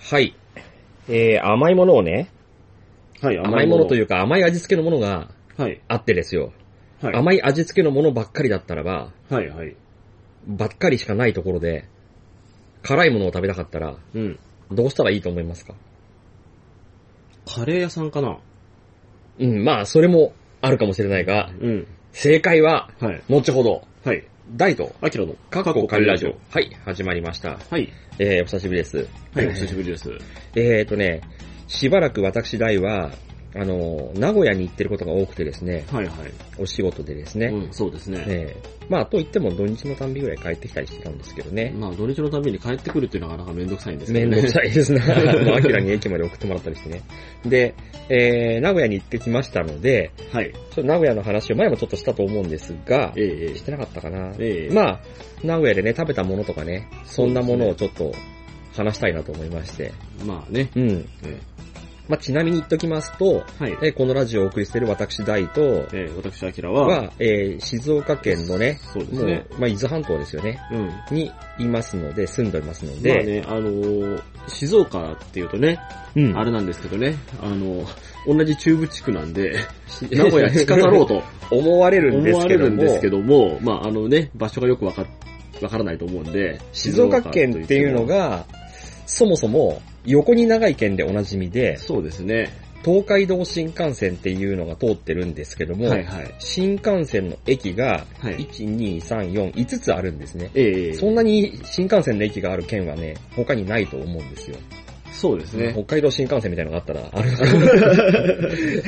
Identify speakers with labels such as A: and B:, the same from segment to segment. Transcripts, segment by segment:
A: はい。えー、甘いものをね、
B: はい、。
A: 甘いものといううか甘い味付けのものが
B: はい。
A: あってですよ。
B: はい。
A: 甘い味付けのものばっかりだったらば、
B: はい、はい。
A: ばっかりしかないところで、辛いものを食べたかったら、
B: うん。
A: どうしたらいいと思いますか
B: カレー屋さんかな
A: うん、まあ、それもあるかもしれないが、
B: うん。
A: 正解は、
B: はい。
A: 後ほど、
B: はい。
A: 大と、
B: アキラの、
A: カッコカリラジオ。。はい、始まりました。
B: はい。
A: えー、お久しぶりです。
B: はい、お久しぶりです。
A: えーとね、しばらく私大は、あの、名古屋に行ってることが多くてですね、
B: はい、はい。
A: お仕事でですね、
B: うん、そうですね。
A: えーまあ、と言っても土日のたんびぐらい帰ってきたりしてたんですけどね。
B: まあ、土日のたびに帰ってくるっていうのがなかなかめんどくさいんですけ
A: め
B: ど
A: ん
B: ね。
A: どく
B: い。
A: さいです ね。あの、アキラに駅まで送ってもらったりしてね。で、えー、名古屋に行ってきましたので、
B: はい。
A: ちょっと名古屋の話を前もちょっとしたと思うんですが、
B: ええ、え
A: してなかったかな。
B: えええ
A: まあ、名古屋でね、食べたものとかね、そんなものをちょっと話したいなと思いまして。
B: え。まあね。
A: うん。
B: え
A: まあ、ちなみに言っときますと、
B: えはい。
A: えーこのラジオをお送りしている私大と、
B: ええ、私、アキラは、
A: は、えー静岡県のね、
B: そうで
A: も
B: す
A: う、
B: ね。
A: まあ、伊豆半島ですよね、
B: うん。
A: にいますので、住んでおりますの
B: まあ
A: で、
B: ね、あのー、静岡っていうとね、
A: うん
B: あれなんですけどね、あの、同じ中部地区なんで、
A: し
B: 名古屋近かろうと
A: 思われるんで
B: 思
A: す
B: わ
A: け
B: れ
A: ど
B: るん
A: も、
B: ですけども、まああのね、場所がよくわか、わからないと思うんで、
A: 静岡県っていうの
B: 静岡と
A: が、そもそも横に長い県でおなじみ
B: 言
A: で
B: っても、、そうですね。
A: 東海道新幹線っていうのが通ってるんですけども、
B: はいはい。
A: 新幹線の駅が、
B: はい。
A: 1、2、3、4、5つあるんですね。
B: ええ
A: そんなに新幹線の駅がある県はね、他にないと思うんですよ。
B: そうですね。
A: 北海道新幹線みたいなのがあったら、あ る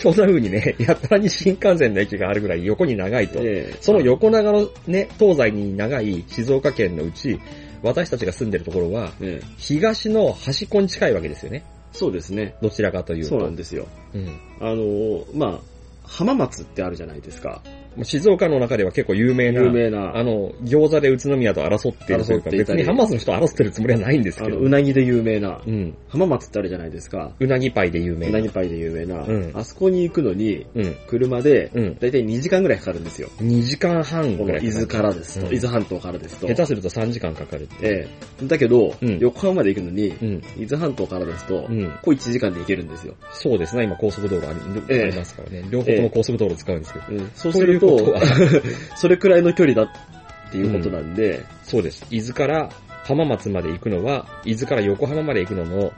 A: そんな風にね、やたらに新幹線の駅があるぐらい横に長いと。
B: ええ
A: その、横長のね、東西に長い静岡県のうち、私たちが住んでるところは、
B: ええ
A: 東の端っこに近いわけですよね。
B: そうですね。
A: どちらかというと。
B: そうなんですよ。
A: うん
B: あのー、まあ浜松ってあるじゃないですか。
A: もう静岡の中では結構有名な、
B: 有名な、
A: あの、餃子で宇都宮と争ってるというか、
B: 争っていた
A: 別
B: り
A: にハマスの人は争ってるつもりはないんです
B: あ
A: けど。
B: の、うなぎで有名な、
A: うん。
B: 浜松ってあるじゃないですか。
A: うなぎパイで有名
B: うなぎパイで有名な、
A: うん
B: あそこに行くのに、
A: うん。
B: 車で、
A: うん。
B: だいたい2時間ぐらいかかるんですよ。
A: 2時間半
B: こ
A: ぐ
B: の
A: らいか
B: 伊
A: かる。
B: 豆からですと、
A: うん
B: 伊豆半島からですと。
A: 下手すると3時間かかるって。
B: ええだけど、
A: うん
B: 横浜まで行くのに、
A: うん。
B: 伊豆半島からですと、
A: うん。
B: こう1時間で行けるんですよ。
A: そうですね、今高速道路あり
B: ええ
A: ありますからね。両方とも高速道路使うんですけど。
B: うん、そう
A: と
B: す
A: いう
B: る、
A: こととは
B: それくらいの距離だっていうことなんで、
A: そうです。伊豆から浜松まで行くのは、伊豆から横浜まで行くのの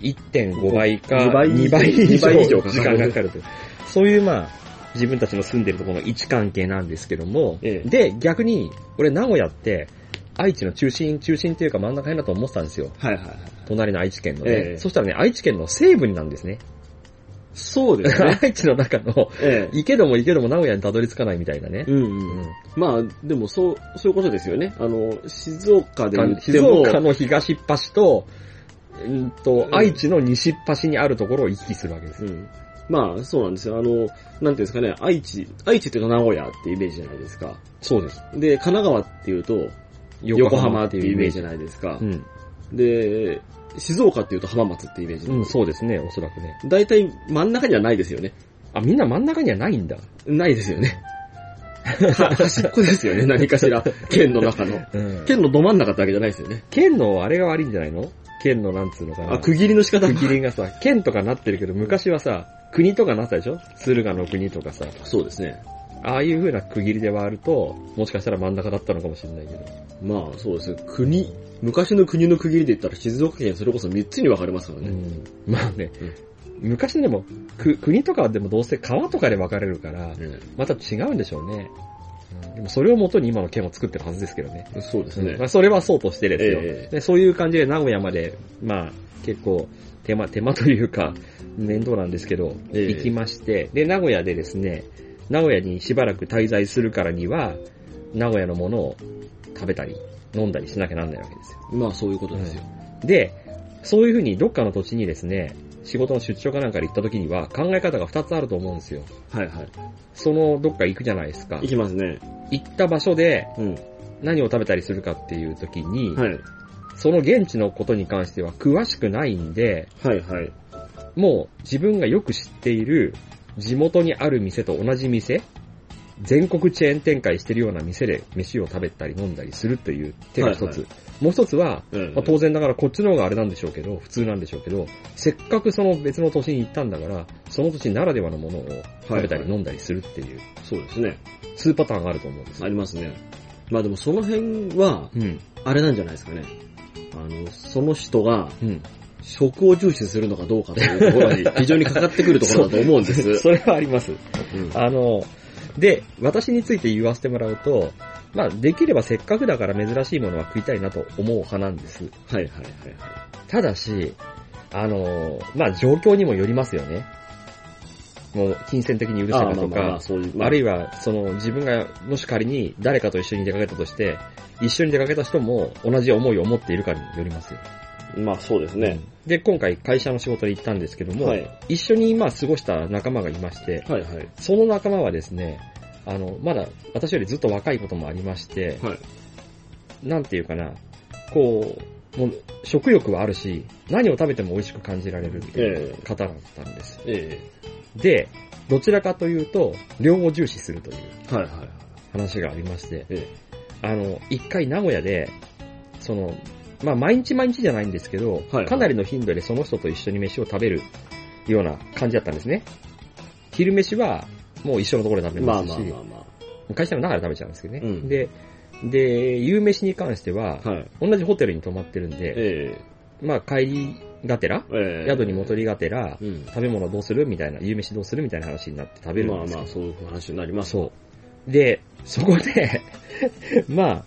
A: 1.5倍か
B: 2倍
A: 2倍以
B: 2
A: 上
B: 倍以上かかる
A: 時間がかかるという。そういうまあ、自分たちの住んでるところの位置関係なんですけども、
B: ええ
A: で、逆に、俺名古屋って、愛知の中心、中心というか真ん中辺だと思ってたんですよ。
B: はいはいはい。
A: 隣の愛知県のね。
B: ええ
A: そしたらね、愛知県の西部になんですね。。
B: そうですね
A: 愛知の中の、
B: ええ
A: 行けども行けども名古屋にたどり着かないみたいなね。
B: うん
A: う
B: うんん、まあ、でもそう、そういうことですよね。あの、静岡で言っ
A: 静
B: ても、
A: 岡の東っ端と、うんと
B: う、ん
A: 愛知の西っ端にあるところを行き来するわけです
B: う。ん、まあ、そうなんですよ。あの、なんていうんですかね、愛知、愛知っていうと名古屋ってイメージじゃないですか。
A: そうです。
B: で、神奈川っていうと、横浜っていうイメージじゃ
A: な
B: ないですか
A: う。ん。
B: で、静岡っていうと浜松っていうイメージなん
A: う
B: で
A: ん、
B: す。
A: そうですね、おそらくね。
B: 大体真ん中にはないですよね。
A: あ、みんな真ん中にはないんだ。
B: ないですよね。は端っこです よね、何かしら。県の中の。
A: うん
B: 県のど真ん中ってわけじゃないですよね。
A: 県のあれが悪いんじゃないの県のなんつうのかな。
B: あ、区切りの仕方
A: 区切りがさ、県とかなってるけど、昔はさ、国とかなったでしょ敦賀の国とかさ。
B: そうですね。
A: ああいう風な区切りで割ると、もしかしたら真ん中だったのかもしれないけど。
B: まあ、そうですね。国、昔の国の区切りで言ったら静岡県それこそ3つに分かれますからね。
A: まあね、昔でも、く国とかはでもどうせ川とかで分かれるから、また違うんでしょうね。でもそれをもとに今の県を作ってるはずですけどね。
B: うんそうですね
A: ま。あ、それはそうとしてですよ、
B: ええ
A: で。そういう感じで名古屋まで、まあ結構手間、手間というか、面倒なんですけど、
B: ええ
A: 行きまして、で、名古屋でですね、名古屋にしばらく滞在するからには、名古屋のものを食べたり、飲んだりしなきゃなんないわけですよ。
B: まあ、そういうことですよ。
A: で、そういうふうにどっかの土地にですね、仕事の出張かなんかで行った時には考え方が2つあると思うんですよ。
B: はいはい。
A: そのどっか行くじゃないですか
B: い。きますね。
A: 行った場所で
B: うん。
A: 何を食べたりするかっていう時に、
B: はい。
A: その現地のことに関しては詳しくないんで、
B: はいはい。
A: もう自分がよく知っている地元にある店と同じ店、全国チェーン展開してるような店で飯を食べたり飲んだりするという手が一つ。もう一つは、
B: うん
A: まあ、当然だからこっちの方があれなんでしょうけど、普通なんでしょうけど、せっかくその別の都市に行ったんだから、その都市ならではのものを食べた
B: は
A: り
B: いは
A: 飲んだりするっていう、
B: そうですね。
A: 数パターンあると思うんです
B: あ
A: よ。
B: りますね。まあでもその辺は、
A: うん。
B: あれなんじゃないですかね。あの、その人が
A: うん。
B: 食を重視するのかどうかというところ に非常にかかってくるところだと思うんです。
A: それはあります。
B: うん
A: あの、で、私について言わせてもらうと、まあ、できればせっかくだから珍しいものは食いたいなと思う派なんです。
B: はいはいはいは
A: ただし、あの、まあ、状況にもよりますよね。もう、金銭的に
B: い。
A: 許せな
B: まあ
A: と
B: まあま
A: か
B: あ、、そういう。
A: ある
B: い
A: いは、その、自分が、もし仮に誰かと一緒に出かけたとして、一緒に出かけた人も同じ思いを持っているかによりますよ。
B: まあそうですね。
A: で、今回会社の仕事に行ったんですけども、
B: はい
A: 一緒にまあ過ごした仲間がいまして、
B: はいはい。
A: その仲間はですね、あの、まだ私よりずっと若いこともありまして、
B: はい。
A: なんていうかな、こう、もう食欲はあるし、何を食べても美味しく感じられるっていう
B: ええ
A: 方だったんです。
B: え
A: で、どちらかというと、量を重視するという
B: え。はいはいはい。
A: 話がありまして、
B: え
A: あの、一回名古屋で、その、まあ、毎日毎日じゃないんですけど、
B: はい
A: かなりの頻度でその人と一緒に飯を食べるような感じだったんですね。昼飯は、もう一緒のところで食
B: え。
A: べ
B: ま
A: ま
B: あ
A: すし、
B: まあまあま
A: 会社の中で食べちゃうんですけどね。
B: うん
A: で、で、夕飯に関しては、
B: あ。はい。
A: 同じホテルに泊まってるんで、
B: え
A: まあ帰りがてら、
B: え。ええ。
A: 宿に戻
B: り。
A: りがてら、
B: うん。
A: 食べ物どうするみたいな、夕飯どうするみたいな話になって食べるん
B: まあ
A: ですけど
B: まあ、そういう話になります。
A: そう。で、そこで、 まあ、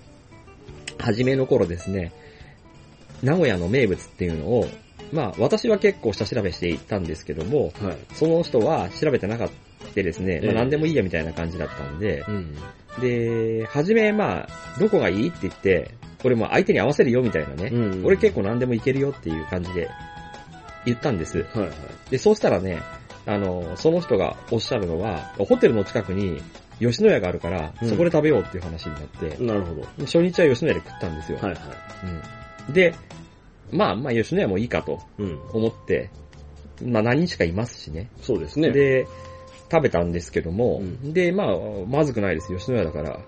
A: 初めの頃ですね、名古屋の名物っていうのを、まあ私は結構下調べしていったんですけども、
B: はい。
A: その人は調べてなかったですね、ま
B: え
A: あ
B: え
A: 何でもいいやみたいな感じだったんで、
B: うん。
A: で、初めまあ、どこがいいって言って、これもう相手に合わせるよみたいなね、
B: うん。
A: 俺結構何でもいけるよっていう感じで言ったんです。
B: 構。はいは
A: で、そうしたらね、あの、その人がおっしゃるのは、ホテルの近くに吉野家があるから、
B: うん
A: そこで食べようっていう話になって、
B: い。なるほど。
A: 初日は吉野家で食ったんですよ。
B: はいはい。
A: うんで、まあまあ吉野家もいいかと
B: うん。
A: 思って、まあ何人しかいますしね。
B: そうですね。
A: で、食べたんですけども、
B: うん
A: で、まあ、まずくないです。吉野家だから、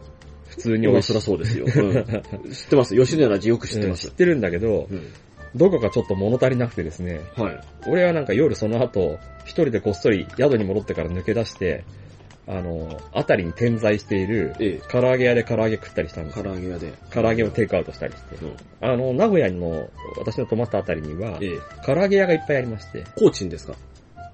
A: 普通に美
B: いや、まあ
A: 味し
B: そ
A: い
B: りゃ。そうです よ。うん知ってます。吉野家の味よく知って
A: うん
B: ま
A: 知
B: す
A: っ。てるんだけど、
B: うん。
A: どこかちょっと物足りなくてですね、
B: はい。
A: 俺はなんか夜その後、一人でこっそり宿に戻ってから抜け出して、あの、あたりに点在している、
B: え
A: 唐揚げ屋で唐揚げ食ったりしたんで
B: え。
A: す
B: 唐
A: よ。
B: 揚げ屋で。
A: 唐揚げをテイクアウトしたりして。
B: うん。
A: あの、名古屋の、私の泊まったあたりには、
B: ええ。
A: 唐揚げ屋がいっぱいありまして、い
B: コーチンですか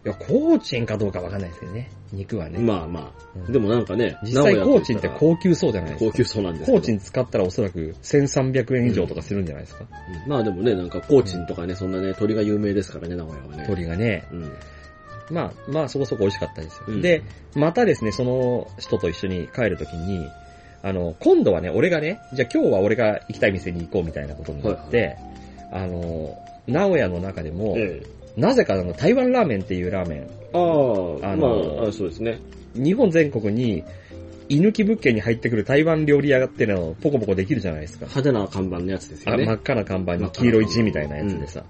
A: や、高知かどうかわかんないですよね。肉はね。
B: まあま
A: うん
B: あ。でもなんかね、
A: 実際
B: 名
A: 高
B: 古屋
A: 知って
B: 言
A: 高級そうじゃない
B: った
A: です
B: ら高
A: か。
B: 級そうなんですけど
A: 高知使ったらおそらく1300円以上とかするんじゃないですか。
B: うんまあでもね、なんか高知とかね、そんなね、鳥が有名ですからね、名古屋はね。。
A: 鳥がね。
B: うん。
A: まあ、まあそこそこ美味しかったですよ。
B: うん
A: で、またですね、その人と一緒に帰るときに、あの、今度はね、俺がね、じゃあ今日は俺が行きたい店に行こうみたいなことになって、あの、名古屋の中でも、
B: ええ。
A: なぜかあの、台湾ラーメンっていうラーメ
B: ああ、
A: あ
B: ま
A: の
B: ああ、そうですね。
A: ン、日本全国に、居抜き物件に入ってくる台湾料理屋ってのをポコポコできるじゃないですか。
B: 派手な看板のやつですよ
A: あ真っ
B: ね。
A: 赤な看板に黄色い字みたいなやつでさ。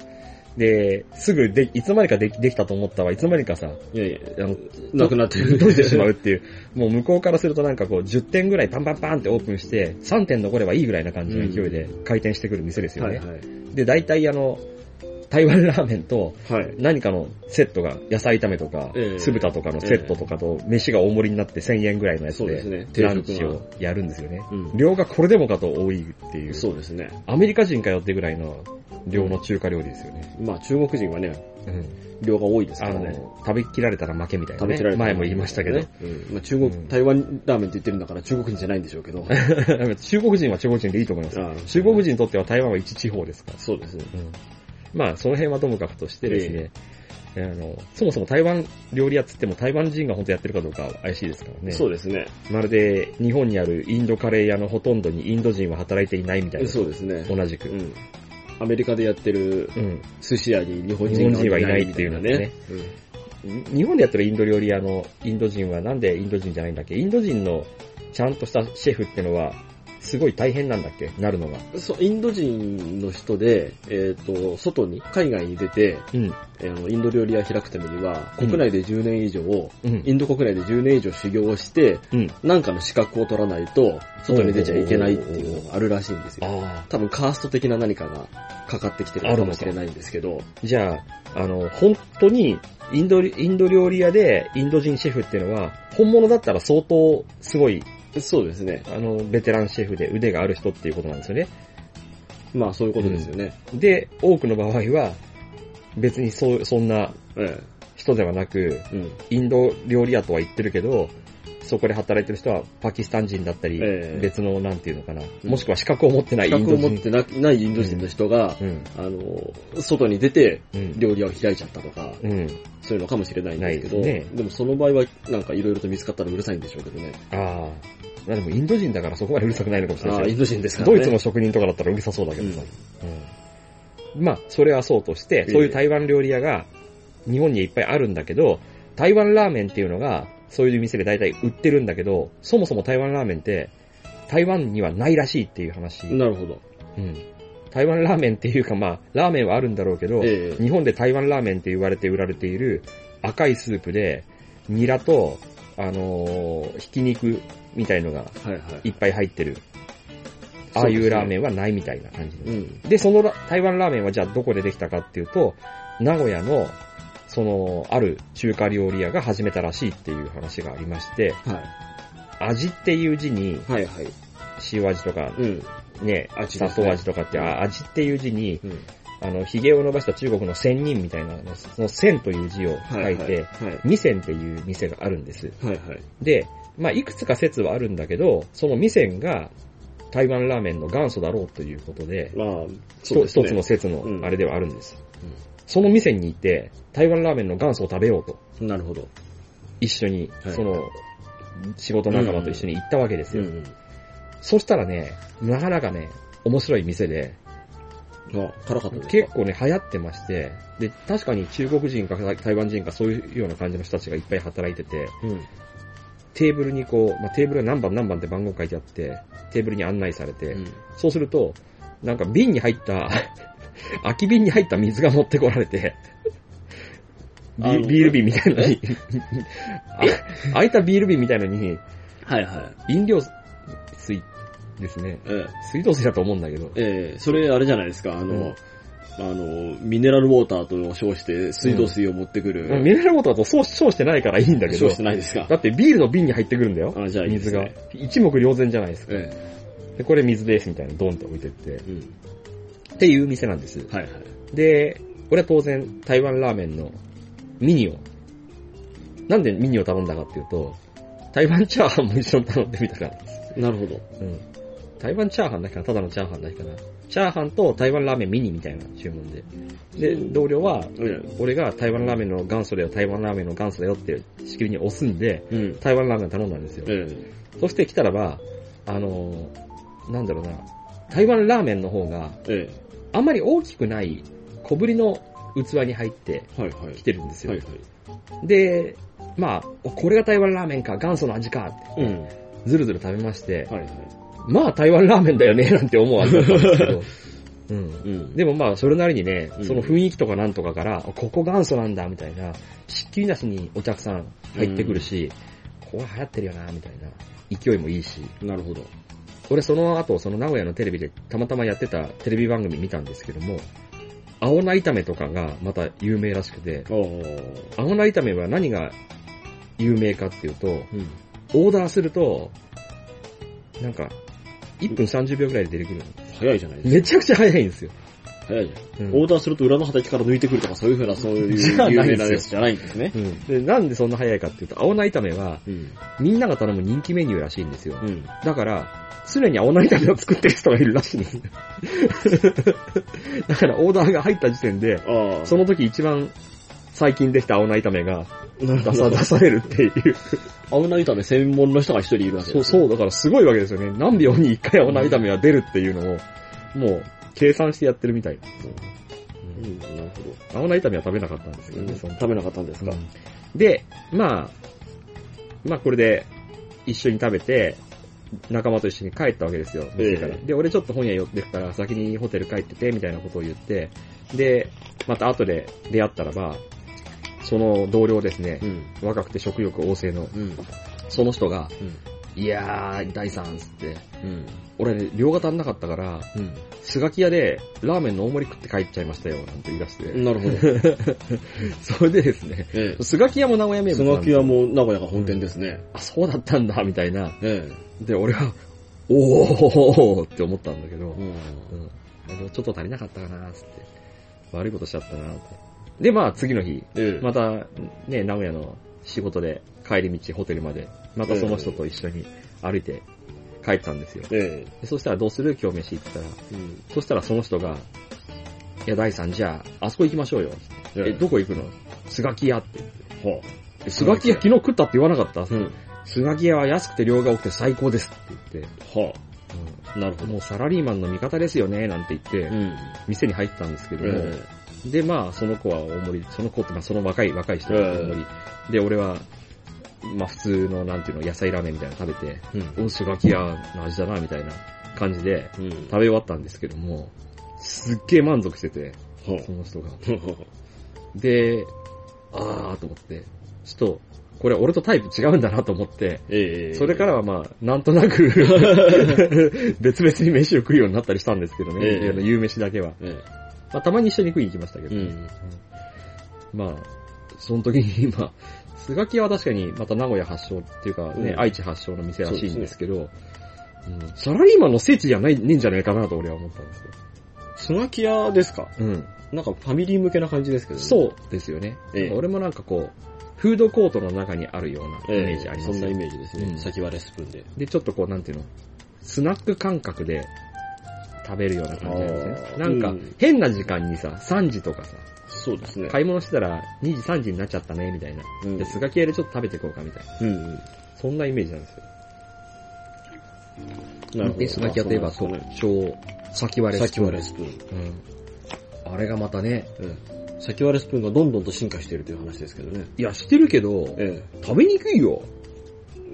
A: で、すぐで、いつまでかできできたと思ったわ、いつまでかさ、
B: いやいや、
A: あの、
B: なくなって
A: 閉じてしま
B: う。
A: うっていう、もう向こうからするとなんかこう10点ぐらいパンパンパンってオープンして、3点残ればいいぐらいな感じの勢いで回転してくる店ですよ
B: は
A: ね。
B: いはい。
A: で、大体あの、台湾ラーメンと
B: はい。
A: 何かのセットが野菜炒めとか
B: ええ、
A: 酢豚とかのセットとかと飯が大盛りになって1000円ぐらいのやつ
B: そうです
A: で、
B: ね。
A: ランチをやるんですよね。
B: うん。
A: 量がこれでもかと多いっていう、
B: そうですね。
A: アメリカ人かよってぐらいの量の中華料理ですよね。
B: まあ中国人はね、
A: うん。
B: 量が多いですか
A: あ
B: ら
A: の
B: ね。、
A: 食べきられたら負けみたいな
B: 食
A: ね。
B: べきられた
A: 前も言いましたけど
B: ね。うんまあ、中国、
A: うん
B: 台湾ラーメンって言ってるんだから中国人じゃないんでしょう けど。
A: 中国人は中国人でいいと思います。中国人にとっては台湾は一地方ですから。
B: そうですね。
A: まあ、その辺はともかくとしてですね、あの、そもそも台湾料理屋っつっても台湾人が本当やってるかどうかは怪しいですからね。
B: そうですね。
A: まるで日本にあるインドカレー屋のほとんどにインド人は働いていないみたいな。
B: そうですね。
A: 同じ
B: う
A: く。
B: ん。アメリカでやってる
A: うん。
B: 寿司屋に日本
A: 日本
B: 人
A: 人は
B: はいい
A: な
B: ないい
A: っ
B: み
A: て
B: た
A: いう
B: い
A: の
B: な
A: ね
B: ね。
A: 日本でやってるインド料理屋のインド人はなんでインド人じゃないんだっけインド人のちゃんとしたシェフってのは、すごい大変なんだっけなるのが。
B: そう、インド人の人で、えっ、と、外に、海外に出て、
A: うん。
B: えーあのインド料理屋開くためには、
A: うん
B: 国内で10年以上、
A: うん
B: イ。ンド国内で10年以上修行をして、
A: うん。
B: なんかの資格を取らないと、外に出ちゃいけないっていうのがあるらしいんですよ。
A: あ
B: 多分カースト的な何かがかかってきてるのかもしれないんですけど、
A: あ。じゃあ、あの、本当に、インド、インド料理屋でインド人シェフっていうのは、本物だったら相当すごい、
B: そうですね。
A: あの、ベテランシェフで腕がある人っていうことなんですよね。
B: まあそういうことですよね。
A: で、多くの場合は、別にそう、そんな
B: え
A: 人ではなく、
B: えうん
A: インド料理屋とは言ってるけど、そこで働いてる人はパキスタン人だったり、
B: ええ
A: 別の、なんていうのかな、
B: うん
A: もしくは資格を持ってない
B: 資
A: イン
B: 格
A: ド
B: を持っ
A: 人。
B: てなないインド人の人が、
A: うん。
B: あの、外に出て
A: うん。
B: 料理屋を開いちゃったとか、
A: うん。
B: そういうのかもしれないんですけど、
A: ない
B: で
A: です
B: もその場合はなんか色々と見つかったらうるさいんでしょうけどね。
A: ああ。まあでもインド人だからそこまでうるさくないのかもしれ
B: あ
A: な
B: あ、
A: い
B: イ
A: し
B: ンド人ですから
A: ド
B: ね。
A: イツの職人とかだったらうるさそうだけ
B: う
A: ど
B: ん
A: さ。うんまあ、それはそうとして、
B: え
A: そういう台湾料理屋が日本にいっぱいあるんだけど、台湾ラーメンっていうのが、そういう店で大体売ってるんだけど、そもそも台湾ラーメンって、台湾にはないらしいっていう話。
B: なるほど。
A: うん。台湾ラーメンっていうかまあ、ラーメンはあるんだろうけど、
B: ええ
A: 日本で台湾ラーメンって言われて売られている赤いスープで、ニラと、あのーひき肉みたいのが
B: はいはい。
A: いっぱい入ってる。
B: そ
A: あ
B: う
A: あ
B: ですね
A: いうラーメンはないみたいな感じで。
B: うん。
A: で、そのラ台湾ラーメンはじゃあどこでできたかっていうと、名古屋の、その、ある中華料理屋が始めたらしいっていう話がありまして、
B: はい。
A: 味っていう字に、
B: はいはい。
A: 塩味とか、
B: うん。
A: ね、
B: 味
A: 砂
B: ですね
A: 糖味とかって、あ味っていう字に、
B: うん。
A: あの、髭を伸ばした中国の仙人みたいな、その仙という字を
B: は
A: 書
B: い
A: い
B: はい。
A: て、
B: はい。
A: 二仙っていう店があるんです。
B: はいはい。
A: で、まあ、いくつか説はあるんだけど、その二仙が台湾ラーメンの元祖だろうということで、
B: まあ、そ
A: 一
B: うです
A: 一
B: ね。
A: つの説の
B: うん
A: あれではあるんです
B: うん。
A: その店に行って、台湾ラーメンの元祖を食べようと、
B: なるほど。
A: 一緒に
B: は、い
A: その、仕事仲間と一緒に行ったわけです
B: う
A: よ。
B: ん。
A: そしたらね、なかなかね、面白い店で、
B: あ、辛かったですか
A: 結構ね、流行ってまして、で、確かに中国人か台湾人かそういうような感じの人たちがいっぱい働いてて、
B: うん。
A: テーブルにこう、まあ、テーブルが何番何番って番号書いてあって、テーブルに案内されて、
B: うん
A: そうすると、なんか瓶に入った、 空き瓶に入った水が持ってこられて、ビ
B: あの
A: ビール瓶みたいなのに、 あ空いたビール瓶みたいなのに、
B: はいはい。
A: 飲料水ですね。
B: ええ
A: 水道水だと思うんだけど、
B: ええそれあれじゃないですか、あ
A: う
B: の
A: ん、
B: あの、ミネラルウォーターと称して水道水を持ってく
A: まあ
B: る。
A: ミネラルウォーターだとそうそうしてないからいいんだけ
B: 称
A: ど
B: し、てないですか
A: だってビールの瓶に入ってくるんだよ。
B: あ、じゃあいいで
A: 水
B: す
A: が
B: ね。。
A: 一目瞭然じゃないですか。
B: え
A: で、これ水ですみたいなドンって置いてって。
B: えうん。
A: っていう店なんです。
B: はいはい。
A: で、俺は当然台湾ラーメンのミニを。なんでミニを頼んだかっていうと、台湾チャーハンも一緒に頼んでみたからです。
B: なるほど。
A: うん。台湾チャーハンだけかなただのチャーハンだけかなチャーハンと台湾ラーメンミニみたいな注文で。で、同僚は、
B: うん。
A: 俺が台湾ラーメンの元祖だよ、台湾ラーメンの元祖だよってしきりに押すんで、
B: うん。
A: 台湾ラーメン頼んだんですよ。
B: え
A: そして来たらば、あのーなんだろうな、台湾ラーメンの方が、
B: ええ
A: あんまり大きくない小ぶりの器に入って
B: えはいはい
A: き。てるんですよ。
B: はいは
A: で、まあ、おこれが台湾ラーメンか、元祖の味かって、
B: い。うん。は
A: ずるずる食べまして、
B: いはい。
A: まあ台湾ラーメンだよね、なんて思う味だったんですけ ど、うん。
B: うん。
A: でもまあ、それなりにね
B: う、ん
A: その雰囲気とかなんとかから、ここ元祖なんだ、みたいな、しっきりなしにお客さん入ってくるし、ここは流行ってるよな、みたいな、勢いもいいし、
B: なるほど。
A: 俺その後、その名古屋のテレビでたまたまやってたテレビ番組見たんですけども、青菜炒めとかがまた有名らしくて、
B: おー
A: 青菜炒めは何が有名かっていうと、
B: うん。
A: オーダーすると、なんか、1分30秒くらいで出てくるの。
B: 早いじゃないです
A: めちゃくちゃ早いんですよ。
B: か。早いじゃ
A: うん
B: ん。オーダーすると裏の畑から抜いてくるとかそういうふうな、そういう
A: じ
B: 有
A: ゃあないで
B: 名
A: すよ
B: なやつじゃないんですね。
A: うんでなんでそんな早いかっていうと、青菜炒めは
B: うん。
A: みんなが頼む人気メニューらしいんですよ。
B: うん。
A: だから、常に青菜炒めを作ってる人がいるらしいんです。 だからオーダーが入った時点で、
B: ああ。
A: その時一番最近できた青菜炒め が
B: なる
A: 出
B: ほ
A: さ
B: ど
A: 出。されるっていう。
B: 青菜炒め専門の人が一人いるわけ
A: そう、そう、だからすごいわけですよね。何秒に一回青菜炒めは出るっていうのを、もう計算してやってるみたい。
B: ううん、なるほど。
A: 青菜炒めは食べなかったんですけどね、その
B: 食べなかったんですか、
A: で、まあ、まあこれで一緒に食べて、仲間と一緒に帰ったわけですよ、店から。
B: ええ
A: で、俺ちょっと本屋寄ってくから、先にホテル帰ってて、みたいなことを言って、で、また後で出会ったらば、その同僚ですね
B: う、ん。
A: 若くて食欲旺盛の、
B: うん。
A: その人が、
B: うん。
A: いやー、大さんっつって、
B: うん。
A: 俺、ね、両方足んなかったから、スガキ屋でラーメンの大盛り食って帰っちゃいましたよ、なんて言い出して。
B: なるほど。
A: それでですね、
B: え
A: スガキ屋も名古屋
B: え。
A: 名
B: ス
A: 物なんで
B: ガ
A: す
B: キ
A: よ
B: 屋、も名古屋が本店ですね。
A: あ、そうだったんだ、みたいな。
B: え
A: で、俺は、おーって思ったんだけど
B: え。う、
A: う
B: ん。
A: ん。もうちょっと足りなかったかな、つって。悪いことしちゃったな、って。で、まあ、次の日、
B: ええ。
A: また、ね、名古屋の仕事で帰り道、ホテルまで、またその人と一緒に歩いて帰ったんですよ。
B: え
A: でそしたら、どうする今日飯行ったら、
B: え。うん。
A: そしたらその人が、いや、大さん、じゃあ、あそこ行きましょうよ。
B: え
A: え、どこ行くのスガキ屋って。
B: は
A: えスガキ屋昨日食ったって言わなかった
B: うん。
A: スガキ屋は安くて量が多くて最高ですって言って、
B: はあ。なるほど。
A: もうサラリーマンの味方ですよね、なんて言って、
B: うん。
A: 店に入ったんですけど
B: え
A: も、
B: え。
A: で、まあ、その子は大盛り、その子って、まあ、その若い、若い人が大盛り、で、俺は、まあ、普通の、なんていうの、野菜ラーメンみたいなの食べて、
B: うん。
A: お、スガキ屋の味だな、みたいな感じで、
B: うん。
A: 食べ終わったんですけども、すっげえ満足してて、
B: は
A: その人が。
B: あ。
A: で、あーと思って、ちょっと、これ俺とタイプ違うんだなと思って、
B: ええ。
A: それからはまあ、なんとなく、別々に飯を食うようになったりしたんですけどね、
B: ええ
A: あの夕飯だけは。
B: え
A: まあ、たまに一緒に食いに行きましたけ
B: え。う
A: ど、
B: ん。
A: まあ、その時に今、スガキは確かにまた名古屋発祥っていうかね、
B: うん
A: 愛知発祥の店らしいんですけど、うんサラリーマンの聖地じゃない、ねえんじゃないかなと俺は思ったんですよ。
B: スガキ屋ですか
A: うん。
B: なんかファミリー向けな感じですけどね。う。
A: そうですよね。
B: ええ
A: 俺もなんかこう、フードコートの中にあるような
B: ええ。
A: イメージあります
B: そんな
A: よ
B: イメージです
A: う
B: ね。
A: ん
B: 先割れスプーンで。
A: で、ちょっとこう、なんていうの、スナック感覚で食べるような感じなんですね。
B: あー
A: なんか
B: うん、
A: 変な時間にさ、3時とかさ、
B: そうですね。
A: 買い物してたら2時3時になっちゃったね、みたいな。
B: うん
A: で、スガキ屋でちょっと食べていこうか、みたいな。
B: うんうん。
A: そんなイメージなんですよ。
B: なるほど。
A: で、スガキ屋といえば
B: まあそうなんで
A: 特
B: す
A: 徴、先割
B: ね。
A: れ
B: 先割れスプーン。
A: うん。あれがまたね、
B: ええ先割れスプーンがどんどんと進化しているという話ですけどね。
A: いや、してるけど、
B: え
A: 食べにくいよ。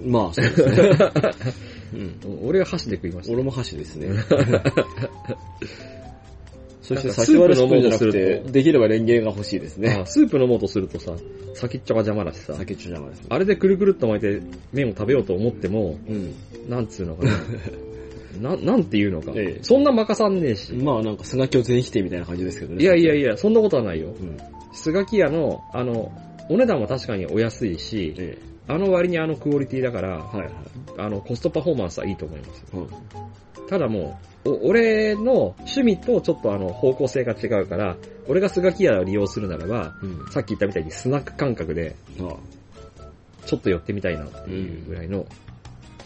B: え。ま あ、そうですね。 うん。
A: うん俺が箸で食いました。
B: 俺も箸です ね。そし
A: な
B: て
A: んか
B: 先割れスプーンじゃな
A: スー
B: く
A: プ飲もうと
B: て
A: する、
B: できればレンゲが欲しいですね。
A: あスープ飲もうとするとさ、先っちょが邪魔だしさ、
B: 酒中邪魔ですね。
A: あれでくるくるっと巻いて麺を食べようと思っても、
B: うん。
A: なんつうのかな。 な、なんていうのか。
B: ええ
A: そんな任さんねえし。
B: まあなんかスガキを全否定みたいな感じですけどね。
A: いやいやい
B: や。
A: や、そんなことはないよ。
B: うん。
A: スガキ屋の、あの、お値段は確かにお安いし、
B: ええ。
A: あの割にあのクオリティだから、
B: はいはい。
A: あの、コストパフォーマンスはいいと思います。
B: うん。
A: ただもう、お俺の趣味とちょっとあの方向性が違うから、俺がスガキ屋を利用するならば、
B: うん。
A: さっき言ったみたいにスナック感覚で、
B: ああ
A: ちょっと寄ってみたいなっていうぐらいの、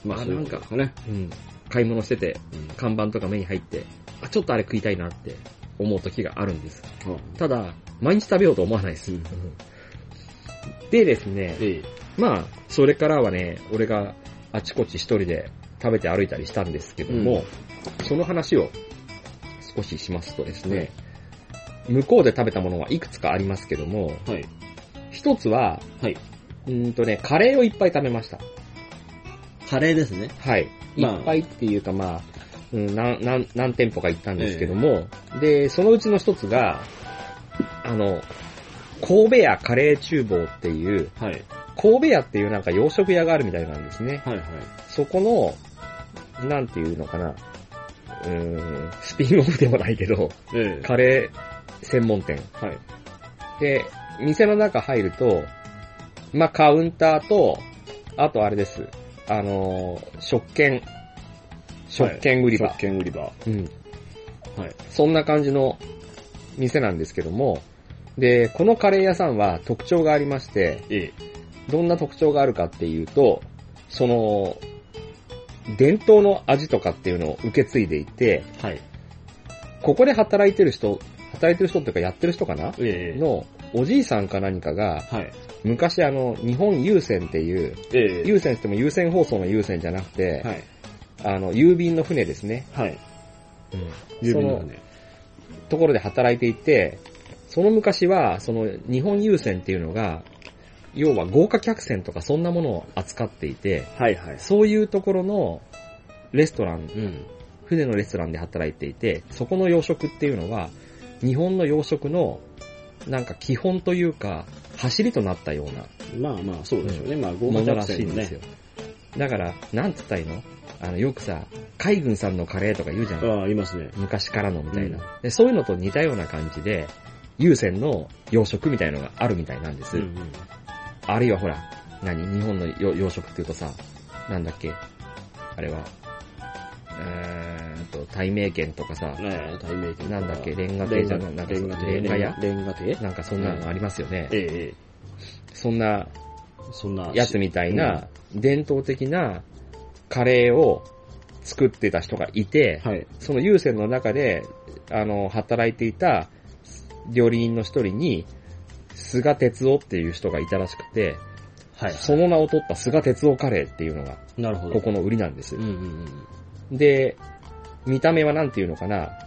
B: ま
A: あ
B: あ、そういうことですかね。
A: うん買い物してて、
B: うん
A: 看板とか目に入って、あ、ちょっとあれ食いたいなって思う時があるんです。
B: ああ
A: ただ、毎日食べようと思わないです。
B: うん
A: でですね、
B: ええ。
A: まあ、それからはね、俺があちこち一人で食べて歩いたりしたんですけども、その話を少ししますとですね、向こうで食べたものはいくつかありますけども、
B: はい。
A: 一つは、
B: はい。
A: うーんとね、カレーをいっぱい食べました。
B: カレーですね。
A: はい。い
B: まあ
A: っぱいっていうかまあ、うん、なんなん何店舗か行ったんですけども、で、そのうちの一つが、あの、神戸屋カレー厨房っていう、
B: はい。
A: 神戸屋っていうなんか洋食屋があるみたいなんですね。
B: はいはい。
A: そこの、なんていうのかな、うーん、スピンオフでもないけ ど、
B: ええ。
A: カレー専門店。
B: はい。
A: で、店の中入ると、まあ、カウンターと、あとあれです。あのー食券。食券売り場、
B: 食券売り場。は
A: うん。
B: い。
A: そんな感じの店なんですけども、で、このカレー屋さんは特徴がありまして、
B: ええ。
A: どんな特徴があるかっていうと、その、伝統の味とかっていうのを受け継いでいて、
B: はい。
A: ここで働いてる人、働いてる人っていうかやってる人かな
B: ええ。
A: のおじいさんか何かが、
B: はい。
A: 昔あの、日本郵船っていう、
B: ええ。
A: 郵船って言っても郵船放送の郵船じゃなくて、
B: はい。
A: あの、郵便の船ですね。
B: はい。
A: 郵
B: そ
A: 便
B: の
A: のところで働いていて、その昔は、その日本郵船っていうのが、要は豪華客船とかそんなものを扱っていて、
B: はいはい。
A: そういうところの、レストラン、
B: うん。
A: 船のレストランで働いていて、そこの洋食っていうのは、日本の洋食の、なんか基本というか、走りとなったような
B: まあまあ、そうでしょうね。まあ、豪
A: も
B: 華
A: の
B: 客
A: らしい
B: 船の
A: んです
B: ね。
A: よ。だから、なんつったらいいのあの、よくさ、海軍さんのカレーとか言うじゃん。
B: ああ、いますね。
A: 昔からのみたいな、
B: うん
A: で。そういうのと似たような感じで、優先の洋食みたいのがあるみたいなんです。
B: うんうん
A: あるいはほら、何日本の洋洋食っていうとさ、なんだっけあれは、えーんと、対名圏とかさ、
B: ねえ、対名店とか
A: なんだっけレンガ亭じゃななんか
B: レンガ亭。
A: レンガ屋
B: レンガ亭
A: なんかそんなのありますよね。
B: ええええ、
A: そんな
B: そんな。
A: やつみたいな、伝統的なカレーを作ってた人がいて、
B: はい。
A: その優先の中で、あの、働いていた料理人の一人に、菅哲夫っていう人がいたらしくて、
B: はい。
A: その名を取った菅哲夫カレーっていうのが、
B: なるほど。
A: ここの売りなんです
B: うん。うん
A: で、見た目はなんていうのかな、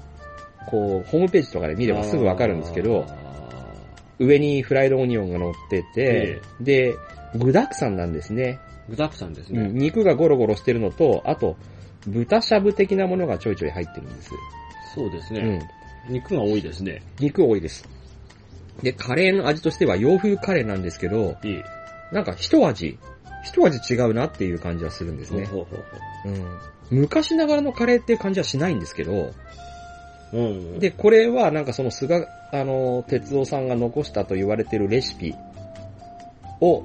A: こう、ホームページとかで
B: う
A: 見
B: ん。
A: ればすぐわかるんですけど、
B: あ
A: 上にフライドオニオンが乗ってて、で、具沢山なんですね。
B: ー、具沢山で
A: う
B: す
A: ん
B: ね。
A: 肉がゴロゴロしてるのと、あと、豚しゃぶ的なものがちょいちょい入ってるんです。
B: そうです
A: う
B: ね。
A: ん。
B: 肉が多いですね。
A: 肉多いです。で、カレーの味としては洋風カレーなんですけど、
B: いい。
A: なんか一味、一味違うなっていう感じはするんですね。
B: ほうほう
A: うん、昔ながらのカレーっていう感じはしないんですけど、
B: ほう。うんうん。
A: で、これはなんかその菅、あの、哲夫さんが残したと言われてるレシピを、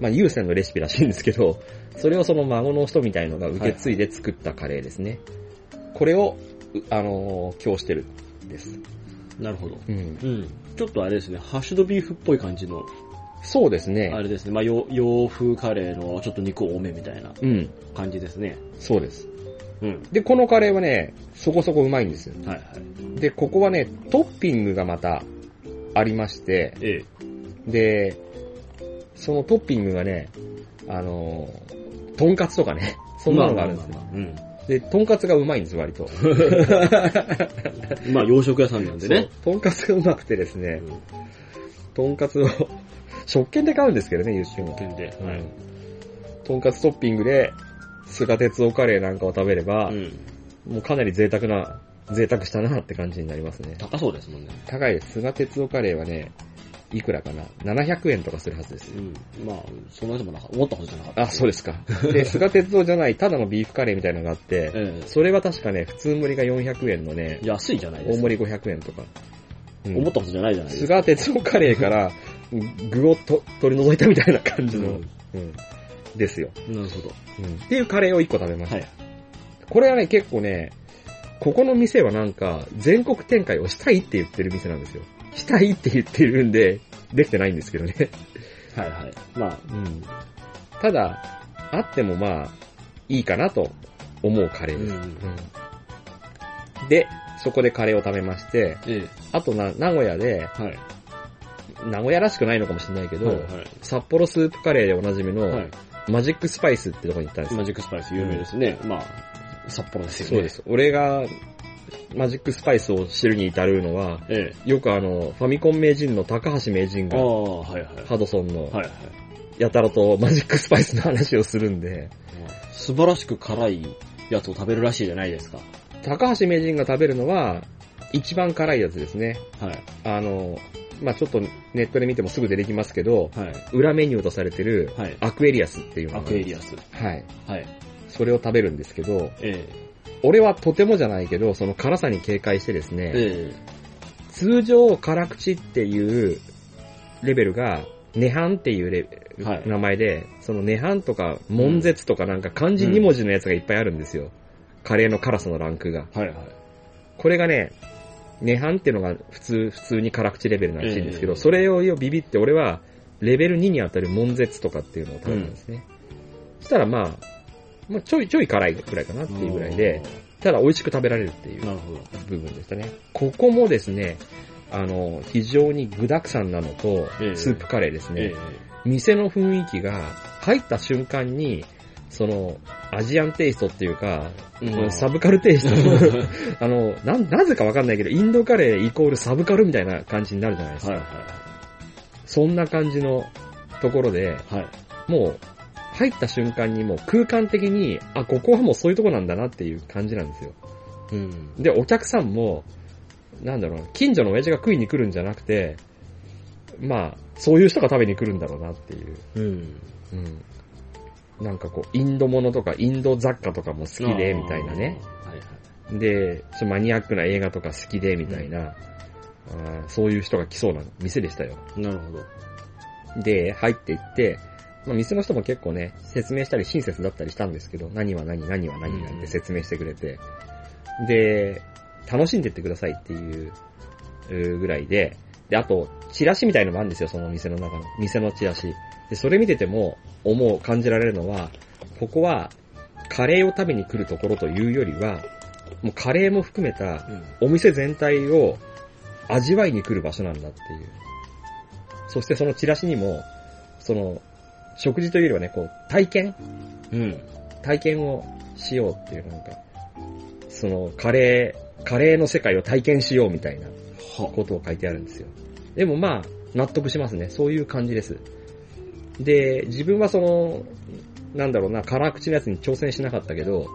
A: まあ、優先のレシピらしいんですけど、それをその孫の人みたいのが受け継いで作ったカレーですね。これを、うあのー供してるんです。
B: なるほど。
A: うん。
B: うん。ちょっとあれですね、ハッシュドビーフっぽい感じの、
A: そうです
B: あ
A: ね。
B: れですね、まあ洋洋風カレーのちょっと肉多めみたいな
A: うん。
B: 感じですね。
A: そうです。
B: うん。
A: で、このカレーはね、そこそこうまいんですよ。
B: はいはい。
A: で、ここはね、トッピングがまたありまして、
B: ええ。
A: で、そのトッピングがね、あのー、とんかつとかね、 そんなのがあるんですよ。
B: うん。
A: で、とんかつがうまいんです、割 と。
B: まあ洋食屋さんなんでね。
A: そう。とんかつがうまくてですね、とんかつを、 食券で買うんですけどね、優秀も。
B: 点で。はい。
A: とんかつトッピングで、菅鉄夫カレーなんかを食べれば、
B: うん。
A: もうかなり贅沢な、贅沢したなって感じになりますね。
B: 高そうですもんね。
A: 高いです。菅鉄夫カレーはね、いくらかな ?700 円とかするはずです
B: う。ん。まあ、そんなでもなか思ったことじゃなかった。
A: あ、そうですか。で、菅鉄夫じゃない、ただのビーフカレーみたいなのがあって、
B: え
A: それは確かね、普通盛りが400円のね
B: え。、安いじゃないで
A: 大
B: すか。
A: 盛り500円とか。うん
B: 思ったことじゃないじゃないですか。
A: 菅哲夫カレーから、具をと取り除いたみたいな感じの、うんですよ、
B: うんなるほど。
A: っていうカレーを1個食べました。
B: はい。
A: これはね、結構ね、ここの店はなんか、全国展開をしたいって言ってる店なんですよ。したいって言ってるんで、できてないんですけどね。
B: はいはい。まあ、
A: うん、ただ、あってもまあ、いいかなと思うカレーです。
B: うん
A: うんで、そこでカレーを食べまして、
B: ええ。
A: あとな、名古屋で、
B: はい。
A: 名古屋らしくないのかもしれないけど、
B: はい
A: 札幌スープカレーでおなじみの、
B: はい。は
A: マジックスパイスってとこに行ったんです
B: い。
A: よ。
B: マジックスパイス有名ですね。まあ、札幌ですよね。
A: そうで。す。俺が、マジックスパイスを知るに至るのは、
B: ええ。
A: よくあの、ファミコン名人の高橋名人
B: あ
A: が、
B: あ、はいはい。
A: ハドソンの
B: は、いはい。
A: やたらとマジックスパイスの話をするんで、
B: 素晴らしく辛いやつを食べるらしいじゃないですか。
A: 高橋名人が食べるのは、一番辛いやつですね。
B: はい。
A: あの、まあちょっとネットで見てもすぐ出てきますけど、
B: はい。
A: 裏メニューとされてる、
B: はい。
A: アクエリアスっていうの
B: ア
A: が
B: クエリアス。
A: はい。
B: はい。
A: それを食べるんですけど、
B: え
A: 俺はとてもじゃないけど、その辛さに警戒してです
B: え。
A: ね、
B: え
A: 通常辛口っていうレベルが、涅槃っていうレ
B: え。はい。
A: 名前で、その涅槃とか、悶絶とかなんか漢字2文字のやつがいっぱいあるんですよ。カレーの辛さのランクが。
B: はいはい。
A: これがね、涅槃っていうのが普通、普通に辛口レベルらしいんですけど、
B: ええ
A: それをビビって俺は、レベル2に当たる悶絶とかっていうのを食べたんですね。そしたらまあ、まあ、ちょいちょい辛いくらいかなっていうぐらいで、ただ美味しく食べられるっていう
B: なるほど。
A: 部分でしたね。ここもですね、あの、非常に具沢山なのと
B: ええ、
A: スープカレーですね。
B: ええ。
A: 店の雰囲気が入った瞬間に、その、アジアンテイストっていうか、
B: うん
A: サブカルテイストの、あの、なん、なぜかわかんないけど、インドカレーイコールサブカルみたいな感じになるじゃないですか。
B: はいは
A: そんな感じのところで、
B: い。はい。
A: もう、入った瞬間にもう空間的に、あ、ここはもうそういうとこなんだなっていう感じなんですよ。
B: うん。
A: で、お客さんも、なんだろうな、近所の親父が食いに来るんじゃなくて、まあ、そういう人が食べに来るんだろうなっていう。
B: うん。
A: うん。なんかこう、インドものとか、インド雑貨とかも好きで、みたいなね。
B: あー。はいはい。
A: で、ちょっとマニアックな映画とか好きで、みたいな、あーそういう人が来そうな店でしたよ。
B: なるほど。
A: で、入っていって、まあ、店の人も結構ね、説明したり親切だったりしたんですけど、何は何、何は何なんて説明してくれて、で、楽しんでってくださいっていううーぐらいで、で、あと、チラシみたいのもあるんですよ、その店の中の。店のチラシ。で、それ見てても、思う、感じられるのは、ここは、カレーを食べに来るところというよりは、もうカレーも含めた、
B: う
A: お
B: ん。
A: 店全体を味わいに来る場所なんだっていう。そしてそのチラシにも、その、食事というよりはね、こう、体験
B: うん。
A: 体験をしようっていう、なんか、その、カレー、カレーの世界を体験しようみたいなこ
B: は。
A: とを書いてあるんですよ。でもまあ、納得しますね。そういう感じです。で、自分はその、なんだろうな、辛口のやつに挑戦しなかったけど、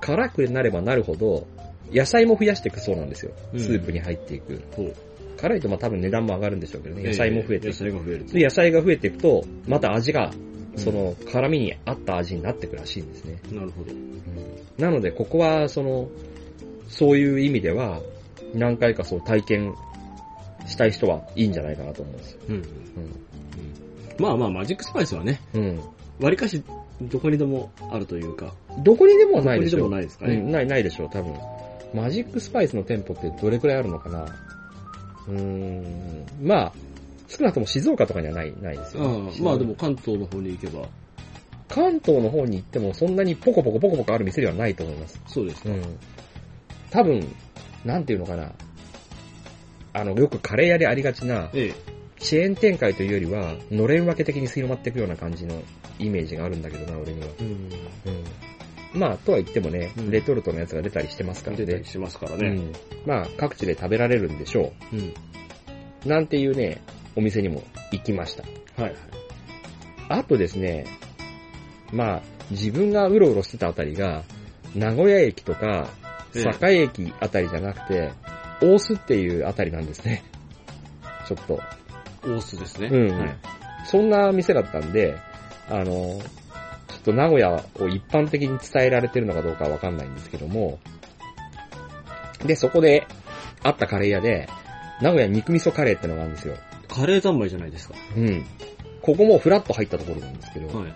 A: 辛くなればなるほど、野菜も増やしていくそうなんですよ。
B: うん
A: スープに入っていく。
B: ほう。
A: 辛いとまあ多分値段も上がるんでしょうけどね、野菜も増えていく。
B: 野菜が増えると。
A: で、野菜が増えていくと、また味が、その、辛みに合った味になっていくらしいんですね。
B: なるほど。
A: なので、ここは、その、そういう意味では、何回かそう体験したい人はいいんじゃないかなと思うんですよ。
B: うん。
A: うん。
B: まあまあ、マジックスパイスはね、
A: う
B: 割かし、どこにでもあるというか、
A: ん。どこにでもは
B: どこ
A: ないで
B: に
A: し
B: で
A: ょ
B: も
A: う。
B: ないですか
A: う
B: ね。
A: ん、ない、ないでしょう、多分。マジックスパイスの店舗ってどれくらいあるのかなうーん。まあ、少なくとも静岡とかにはない、ないですよ、
B: うん。まあでも、関東の方に行けば、
A: 関東の方に行ってもそんなにポコポコポコポコある店ではないと思います。
B: そうです。
A: うん。多分、なんていうのかな。あの、よくカレー屋でありがちな、
B: ええ。
A: チェーン展開というよりは、のれん分け的に広まっていくような感じのイメージがあるんだけどな、俺には。
B: うん。
A: うん。まあ、とは言ってもね、
B: うん
A: レトルトのやつが出たりしてますからね。
B: 出たりしますから
A: う
B: ね。
A: ん。まあ、各地で食べられるんでしょ
B: うん。
A: う。なんていうね、お店にも行きました。
B: はいはい。
A: あとですね、まあ、自分がうろうろしてたあたりが、名古屋駅とか、
B: ええ
A: 堺駅あたりじゃなくて、大須っていうあたりなんですね。ちょっと。
B: オースですね。
A: うん
B: はい。
A: そんな店だったんで、あの、ちょっと名古屋を一般的に伝えられてるのかどうかはわかんないんですけども、で、そこで、あったカレー屋で、名古屋肉味噌カレーってのがあるんですよ。
B: カレー三昧じゃないですか。
A: うん。ここもフラッと入ったところなんですけど、
B: はい。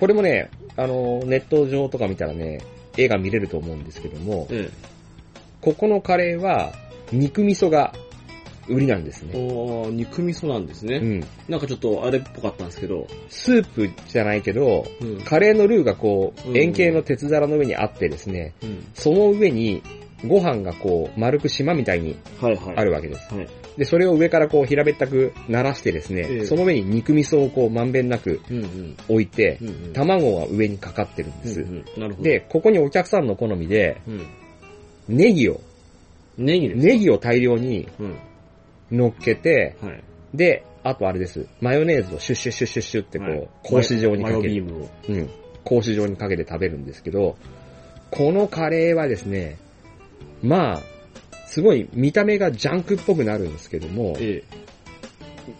A: これもね、あの、ネット上とか見たらね、絵が見れると思うんですけども、
B: え
A: ここのカレーは、肉味噌が売りなんです
B: え。
A: ね。
B: おー、肉味噌なんです
A: う
B: ね。
A: ん。
B: なんかちょっとあれっぽかったんですけど、
A: スープじゃないけど、
B: うん。
A: カレーのルーがこ
B: う
A: う、
B: ん
A: 円形の鉄皿の上にあってですね、
B: うん。
A: その上に、ご飯がこう、丸く島みたいに
B: はいはい。
A: あるわけです。
B: はい。
A: で、それを上からこう、平べったく鳴らしてです
B: え
A: ね、
B: え
A: その上に肉味噌をこう、まんべんなく
B: うんうん。
A: 置いて
B: う、んうん。
A: 卵が上にかかってるんで
B: うんう
A: す。
B: んなるほど。
A: で、、ここにお客さんの好みで、
B: うん。
A: ネギを、
B: ネギです。
A: ネギを大量に
B: うん。
A: 乗っけて、
B: はい。
A: で、あとあれです。マヨネーズをシュッシュッシュッシュッシュってこ、
B: はいう
A: 格子状に
B: マ
A: か
B: ヨ
A: け
B: ビー
A: る。
B: ムを。
A: うん。格子状にかけて食べるんですけど、このカレーはですね、まあ、すごい見た目がジャンクっぽくなるんですけども、
B: え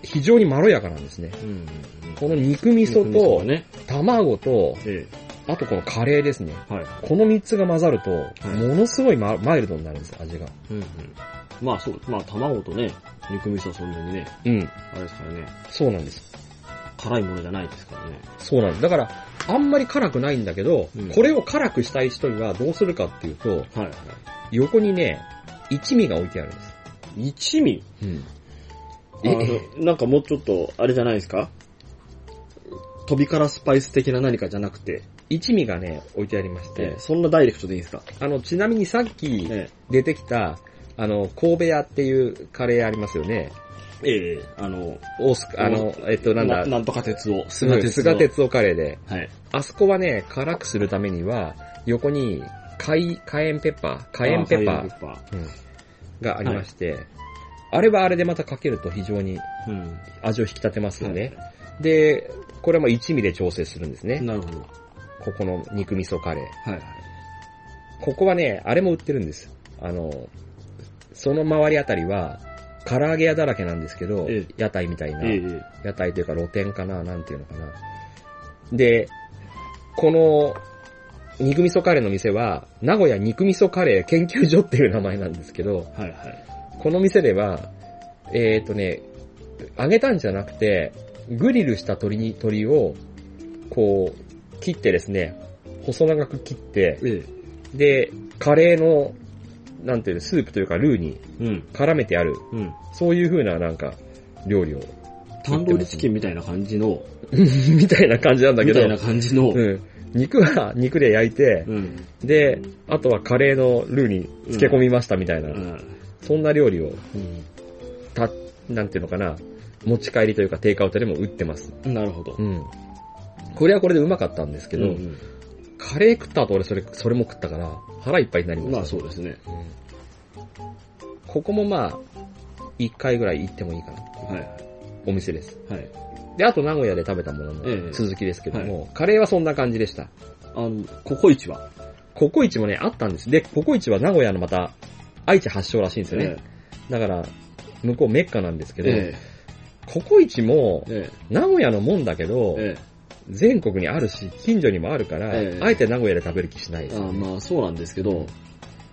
A: 非常にまろやかなんですね。
B: え。うんうんうん。
A: この肉味噌
B: 肉は
A: と、
B: ね。
A: 卵と、
B: え
A: あとこのカレーですね。
B: え。はい。
A: この三つが混ざると、ものすごいママイルドになるんです、味が。
B: うんうん。まあそう、まあ卵とね、肉味噌はそんなにね、
A: うん。
B: あれですからね、
A: そうなんです。
B: 辛いものじゃないですからね。
A: そうなんです。だから、あんまり辛くないんだけど、
B: うん
A: これを辛くしたい人にはどうするかっていうと、
B: はいは
A: 横にね、一味が置いてあるんです。
B: い。一味
A: うん。
B: あ
A: え、
B: のなんかもうちょっと、あれじゃないですか飛びからスパイス的な何かじゃなくて、
A: 一味がね、置いてありまして、
B: ええそんなダイレクトでいいんですか
A: あの、ちなみにさっき
B: え
A: 出てきた、あの、神戸屋っていうカレーありますよね。
B: え、ええ、あの、
A: オース、あの、えっと、なんだ、
B: んとか鉄を、
A: すが
B: を
A: 菅鉄夫カレーで。
B: はい。
A: あそこはね、辛くするためには、横に、カイ、カエンペッパー、カエンペッパー
B: あカエンペッパー。
A: うんがありまして、あれはあれでまたかけると非常に
B: うん。
A: 味を引き立てますよね。で、これも一味で調整するんですね。
B: なるほど。
A: ここの肉味噌カレー。
B: はい。
A: ここはね、あれも売ってるんです。あの、その周りあたりは、唐揚げ屋だらけなんですけど、
B: ええ
A: 屋台みたいな、
B: ええ。
A: 屋台というか露店かな、なんていうのかな。で、この、肉味噌カレーの店は、名古屋肉味噌カレー研究所っていう名前なんですけど、
B: はいはい。
A: この店では、えっ、ー、とね、揚げたんじゃなくて、グリルした鶏に、鶏を、こう、切ってですね、細長く切って、
B: ええ。
A: で、カレーの、なんていうの、スープというかルーに
B: うん。
A: 絡めてある、
B: うん。
A: そういう風ななんか、料理を、
B: タンドリーチキンみたいな感じの、
A: みたいな感じなんだけ
B: み
A: ど
B: たい、な感じの、
A: うん。肉は肉で焼いて、
B: うん。
A: で、あとはカレーのルーに漬け込みましたみたいな、
B: うん。
A: そんな料理を、た、なんていうのかな、持ち帰りというかテイクアウトでも売ってます。
B: うん。なるほど。
A: うん。これはこれでうまかったんですけ
B: け
A: ど、
B: ど、
A: カレー食った後俺それ、それも食ったから、腹いっぱいになりました。
B: まあそうですね。
A: うんここもまあ、一回ぐらい行ってもいいかな。
B: はい。
A: お店です。
B: はい。
A: で、あと名古屋で食べたもの
B: え
A: の
B: え
A: 続きですけども、カレーはそんな感じでした。
B: あの、ココイチは、
A: ココイチもね、あったんです。で、ココイチは名古屋のまた、愛知発祥らしいんですよね。だから、向こうメッカなんですけど、
B: え
A: ココイチも
B: え、、え
A: 名古屋のもんだけど、
B: え、え
A: 全国にあるし、近所にもあるから、
B: ええ
A: あえて名古屋で食べる気しない
B: え
A: で。す
B: あ
A: よね、
B: まあそうなんですけど、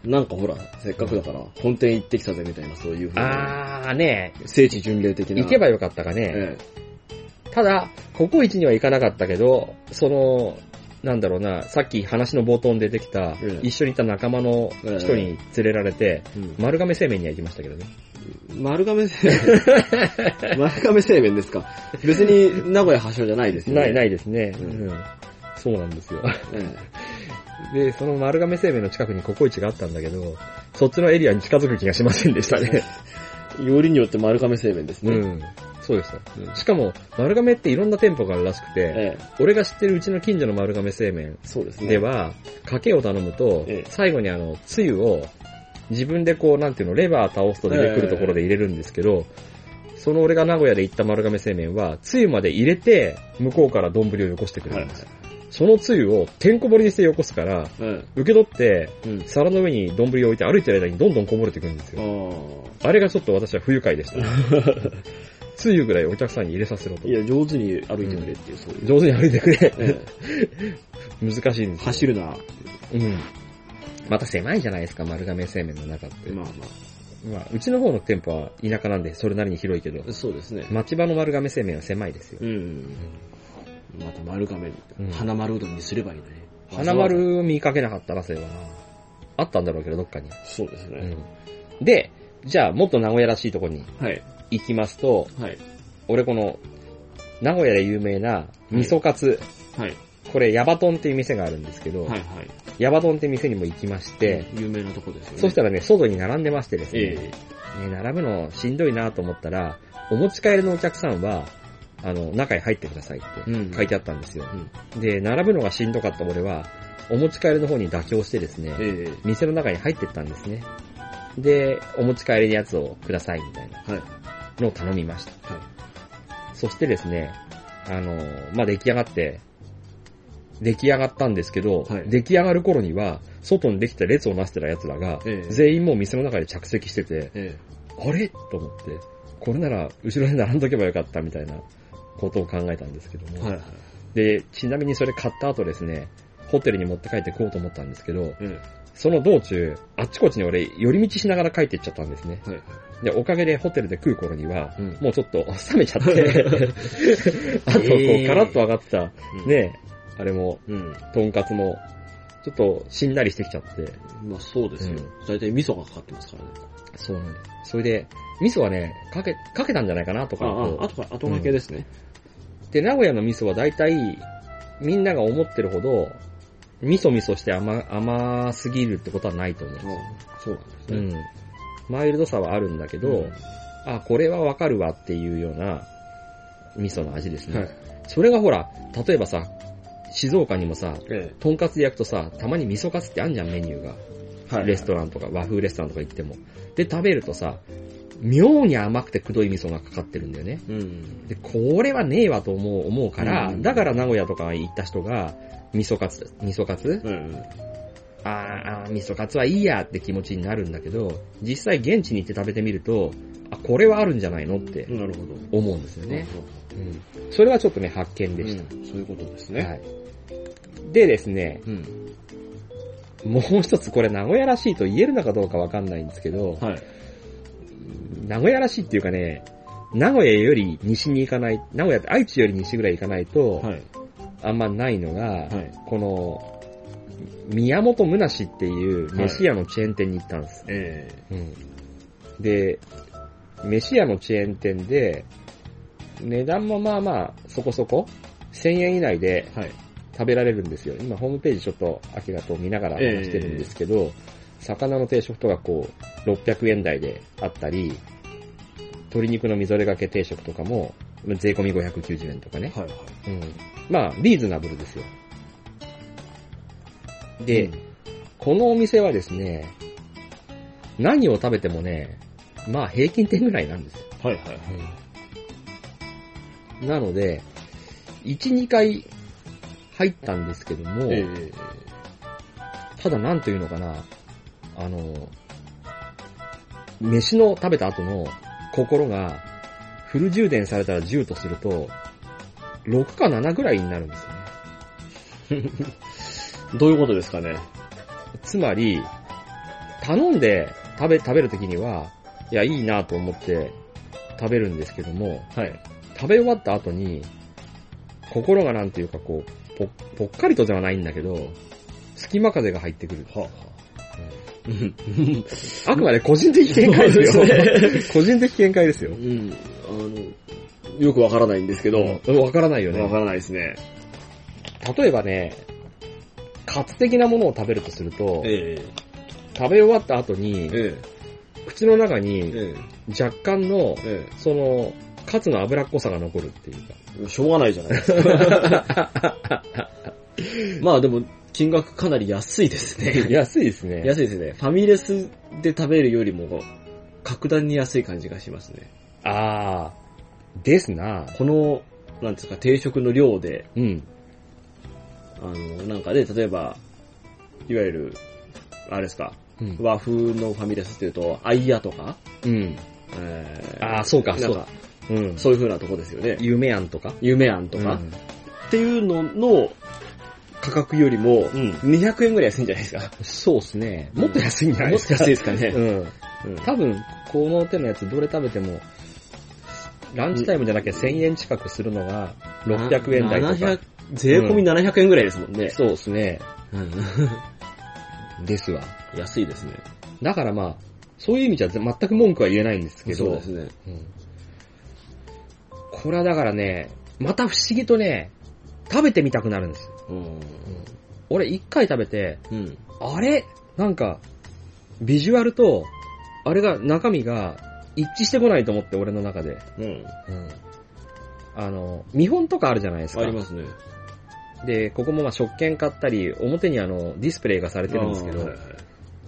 B: なんかほら、せっかくだから、本店行ってきたぜみたいな、そういうふうな、
A: あーね、
B: 聖地巡礼的な。
A: 行けばよかったかね。
B: え
A: ただ、ココイチには行かなかったけど、その、なんだろうな、さっき話の冒頭に出てきた、
B: ええ
A: 一緒にいた仲間の人に連れられて、
B: え。うん
A: 丸亀製麺には行きましたけどね。
B: 丸亀製 麺丸亀製麺ですか。別に名古屋発祥じゃないですよね。。
A: ない、ないいですね。う
B: うんん。
A: そうなんですよ。で、その丸亀製麺の近くにココイチがあったんだけど、そっちのエリアに近づく気がしませんでしたね。
B: よりによって丸亀製麺です
A: う
B: ね。
A: ん。そうでした。しかも、丸亀っていろんな店舗があるらしくて、
B: ええ、
A: 俺が知ってるうちの近所の丸亀製麺
B: そうですね。
A: で、は、かけを頼むと
B: ええ、
A: 最後にあの、つゆを、自分でこう、なんていうの、レバー倒すと出てくるところで入れるんですけど、その俺が名古屋で行った丸亀製麺は、つゆまで入れて、向こうから丼をよこしてくれ
B: は
A: る
B: い
A: んですよ。そのつゆをてんこ盛りにしてよこすから、
B: うん。
A: 受け取って、
B: うん。
A: 皿の上に丼を置いて歩いてる間にどんどんこぼれてくるんですよ。
B: あ
A: あれがちょっと私は不愉快でした。 つゆぐらいお客さんに入れさせろ
B: あ。
A: と
B: い。や、上手に歩いてくれっていう、そういう。
A: 上手に歩いてくれ。
B: え
A: 難しいん
B: え
A: ですよ。
B: 走るな。ま
A: うん。また狭いじゃないですか、丸亀製麺の中って。
B: あま
A: まあ、うちの方の店舗は田舎なんで、それなりに広いけど、
B: あ。そうですね。
A: 町場の丸亀製麺は狭いですよ。
B: うん。また丸亀
A: うん、
B: 花丸うどんにすればいいのに。
A: 花
B: わざわ
A: 丸を見かけなかったな、そういえばな。あったんだろうけど、どっかに。
B: ざ。そうですね。
A: うん。で、じゃあ、もっと名古屋らしいとこに
B: はい。
A: 行きますと、
B: はい。
A: 俺この、名古屋で有名な、味噌カツ、
B: はい。
A: これ、ヤバトンっていう店があるんですけど、
B: はい。はい。
A: ヤバトンって店にも行きまして、
B: うん有名なとこですよね。
A: そした
B: ら、
A: らね、外に並んでましてですね、
B: え
A: ね並ぶのしんどいなと思ったら、お持ち帰りのお客さんは、あの、中へ入ってくださいって
B: うん
A: 書いてあったんですよ。で、並ぶのがしんどかった俺は、お持ち帰りの方に妥協してですね
B: え。、え
A: 店の中に入ってったんですね。で、お持ち帰りのやつをくださいみたいな
B: え。はい。
A: のを頼みました。
B: はい。
A: そしてですね、あの、まあ、出来上がって、出来上がったんですけど、
B: はい
A: 出来上がる頃には、外にできた列をなしてた奴らが、
B: ええ
A: 全員もう店の中で着席してて、
B: え
A: あれと思って、これなら後ろに並んどけばよかったみたいなことを考えたんですけど
B: え。
A: も、
B: はい。はい。
A: で、ちなみにそれ買った後ですね、ホテルに持って帰ってこうと思ったんですけど、
B: え
A: その道中、あっちこっちに俺、寄り道しながら帰っていっちゃったんですね。
B: え。はい。
A: で、おかげでホテルで食う頃には、
B: うん
A: もうちょっと冷めちゃって、 あとこ
B: え
A: う、
B: え
A: カラッと上がってた、
B: う ん。
A: ね、あれも、
B: うん。
A: とんかつも、ちょっとしんなりしてきちゃって、
B: まあそうですよ。
A: う
B: 大体味噌がかかってますからね。
A: そうなんです。それで、味噌はね、かけ、かけたんじゃないかなとか、
B: あ
A: こう
B: あ、後から、後掛けですね。
A: で、名古屋の味噌は大体、みんなが思ってるほど、味噌味噌して甘、甘すぎるってことはないと思
B: ああそうなんで
A: う。う
B: すね。
A: ん。マイルドさはあるんだけど、
B: うん
A: あ、これはわかるわっていうような味噌の味ですね。
B: はい。
A: それがほら、例えばさ、静岡にもさ、
B: え
A: とんかつで焼くとさ、たまに味噌カツってあんじゃん、メニューが。
B: え。はい。
A: レストランとか、和風レストランとか行っても。で、食べるとさ、妙に甘くてくどい味噌がかかってるんだよね。
B: うん。
A: で、これはねえわと思う思うから、
B: うん
A: だから名古屋とか行った人が、味噌カツ、味噌カツ
B: うん。
A: あーあー、味噌カツはいいやって気持ちになるんだけど、実際現地に行って食べてみると、あ、これはあるんじゃないのって
B: なるほど。
A: 思うんですよ
B: ね
A: ね。。うん。それはちょっとね、発見で
B: で
A: し。
B: したた。そういうことですね。
A: はい。でですね、
B: うん。
A: もう一つこれ名古屋らしいと言えるのかどうかわかんないんですけど、
B: はい。
A: 名古屋らしいっていうかね、名古屋より西に行かない、名古屋って愛知より西ぐらい行かないと、
B: はい。
A: あんまないのが、
B: はい。
A: この、宮本むなしっていう飯屋のチェーン店に行ったんです。
B: え
A: で、飯屋のチェーン店で、値段もまあまあそこそこ、1000円以内で
B: えはい。
A: 食べられるんですよ。今ホームページちょっとアキラと見ながら話してるんですけど、魚の定食とかこう、600円台であったり、鶏肉のみぞれがけ定食とかも、税込み590円とかね。
B: はい。
A: うん。まあ、リーズナブルですよ。で、このお店はですね、何を食べてもね、まあ平均点ぐらいなんですよ。
B: はいはいはい。
A: なので、1、2回入ったんですけども、
B: ええ
A: ただなんというのかな、あの、飯の食べた後の心がフル充電されたら10とすると、6か7ぐらいになるんですよね。
B: どういうことですかね。
A: つまり、頼んで食べ、食べるときには、いや、いいなと思って食べるんですけども、
B: はい。
A: 食べ終わった後に、心がなんていうかこう、ぽ、ぽっかりとではないんだけど、隙間風が入ってくる。
B: はうん。
A: あくまで個人的見解です
B: そ
A: よ
B: う。です
A: 個人的見解ですよ。
B: うん。あの、よくわからないんですけど、わ、
A: うんわからないよね。
B: からないですね。
A: 例えばね、カツ的なものを食べるとすると、
B: え
A: 食べ終わった後に
B: え、え
A: 口の中
B: え
A: に
B: え
A: 若干の
B: え、え
A: その、カツの脂っこさが残るっていうか。
B: えしょうがないじゃないですか。まあでも、金額かなり安いですね。
A: 安いですね。
B: 安いですね。ファミレスで食べるよりも、格段に安い感じがしますね。
A: あー、ですな。
B: この、なんですか、定食の量で、
A: うん。
B: あの、なんかね、例えば、いわゆる、あれですか、
A: うん。
B: 和風のファミレスっていうと、アイヤとか、
A: うん、
B: えー
A: あー、そうか、
B: な
A: そ
B: ん
A: う
B: か
A: だ。うん。
B: そういう風なとこですよね。
A: 夢庵とか
B: 夢庵と
A: と
B: か、
A: か
B: っ。ていうのの価格より
A: う
B: も、
A: ん。
B: 200円ぐらい安いんじゃないですか。
A: そうですね。もっと安いんじゃない
B: も
A: で
B: っ
A: す
B: と
A: か。
B: 安いですかね。
A: うん。
B: うん
A: 多分、この手のやつどれ食べても、ランチタイムじゃなきゃ1000円近くするのが600円台と
B: 700
A: か。
B: 税込み700円ぐらいですもんね。
A: そうですね。
B: うん
A: ですわ。
B: 安いですね。
A: だからまあ、そういう意味じゃ全く文句は言えないんですけど、
B: そうですね。
A: うんこれはだからね、また不思議とね、食べてみたくなるんです。
B: うん。
A: 俺一回食べて、
B: うん。
A: あれなんか、ビジュアルと、あれが、中身が一致してこないと思って、俺の中で。
B: うん。
A: あの、見本とかあるじゃないですか
B: あり。ますね。
A: で、ここもまあ食券買ったり、表にあの、ディスプレイがされてるんですけ
B: あー
A: ど
B: はい、はい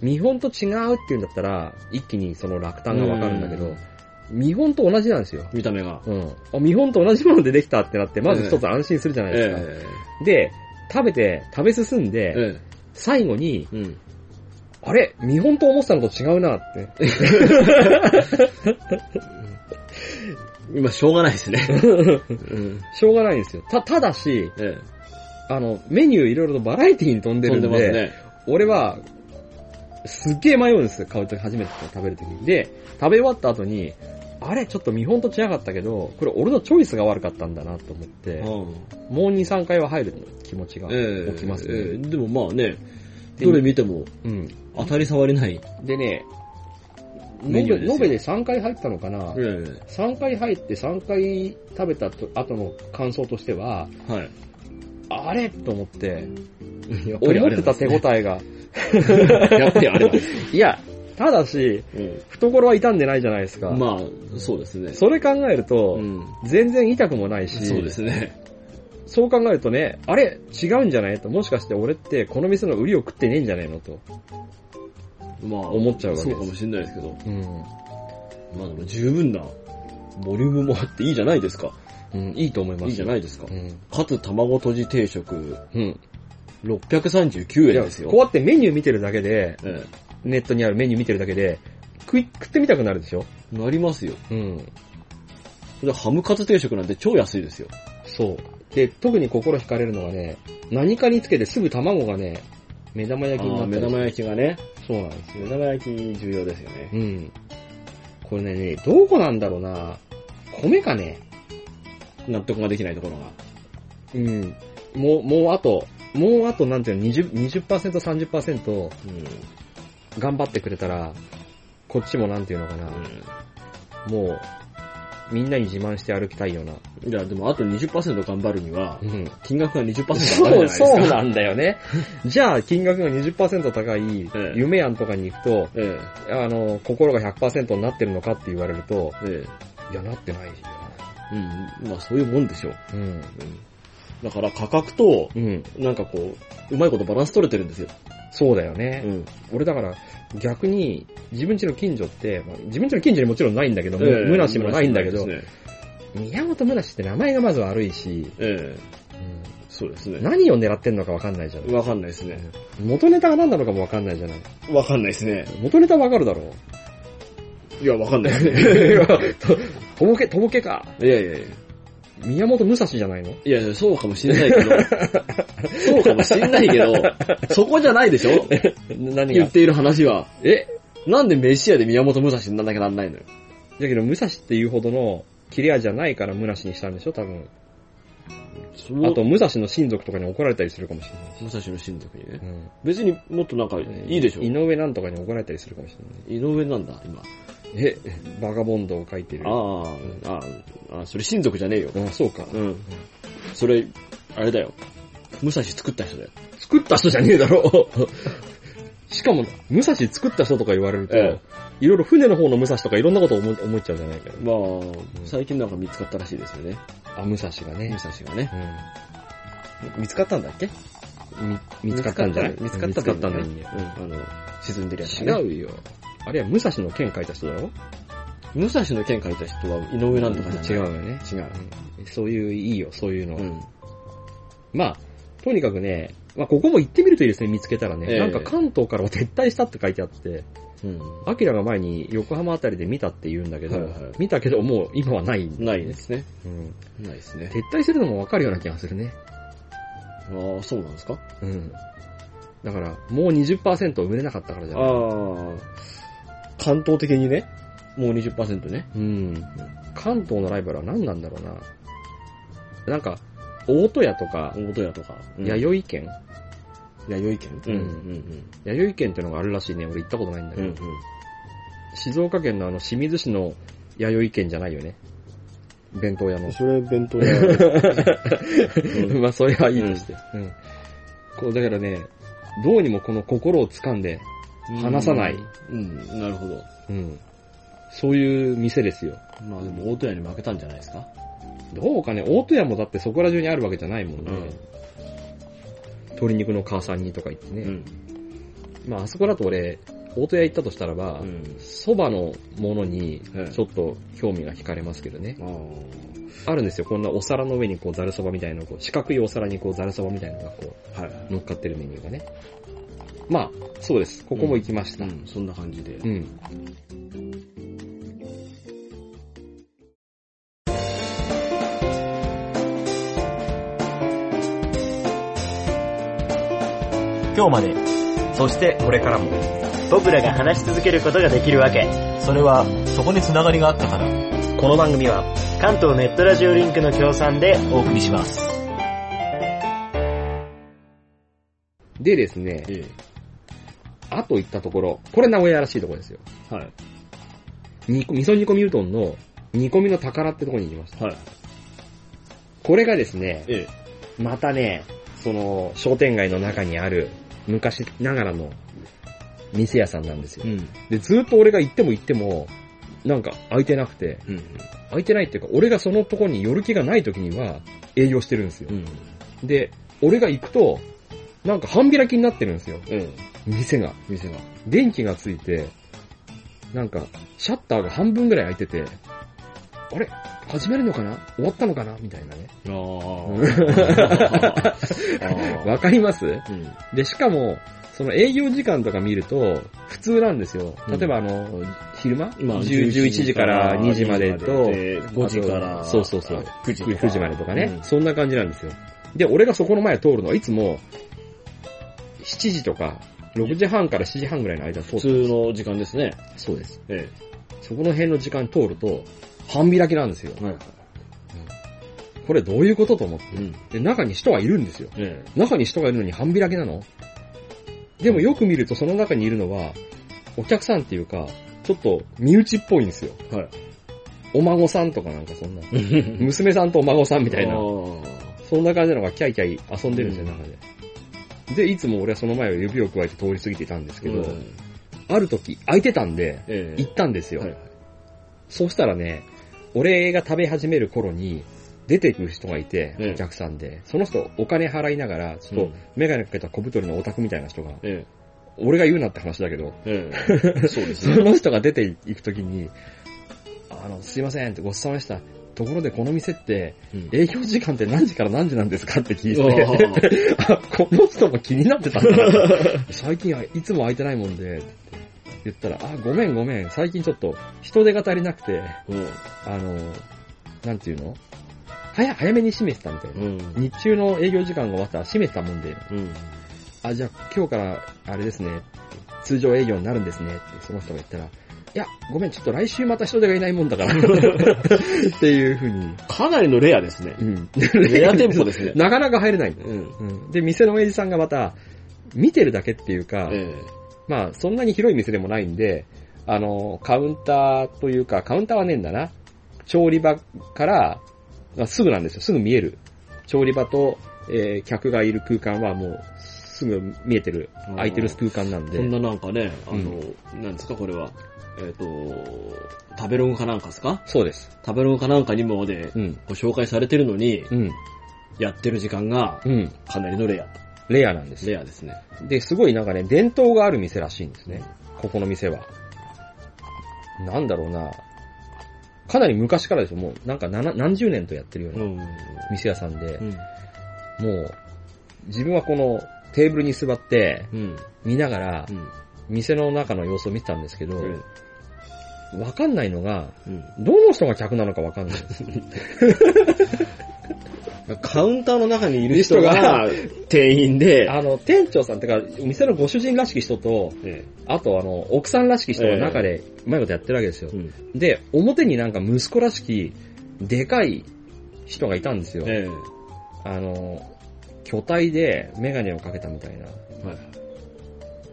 A: 見本と違うっていうんだったら、一気にその落胆がわかるんだけ
B: う
A: ど
B: ん、
A: 見本と同じなんですよ。
B: 見た目が。
A: うん。あ、見本と同じものでできたってなって、まず一つ安心するじゃないですか。
B: え
A: で、食べて、食べ進ん
B: え
A: で、
B: え
A: 最後に、
B: えうん。
A: あれ見本と思ってたのと違うなって。
B: 今、 しょうがないですね。うん。
A: しょうがないんですよ。た、ただし、
B: ええ
A: あの、メニューいろいろとバラエティに飛んで
B: 飛
A: るん
B: ん
A: で、
B: でますね。
A: 俺は、すっげえ迷うんですよ。買うとき初めて食べるときに。で、食べ終わった後に、あれちょっと見本と違かったけど、これ俺のチョイスが悪かったんだなと思って、
B: う
A: もう2、3回は入る気持ちが
B: んええ
A: 起きますね。
B: ええでもまあね、
A: で
B: どれ見ても
A: うん。
B: 当たり障りない。
A: でね、延べ
B: メニューですよ
A: 延べで3回入ったのかな、
B: ええ
A: ?3 回入って3回食べたと後の感想としては、
B: はい。
A: あれと思って、
B: やっぱり
A: 思
B: あ
A: って
B: れなんで
A: た
B: す
A: 手
B: ね
A: 応えが。
B: やっぱりあれなん ですね。
A: いや、ただし、懐は痛んでないじゃないですか。
B: まあ、そうですね。
A: それ考えると、
B: うん。
A: 全然痛くもないし、
B: そうですね。
A: そう考えるとね、あれ違うんじゃないと、もしかして俺ってこの店の売りを食ってねえんじゃないのと。
B: まあ、
A: 思っちゃうわけです
B: そうかもしれないですけど。
A: うん。
B: まあでも十分なボリュームもあっていいじゃないですか。
A: うん、いいと思います。
B: いいじゃ
A: い
B: ないですか
A: う。ん。
B: カツ卵とじ定食
A: うん。
B: 639円
A: いや、
B: ですよ。
A: こうやってメニュー見てるだけで、
B: え
A: ネットにあるメニュー見てるだけで、食い、食ってみたくなるでしょ
B: えなりますよ。
A: うん。
B: でハムカツ定食なんて超安いですよ。
A: そう。で、特に心惹かれるのがね、何かにつけてすぐ卵がね、目玉焼きにな
B: あー
A: った
B: 目
A: り
B: 玉焼きがね。
A: そうなんですよ。
B: 目玉焼き重要ですよね。
A: うん。これね、どこなんだろうな米かね
B: 納得ができないところが。
A: うん。もう、もうあと、もうあとなんていうの、20、20%、30%
B: うん。
A: 頑張ってくれたら、こっちもなんていうのかな、もう、みんなに自慢して歩きたいような。
B: いや、でもあと20%頑張るには
A: う、ん。
B: 金額が20%上がるじゃな
A: そ
B: いで
A: う、
B: すか。
A: そうなんだよね。 じゃあ、金額が20%高い
B: え、え
A: 夢庵とかに行くと、
B: え
A: あの、心が100%になってるのかって言われると、
B: え、ええ。
A: いや、なってないよ
B: うん。まあそういうもんでしょう。
A: うん。
B: うん。だから価格と、
A: うん。
B: なんかこう、うまいことバランス取れてるんですよ。
A: そうだよね。
B: ん。
A: 俺だから逆に自分家の近所って、まあ自分家の近所にもちろんないんだけど、
B: ええ
A: むなしもないんだけど、
B: むなしもないですね
A: 宮本むなしって名前がまず悪いし、
B: ええ、そうですね。
A: 何を狙ってんのかわかんないじゃない。
B: わかんないですね。
A: 元ネタが何なのかもわかんないじゃない。
B: わかんないですね。
A: 元ネタわかるだろう。
B: いや、わかんないですね。
A: いや ととぼけ、とぼけか。
B: いやいやいや。
A: 宮本武蔵じゃないの
B: いやいや、そうかもしんないけ ど、そうかもしんないけど、そこじゃないでしょ
A: 何
B: 言
A: が
B: っ。ている話は。
A: え
B: なんで飯屋で宮本武蔵になんなきゃなんないのよ。
A: だけど武蔵っていうほどの切れ味じゃないからむなしにしたんでしょ多分。あ
B: あ
A: と
B: と、
A: 武蔵の親族とかに怒られたりするかもしれないし。
B: 武蔵の親族にね
A: う。ん
B: 別にもっとなんか、いいでしょ
A: 井上なんとかに怒られたりするかもしれない。
B: 井上なんだ、今。
A: え、バガボンドを書いてる。
B: ああ、ああ、あそれ親族じゃねえよ。
A: あ、そうか。
B: うん。それ、あれだよ。武蔵作った人だよ。
A: 作った人じゃねえだ ろ。しかも、武蔵作った人とか言われると、
B: え
A: いろいろ船の方の武蔵とかいろんなこと思い思っちゃうじゃないか。
B: まあ、最近なんか見つかったらしいですよね。
A: あ、武蔵が
B: 武
A: ね。
B: 蔵がね。見つかったんだっけ
A: うん、み見つかったんじゃない
B: 見つかった
A: 見つかったんだよ、
B: よ。うん、あの、沈んでるやつ、
A: 違。うよ。あれは武蔵の剣書いた人だろ
B: 武蔵の剣書いた人は井上なんとかじ
A: 違
B: ゃ
A: う
B: ない
A: よね、
B: 違う。違う。
A: うんそういう、いいよ、そういうのは、
B: うん。
A: まあ、とにかくね、まあ、ここも行ってみるといいですね、見つけたらね。
B: ええ
A: なんか関東からは撤退したって書いてあって、
B: うん。
A: アキラが前に横浜あたりで見たって言うんだけど、
B: はいはい
A: 見たけどもう今はない、
B: ないですね。
A: うん
B: ないですね。
A: 撤退するのもわかるような気がするね。
B: ああ、そうなんですか
A: うん。だから、もう20%埋めれなかったからじゃ
B: あ
A: ない
B: あ、関東的にね、もう20%ね。
A: うん。関東のライバルは何なんだろうな。なんか、大戸屋とか、
B: 大戸屋とか。
A: 弥生県、
B: 弥生県。
A: うん
B: うん
A: 弥生県ってのがあるらしいね。俺行ったことないんだ
B: う
A: け
B: ん。
A: ど、静岡県のあの清水市の弥生県じゃないよね。弁当屋の。
B: それ弁当屋。う ん
A: まあ、それはいいとして。うん。こう、だからね、どうにもこの心を掴んで、離さない。
B: うん、なるほど。
A: うん。そういう店ですよ。
B: まあでも大戸屋に負けたんじゃないですか。
A: どうかね、大戸屋もだってそこら中にあるわけじゃないもんね。
B: うん
A: 鶏肉の母さんにとか言ってね。
B: うん。
A: まあ、あそこだと俺、大戸屋行ったとしたらば、
B: ん。
A: そばのものに
B: ええ、
A: ちょっと興味が惹かれますけどね。
B: あ
A: あるんですよ。こんなお皿の上にこうざるそばみたいな、こう四角いお皿にこうざるそばみたいなのがこ
B: あ。はい。
A: う乗っかってるメニューがね。まあ、そうです。ここも行きました。
B: うん、そんな感じで。
A: うん。
C: 今日までそしてこれからも僕らが話し続けることができるわけそれはそこにつながりがあったからこの番組は関東ネットラジオリンクの協賛でお送りします
A: でですね、
B: え
A: あと行ったところ、これ名古屋らしいところですよ。
B: え。はい。
A: 煮込味噌煮込みうどんの煮込みの宝ってところに行きました。
B: はい。
A: これがですね、
B: ええ。
A: またね、その商店街の中にある昔ながらの店屋さんなんですよ。
B: ん。
A: で、ずっと俺が行っても行っても、なんか空いてなくて、
B: うん。
A: 空いてないっていうか、俺がそのとこに寄る気がない時には営業してるんですよ
B: う。ん。
A: で、俺が行くと、なんか半開きになってるんですよ、
B: ええ。
A: 店が。
B: 店が。
A: 電気がついて、なんか、シャッターが半分ぐらい開いてて、あれ始めるのかな終わったのかなみたいなね。
B: あ あ。
A: わかります
B: うん。
A: で、しかも、その営業時間とか見ると、普通なんですよ。
B: うん
A: 例えばあの、昼間
B: まあ、
A: 10 ?11 時から2時までと、
B: 5時から、
A: そうそうそう
B: 9時
A: 9時までとかね、そんな感じなんですよ。で、俺がそこの前通るのはいつも、7時とか、6時半から7時半ぐらいの間通
B: 普
A: っ
B: 通
A: て
B: の時間ですね。
A: そうです。
B: え
A: そこの辺の時間通ると、半開きなんですよ。
B: え。はい。
A: これどういうことと思って。
B: うん。
A: で、中に人はいるんですよ。
B: え
A: 中に人がいるのに半開きなのでもよく見るとその中にいるのは、お客さんっていうか、ちょっと身内っぽいんですよ。
B: え。はい。
A: お孫さんとかなんかそんな。娘さんとお孫 さんみたいな。そんな感じなのがキャイキャイ遊んでるんですよ、中で。で、いつも俺はその前を指を加えて通り過ぎてたんですけ
B: け
A: ど、
B: ど、
A: ある時空いてたんで、
B: え
A: 行ったんですよ。
B: はい
A: そうしたらね、俺が食べ始める頃に、出てくる人がいて、
B: ええ
A: お客さんで、その人お金払いながら、ちょっとメガネかけた小太りのオタクみたいな人が、
B: え
A: 俺が言うなって話だけど、
B: え。え え。そうです
A: そ
B: ね。
A: の人が出ていくときに、あの、すいませんってごちそうさまでした。ところでこの店って、営業時間って何時から何時なんですかって聞いて、あ この人も気になってたん だな。最近はいつも空いてないもんで、って言ったら、あ、ごめんごめん、最近ちょっと人手が足りなくて、あの、なんていうの早、早めに閉めてたみたいな。
B: うん。
A: 日中の営業時間が終わったら閉めてたもんで、
B: うん。
A: あ、じゃあ今日からあれですね、通常営業になるんですねってその人が言ったら、いや、ごめん、ちょっと来週また人手がいないもんだ から、っていうふうに、
B: かなりのレアですね。
A: うん。
B: レア店舗ですね。
A: なかなか入れない。
B: うん。
A: うん。で、店の親父さんがまた、見てるだけっていうか、
B: え
A: まあ、そんなに広い店でもないんで、あの、カウンターというか、カウンターはねえんだな。調理場から、まあすぐなんですよ。すぐ見える。調理場と、えー客がいる空間はもう、すぐ見えてる、
B: うん
A: 空いてる空間なんで。
B: え。そんななんかね、あ
A: う
B: の、なんですか、これは。えっと、食べログかなんかですか
A: そうです。
B: 食べログかなんかにもで
A: うん。
B: ご紹介されてるのに、
A: うん。
B: やってる時間が
A: うん。
B: かなりのレア。
A: レアなんです。
B: レアですね。
A: で、すごいなんかね、伝統がある店らしいんですね。ここの店は。なんだろうな。かなり昔からですよ。もう、なんかなな何十年とやってるような
B: うん。
A: 店屋さんで
B: う、ん。
A: もう、自分はこのテーブルに座って、
B: うん。
A: 見ながら
B: う、ん。
A: 店の中の様子を見てたんですけど、わかんないのが、
B: うん。
A: どの人が客なのかわかんない。
B: カウンターの中にい
A: る
B: る
A: 人
B: 人
A: が
B: が店員で、
A: あの、店長さんってか、店のご主人らしき人と、
B: え
A: あとあの、奥さんらしき人が中で、うまいことやってるわけですよ
B: え。うん
A: で、表になんか息子らしき、でかい人がいたんですよ。
B: ええ
A: あの、巨体でメガネをかけたみたいな、
B: はい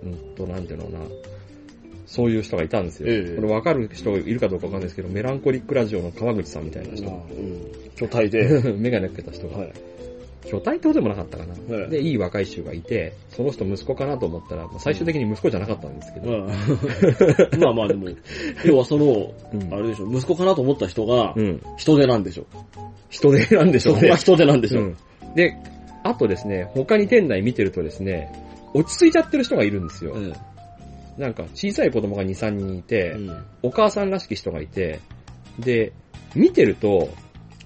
A: うんと、なんていうのかな、そういう人がいたんですよ。
B: ええ
A: これわかる人がいるかどうかわかんないですけど、メランコリックラジオの川口さんみたいな人。
B: うん巨体で、
A: メガネかけた人が。
B: はい
A: 巨体ってことでもなかったかな。
B: ええ
A: で、いい若い衆がいて、その人息子かなと思ったら、まあ最終的に息子じゃなかったんですけど。
B: うん まあまあでも、要はその、
A: うん
B: あれでしょ、息子かなと思った人が
A: う、ん。
B: 人手なんでしょ。
A: 人手なんでしょう
B: 人手
A: ね
B: は。人手なんでし
A: う
B: ょ。
A: ん。で、あとですね、他に店内見てるとですね、落ち着いちゃってる人がいるんですよ。
B: え
A: なんか小さい子供が2、3人い
B: え
A: て、
B: うん
A: お母さんらしき人がいて、で、見てると、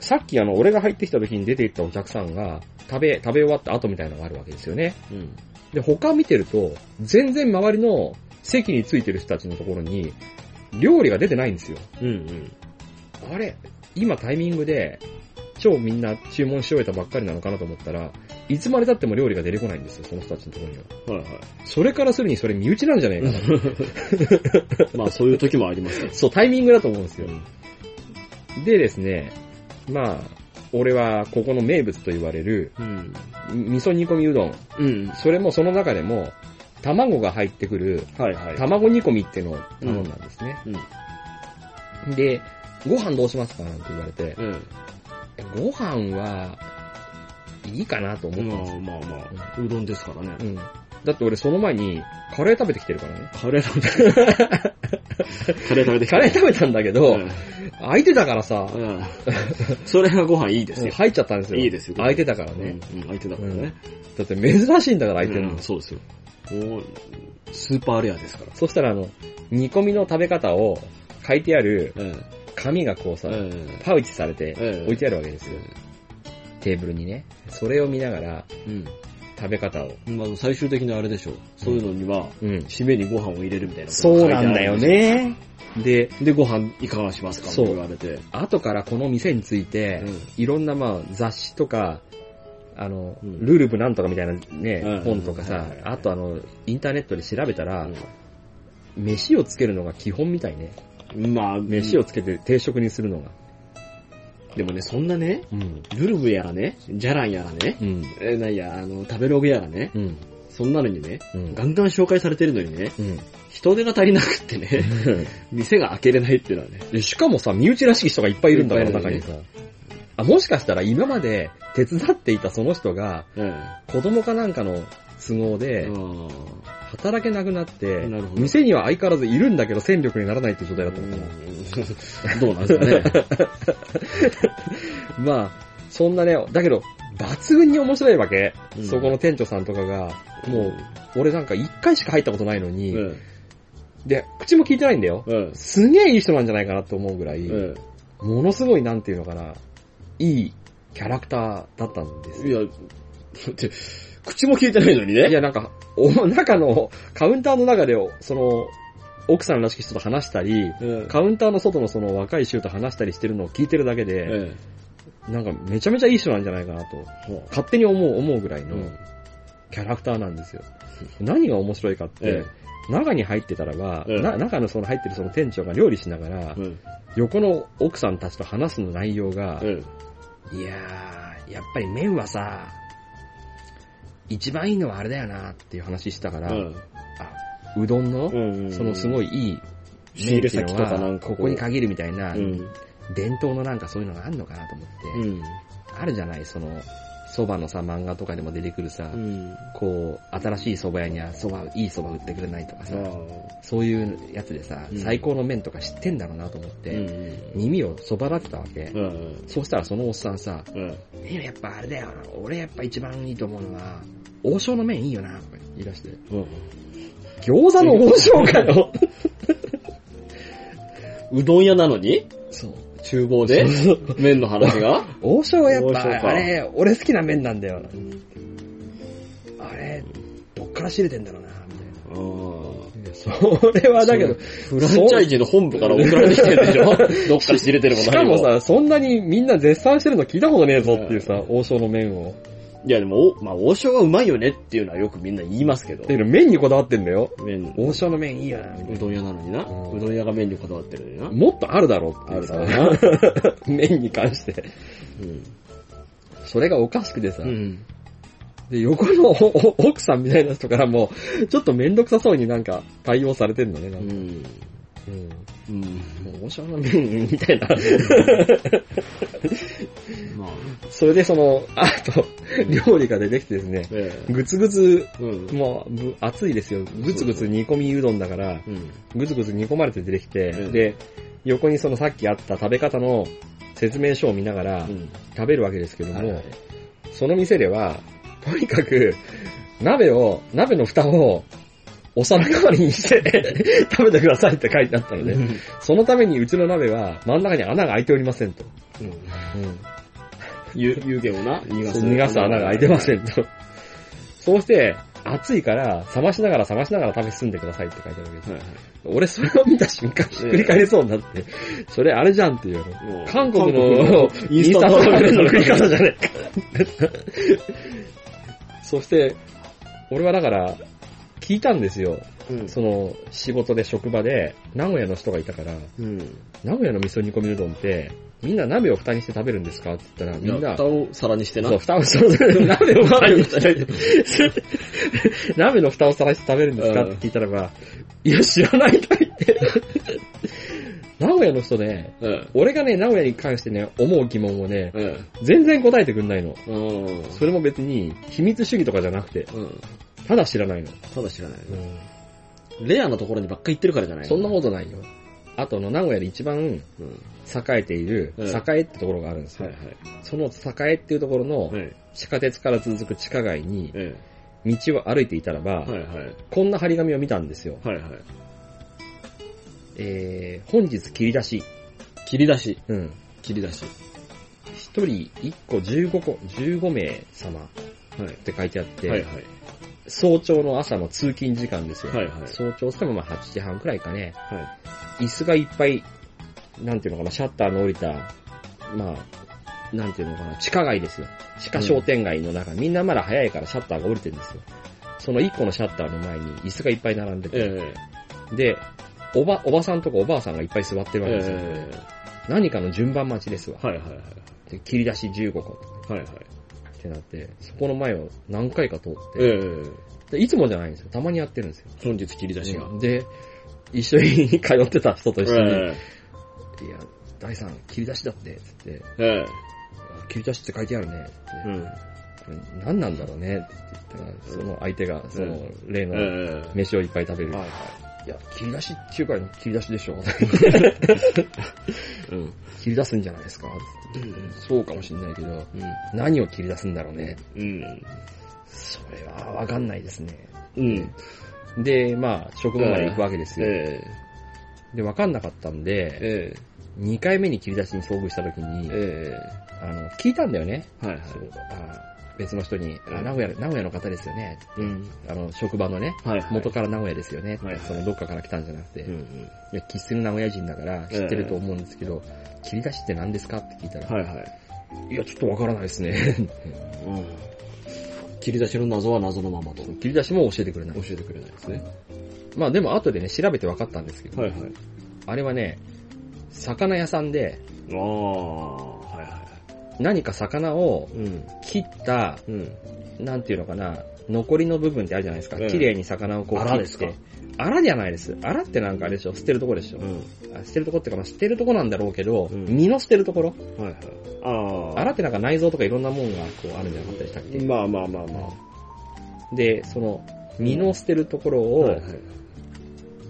A: さっきあの、俺が入ってきた時に出て行ったお客さんが、食べ、食べ終わった後みたいなのがあるわけですよね。
B: うん
A: で、他見てると、全然周りの席についてる人たちのところに、料理が出てないんですよ。
B: うん
A: あれ今タイミングで、超みんな注文し終えたばっかりなのかなと思ったら、いつまで経っても料理が出てこないんですよ、その人たちのところには。
B: うん。はいは
A: それからするにそれ身内なんじゃねえかな。
B: い。 まあそういう時もありますけ
A: そう、タイミングだと思うんですよ
B: ど。。
A: でですね、まあ、俺はここの名物と言われる、
B: うん。
A: み味噌煮込みうどん。
B: うん。
A: それもその中でも、卵が入ってくる、
B: はいはい。
A: 卵煮込みってのを頼んだんですね。で、ご飯どうしますかなんて言われて、
B: う
A: ご
B: ん。
A: 飯は、いいかなと思ったんですよ。
B: うん。まあまあまあ、うどんですからね。
A: うん。だって俺その前に、カレー食べてきてるから ね。
B: カレー食べて、カレー食べてき
A: カ
B: た
A: レー食べたんだけど、空いてたからさ、
B: うんうん。それがご飯いいですよ。
A: 入っちゃったんですよ。
B: いいですよ
A: 空いてたからね。
B: うん。うん相手だからね。
A: だって珍しいんだから空いてるの。
B: うんそうですよ。もう、スーパーレアですから。
A: そしたらあの、煮込みの食べ方を書いてある
B: え
A: 紙がこう
B: え
A: さ、
B: え
A: パウチされて
B: ええ
A: 置いてあるわけですよ。テーブルにね。それを見ながら
B: え
A: 食べ方を。
B: うん。まあ、最終的なあれでしょう。そういうのには、
A: うん。
B: 締めにご飯を入れるみたいな。
C: そうなんだよ。ね。
A: で、
B: で、ご飯いかがしますか
A: そう
B: と言われて。
A: 後からこの店について、いろんなまあ雑誌とか、あの、
B: うん
A: ルールブなんとかみたいなね、
B: うん
A: 本とかさ、
B: うん
A: あとあの、インターネットで調べたら、
B: う
A: 飯をつけるのが基本みたいね。
B: ん。まあ、
A: 飯をつけて定食にするのが。
B: でもね、そんなね、
A: うん。
B: ルルブやらね、ジャランやらね、
A: うん。
B: えーなんや、あの、食べログやらね、
A: うん。
B: そんなのにね、
A: うん。
B: ガンガン紹介されてるのにね、
A: うん
B: 人手が足りなくってね、店が開けれないっていうのはね。
A: でしかもさ、身内らしき人がいっぱいいるんだから、
B: いっぱ
A: 中
B: いい
A: に
B: る
A: さ。あ、もしかしたら今まで手伝っていたその人が、
B: うん
A: 子供かなんかの都合で、
B: う
A: 働けなくなって、
B: なるほど
A: 店には相変わらずいるんだけど戦力にならないっていう状態だったのかな。
B: ん。どうなんですかね。
A: まあ、そんなね、だけど、抜群に面白いわけ。
B: うん
A: そこの店長さんとかが、 もう、俺なんか一回しか入ったことないのに、
B: うん。
A: で、口も聞いてないんだよ。
B: うん。
A: すげえいい人なんじゃないかなと思うぐらい、
B: うん
A: ものすごいなんていうのかな、いいキャラクターだったんです
B: い
A: よ。
B: や、 だって、口も聞いてないのにね。
A: いや、なんか、お、 中の、カウンターの中で、その、奥さんらしき人と話したり、
B: うん。
A: カウンターの外のその若い衆と話したりしてるのを聞いてるだけ
B: え
A: で、
B: え
A: なんかめちゃめちゃいい人なんじゃないかなと、勝手に思う、思うぐらいの、
B: うん
A: キャラクターなんですよ。何が面白いかって、
B: え
A: 中に入ってたらば、
B: ええ
A: な中のその入ってるその店長が料理しながら、
B: うん。
A: 横の奥さんたちと話すの内容が、
B: うん。
A: いやー、やっぱり麺はさ、一番いいのはあれだよなっていう話したから、うどんの、
B: うん。
A: そのすご
B: い。
A: いいい
B: 仕入れ先と
A: 麺ってい
B: か
A: う
B: な
A: の
B: ん
A: は
B: か
A: ここに限るみたいな、
B: うん。
A: 伝統のなんかそういうのがあるのかなと思って、
B: うん。
A: あるじゃない、その、蕎麦のさ、漫画とかでも出てくるさ、
B: うん。
A: こう、新しい蕎麦屋には蕎麦、いい蕎麦売ってくれないとかさ、そういうやつでさ、
B: うん
A: 最高の麺とか知ってんだろうなと思っ
B: うん。
A: て、耳をそばだってたわけ。
B: うん。
A: そうしたらそのおっさんさ、
B: うん。
A: ねやっぱあれだよな、俺やっぱ一番いいと思うのは、王将の麺いいよな、とか言い出して。餃子の王将かよ
B: うどん屋なのに
A: そう。
B: 厨房で麺の話が
A: 王将はやっ
B: 王
A: ぱ、
B: 将か
A: あれ、俺好きな麺なんだよな。あれ、どっから仕入れてんだろうな、みたいな。いやそれはだけど、
B: フランチャイジの本部から送られてきてるでしょどっかに入れてるも
A: しか
B: 何
A: もさ、そんなにみんな絶賛してるの聞いたことねえぞっていうさ、王将の麺を。
B: いやでも、おまあ、王将がうまいよねっていうのはよくみんな言いますけど
A: だ。けど麺にこだわってんだよ。
B: 麺、
A: 王将の麺いいよな、みたいう
B: どん屋なのにな。
A: うん
B: うどん屋が麺にこだわってるの
A: な。
B: にな。
A: もっとあるだろうって
B: あ
A: いう
B: る
A: さ
B: か、らな。
A: 麺に関して。
B: うん。
A: それがおかしくてさ、
B: うん。
A: で、横のおお奥さんみたいな人からも、ちょっとめんどくさそうになんか対応されてんのね、な
B: うん
A: か。
B: ん。
A: うん。
B: うん。
A: もう王将の麺みたいな。
B: まあ、
A: それでその、あと、料理が出てきてですね、
B: え
A: ぐつぐつ、
B: え。うん。
A: もう、ぶ熱いですよ。ぐつぐつ煮込みうどんだから、
B: うん。
A: ぐつぐつ煮込まれて出てきて、
B: うん
A: で、横にそのさっきあった食べ方の説明書を見ながら
B: うん。
A: 食べるわけですけども、
B: はいはい
A: その店では、とにかく、鍋を、鍋の蓋を、お皿代わりにして 食べてくださいって書いてあったので、
B: うん
A: そのためにうちの鍋は真ん中に穴が開いておりませんと。
B: 湯湯気をな、逃がす。
A: 逃がす穴が開いてませんと。そうして、熱いから、冷ましながら冷ましながら食べ進んでくださいって書いてあるわけです。
B: はいはい。
A: 俺それを見た瞬間ひっくり返りそうになって、それあれじゃんっていうの。
B: もう
A: 韓国のインスタントラーメンの食い方じゃねえか。そして、俺はだから、聞いたんですよ。
B: うん
A: その、仕事で職場で、名古屋の人がいたから、
B: うん。
A: 名古屋の味噌煮込みうどんって、みんな鍋を蓋にして食べるんですかって言ったら、みんな、
B: 蓋を皿にしてな。
A: そう、蓋を、そう、 鍋を蓋にして、鍋の蓋を探して食べるんですかって聞いたらば、いや、知らないと言って。名古屋の人ね、
B: うん。
A: 俺がね、名古屋に関してね、思う疑問をね、
B: うん。
A: 全然答えてくんないの。
B: うん。
A: それも別に、秘密主義とかじゃなくて、
B: うん。
A: ただ知らないの。
B: ただ知らない。レアなところにばっか行ってるからじゃない
A: そんなことないよ。あとあの、名古屋で一番
B: と。うん。
A: 栄えている、
B: うん
A: 栄えってところがあるんです
B: はい
A: よ。
B: はい。
A: その栄えっていうところの、
B: はい。
A: 地下鉄から続く地下街に、
B: え
A: 道を歩いていたらば、
B: はいはい。
A: こんな張り紙を見たんですよ。
B: はいはい。
A: えー、本日切り出し。
B: 切り出し。
A: うん。
B: 切り出し。
A: 一人一個15個、15名様っ
B: はい。
A: て書いてあって、
B: はいはい。
A: 早朝の朝の通勤時間ですよ。
B: はいはい。
A: 早朝ってもまあ8時半くらいかね。
B: はい。
A: 椅子がいっぱい、なんていうのかな、シャッターの降りた、まあ、なんていうのかな、地下街ですよ。地下商店街の中、みんなまだ早いからシャッターが降りてるんですよ。その1個のシャッターの前に椅子がいっぱい並んでて、
B: え
A: で、おば、おばさんとかおばあさんがいっぱい座ってる
B: え。
A: わけですよ。
B: え
A: 何かの順番待ちですわ
B: え。。はいはいはい。
A: で切り出し15個
B: はいはい。
A: ってなって、そこの前を何回か通って、
B: え
A: でいつもじゃないんですよ。たまにやってるんですよ。
B: え。本日切り出しが。
A: で、一緒に通ってた人と一緒に、
B: え
A: いや、第3、切り出しだって、つって、
B: え。え
A: あ切り出しって書いてあるね、つ
B: え。う
A: っ
B: ん。
A: て、これ何なんだろうね、って言ったら、その相手が、その、例
B: え
A: の、
B: え。
A: 飯をいっぱい食べる。
B: はいはい
A: や、切り出しっていうか、切り出しでしょ。
B: い。うん。
A: 切り出すんじゃないですか。そうかもしんないけど、何を切り出すんだろうね。
B: うん。
A: それはわかんないですね。
B: うん。
A: で、まあ、職場まで行くわけです
B: え
A: よ。
B: え。
A: で、わかんなかったんで、
B: ええ。
A: 2回目に切り出しに遭遇した時に、
B: え
A: あの、聞いたんだよね。
B: え。はいはい。
A: そうあ別の人に、
B: う
A: あ、
B: ん
A: 名古屋、名古屋の方ですよね。
B: うん。
A: あの、職場のね、
B: はいはい。
A: 元から名古屋ですよね。
B: はい
A: そのどっかから来たんじゃなくて、
B: うん
A: い
B: うん。
A: や、喫する名古屋人だから知ってると思うんですけど、切り出しって何ですかって聞いたら、
B: はいはい。
A: い、や、ちょっとわからないですね。
B: うん。切り出しの謎は謎のままと教
A: 切り出しも教えてくれない。
B: えてくれないですね。
A: まあでも後でね、調べて分かったんですけど、
B: はいはい。
A: あれはね、魚屋さんで
B: ああ、はいは
A: 何か魚を
B: い。うん。
A: 切った、
B: うん。
A: なんていうのかな、残りの部分ってあるじゃないですか。
B: うん
A: 綺麗に魚をこう切って。
B: アラですか
A: アラじゃないです。アラってなんかあれでしょ、捨てるとこでしょ。
B: うん。
A: あ捨てるとこってか、まあ、捨てるとこなんだろうけど、
B: うん
A: 身の捨てるところ。
B: はいはい。ああ。
A: あらってなんか内臓とかいろんなもんがこうあるんじゃなかったでしたっけ、
B: まあまあまあま
A: で、その、身の捨てるところ
B: あ。
A: を、
B: はいは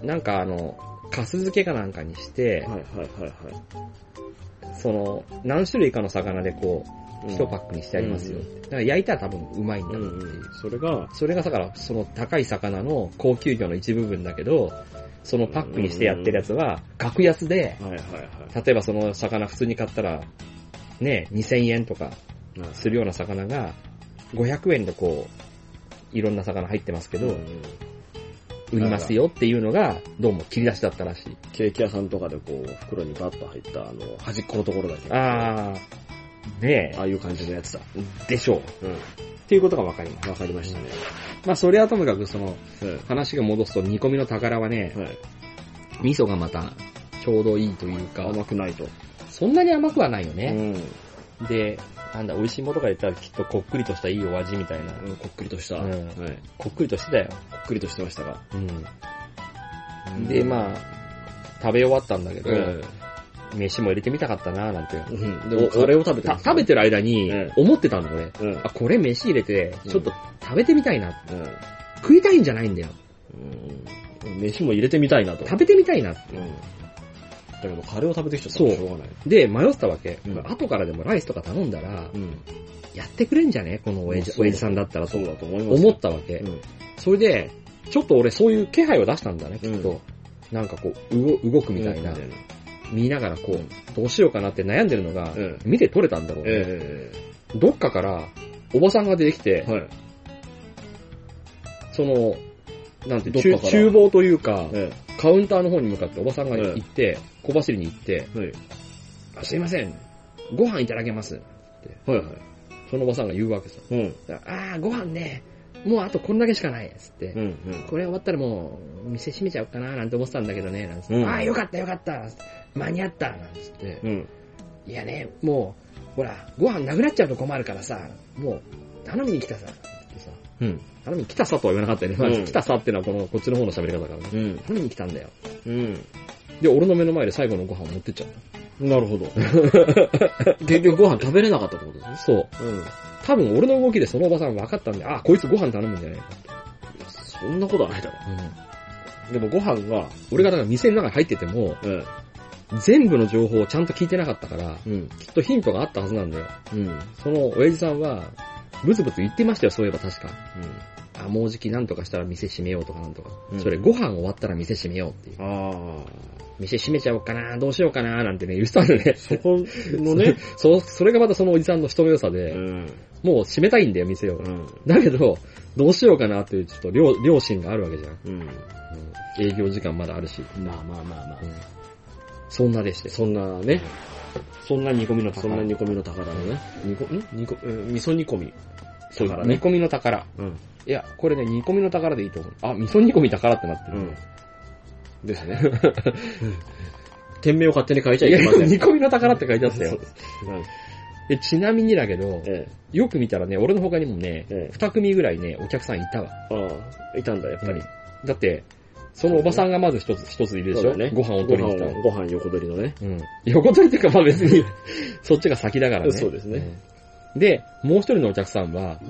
B: い。
A: なんかあの、カス漬けかなんかにして、
B: はいはいはいは
A: その、何種類かの魚でこう、
B: い。
A: 一パックにしてありますよ。
B: う
A: だから焼いたら多分うまいんだ
B: う
A: ろ
B: ん
A: うっていう。
B: うん。それが、
A: それがだから、その高い魚の高級魚の一部分だけど、そのパックにしてやってるやつは、格安で、
B: はいはいは
A: 例えばその魚普通に買ったら、ね、2000円とか
B: い。
A: するような魚が、500円でこう、いろんな魚入ってますけ
B: うんう
A: ど、
B: ん
A: 売りますよっていうのが、どうも切り出しだったらしい。
B: ケーキ屋さんとかでこう、袋にバッと入った、あの、端っこのところだけ。
A: あー、ね
B: ああいう感じのやつだ。
A: え、でしょう。
B: うん。
A: っていうことがわかります。
B: わかりましたね。
A: まあ、それはともかくその、話が戻すと煮込みの宝はね
B: うん。、はい。
A: 味噌がまた、ちょうどいいというか、
B: 甘くないと。
A: そんなに甘くはないよ
B: う
A: ね。
B: ん。
A: で、なんだ、美味しいものとか言ったらきっとこっくりとしたいいお味みたいな。
B: こっくりとした。
A: う
B: は
A: ん
B: い。こ
A: こっくりとしてたよ。
B: っくりとしてましたが。
A: うん。で、まあ、食べ終わったんだけど、
B: うん。
A: 飯も入れてみたかったななんて。
B: うん。でも、カレーを食べて
A: た
B: ま
A: 食べてる間に
B: ええ、
A: 思ってたんだ俺。
B: べうん
A: あ、。これ飯入れて、
B: うん
A: ちょっと食べてみたいな。
B: うん。
A: 食いたいんじゃないんだよ。
B: うん、飯も入れてみたいなと。
A: 食べてみたいな。
B: うん。だけど、カレーを食べてきちゃったからしょうがない。
A: で、迷ってたわけ。
B: うん
A: 後からでもライスとか頼んだら
B: う、ん。
A: やってくれんじゃねこの親
B: まあ
A: 父
B: そう
A: 親父さんだったらと
B: そうだと思います。
A: 思ったわけ
B: う。ん。
A: それで、ちょっと俺そういう気配を出したんだね、きっ
B: う
A: と。なんかこう、動動くみたいな
B: う。ん
A: 見ながらこう、どうしようかなって悩んでるのが
B: うん、
A: 見て取れたんだろうね。
B: え
A: どっかから、おばさんが出てき
B: え
A: て、
B: はい。
A: その、なんて、
B: どっ
A: 厨
B: かから
A: 厨房というか、
B: え
A: カウンターの方に向かっておばさんが
B: ええ
A: 行って、小走りに行って、
B: え。はい。
A: あすいません、ご飯いただけます。
B: はいはい。
A: そのおばさんが言うわけさ。
B: うん。
A: あー、ご飯ね、もうあとこんだけしかない、つって。
B: うん。うん。
A: これ終わったらもう、店閉めちゃおうかな、なんて思ってたんだけどね、なんつって。
B: うん
A: ああ、よかったよかった、間に合った、なんつって。
B: うん。
A: いやね、もう、ほら、ご飯なくなっちゃうと困るからさ、もう、頼みに来たさ、ってさ、
B: うん。
A: 頼みに来たさとは言わなかったよね。まあ
B: う ん
A: 来たさっていうのはこの、こっちの方の喋り方だからね。
B: うん。
A: 頼みに来たんだよ。
B: うん。
A: で、俺の目の前で最後のご飯を持ってっちゃっ
B: なるほど。結局ご飯食べれなかったってことです
A: た。
B: ね。
A: そう。
B: うん。
A: 多分俺の動きでそのおばさん分かったんで、あ、こいつご飯頼むんじゃないか
B: そんなことはないだろ。でもご飯が、
A: 俺がだから店の中に入ってても、
B: うん。
A: 全部の情報をちゃんと聞いてなかったから、
B: うん。
A: きっとヒントがあったはずなんだよ。
B: うん。
A: その親父さんは、ブツブツ言ってましたよ、そういえば確か。あ、もうじきなんとかしたら店閉めようとかなんとか
B: う。ん
A: それご飯終わったら店閉めようっていう。
B: ああ。
A: 店閉めちゃおうかな、どうしようかな、なんてね、言ってたんでね。
B: そこのね。
A: そう、それがまたそのおじさんの人の良さ
B: う
A: で、
B: ん。
A: もう閉めたいんだよ、店を
B: う。ん。
A: だけど、どうしようかなっていう、ちょっと両、両親があるわけじゃん。
B: うん。
A: うん営業時間まだあるし。
B: まあまあまあまあ。
A: そんなでして。
B: そんなね、
A: そんな煮込みの宝。
B: そんな煮込みの宝のね。煮込、ん煮込、うん、味噌煮込み。
A: そう
B: 宝
A: 煮
B: ね。
A: 込みの宝。
B: うん。
A: いや、これね、煮込みの宝でいいと思う。あ、味噌煮込み宝ってなってる。
B: うん。ですね。店名を勝手に変えち ゃ
A: い
B: い
A: や、
B: けま せん。
A: 煮込みの宝って書いてあったよ。
B: うん
A: えちなみにだけど、
B: え
A: よく見たらね、俺の他にもね
B: え、え
A: 二組ぐらいね、お客さんいたわ。
B: え。ああ、いたんだ、やっぱり。
A: だって、そのおばさんがまず一つ、一ついるでし
B: そう
A: ょ
B: だね
A: ご飯を取りに来たの。
B: ご飯をご飯横取りのね。
A: うん。横取りっていうか、まあ別 に、そっちが先だからね。
B: そうですね
A: うん。で、もう一人のお客さんは、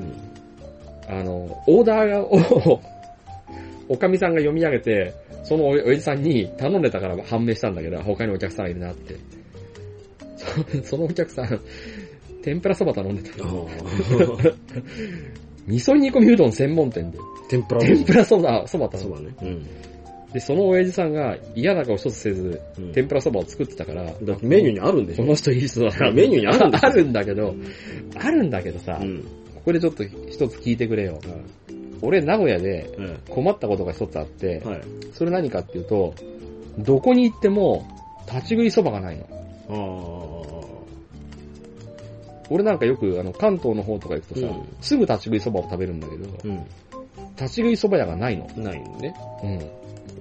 B: うん。
A: あの、オーダーを、おかみさんが読み上げて、そのおおじさんに頼んでたから判明したんだけど、他にお客さんがいるなって。 そそのお客さん、天ぷらそば頼んでた。
B: あ
A: 味噌煮込みうどん専門店で、
B: あ。天ぷら
A: 天ぷらそば、そば頼
B: そ
A: んだ
B: ばね。うん。
A: で、その親父さんが嫌な顔一つせず、
B: うん
A: 天ぷらそばを作ってたから、
B: だってメニューにあるんでし
A: こ
B: ょ
A: の人いい人だな。
B: メニューにあるんです
A: あるんだけど、あるんだけどさ、
B: うん。
A: ここでちょっと一つ聞いてくれよ。俺、名古屋で
B: え
A: 困ったことが一つあって
B: え。、はい。
A: それ何かっていうと、どこに行っても、立ち食いそばがないの。
B: ああ。
A: 俺なんかよく、あの、関東の方とか行くとさ、
B: うん
A: すぐ立ち食いそばを食べるんだけど、
B: うん。
A: 立ち食いそば屋がないの。
B: ないのね。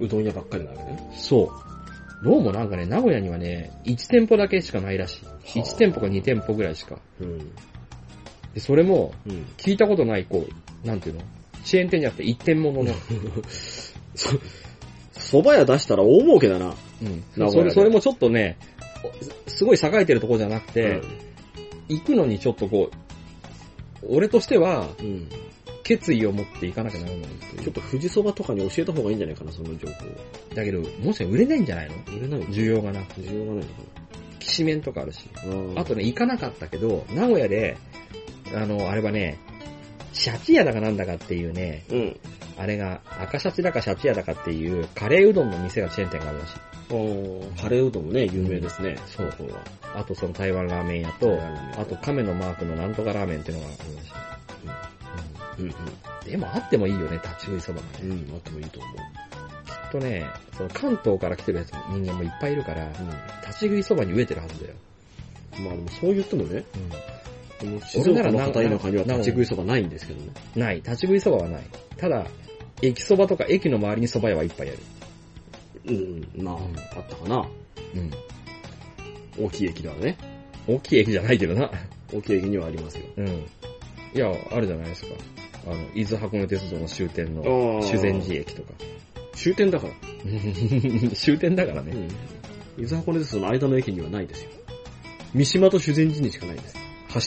A: うん。
B: うどん屋ばっかりなわけね。
A: そう。どうもなんかね、名古屋にはね、1店舗だけしかないらしい。
B: はあ
A: 1店舗か2店舗ぐらいしか。
B: うん。
A: で、それも、
B: うん。
A: 聞いたことない、こう、なんていうのチェーン店じゃなくて一点物の。
B: 蕎麦屋出したら大儲けだな。
A: うん。
B: 名古屋で
A: それ、それもちょっとね、おすごい栄えてるとこじゃなくて、行くのにちょっとこう、俺としては、
B: うん。うん。
A: 決意を持って行かなきゃならないってい
B: ちょ
A: う
B: っと富士蕎麦とかに教えた方がいいんじゃないかな、その情報。
A: だけど、もしかしたら売れないんじゃないの
B: 入れない
A: 需要がなくて。
B: 需要がない
A: きしめんとかあるし。
B: のかな。
A: あとね、行かなかったけど、名古屋で、あの、あれはね、シャチ屋だかなんだかっていうね、
B: うん。
A: あれが、赤シャチだかシャチ屋だかっていう、カレーうどんの店がチェーン店があるらしい。
B: カレーうどんもね、有名ですね。
A: そう
B: ここは。
A: あとその台湾ラーメン屋と、あと亀のマークのなんとかラーメンっていうのがあるらし
B: うんうん。
A: い。でもあってもいいよね、立ち食いそばがね。
B: うん、あってもいいと思う。
A: きっとね、その関東から来てるやつ人間もいっぱいいるから、
B: うん。
A: 立ち食いそばに飢えてるはずだよ。
B: まあでもそう言ってもね、この静
A: 俺な
B: 岡
A: ら
B: の
A: な
B: 片田舎には立ち食いそばないんですけどね。
A: ない、立ち食いそばはない。ただ、駅そばとか駅の周りにそば屋はいっぱいある。
B: うん、まあ、あったかな。
A: うん。
B: 大きい駅だね。
A: 大きい駅じゃないけどな。
B: 大きい駅にはありますよ。
A: うん。いや、あるじゃないですか。あの、伊豆箱根鉄道の終点の
B: あー
A: 修善寺駅とか。
B: 終点だから。
A: 終点だから
B: う
A: ね。
B: ん。伊豆箱根鉄道の間の駅にはないですよ。三島と修善寺にしかないです。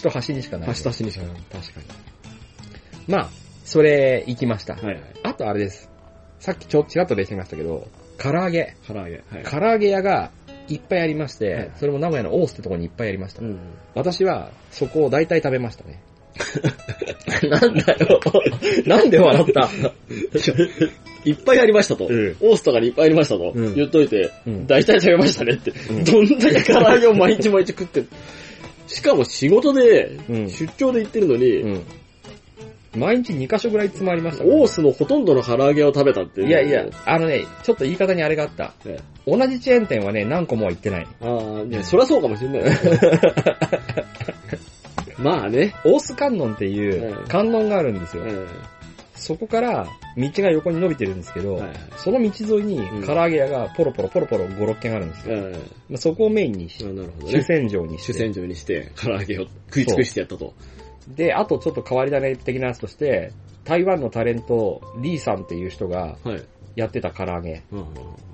A: 橋と橋にしかない。
B: 橋と橋にしか
A: う
B: なんい。確か
A: まあ、それ、行きました。
B: に。はいはい。
A: あとあれです。さっきちょ、ちらっと出してましたけど、唐揚げ。
B: 唐揚げ。はい。
A: 唐揚げ屋がいっぱいありまして、
B: はい
A: それも名古屋のオースってとこにいっぱいありました。
B: うん。
A: 私は、そこを大体食べましたね。 なんだよ。なんで笑った
B: いっぱいありましたと。
A: ん
B: オースとかにいっぱいありましたと。
A: うん
B: 言っといて、
A: うん
B: 大体食べましたねって。
A: ん
B: どんだけ唐揚げを毎日毎日食ってる。しかも仕事で、
A: うん
B: 出張で行ってるのに、
A: うん。毎日2カ所ぐらい詰まりましたね、
B: オースのほとんどの唐揚げを食べたっていう。
A: いやいや、あのね、ちょっと言い方にあれがあった。
B: ええ。
A: 同じチェーン店はね、何個もは行ってない。
B: ああ、いや、そりゃそうかもし れない。まあね。
A: オース観音ってい
B: え
A: う
B: え
A: 観音があるんです
B: う
A: よ。
B: ん。
A: そこから道が横に伸びてるんですけど、
B: はいはい
A: その道沿いに唐揚げ屋がポロポロポロポロ5、6軒あるんです
B: う
A: よ。
B: ん。あ
A: まあそこをメインにし、
B: なるほど
A: 主
B: ね。
A: 戦場にして
B: 主戦場にして、唐揚げを食い尽くしてやったと。
A: で、あとちょっと変わり種的なやつとして、台湾のタレント、リーさんっていう人が
B: はい。
A: やってた唐揚げ、
B: うん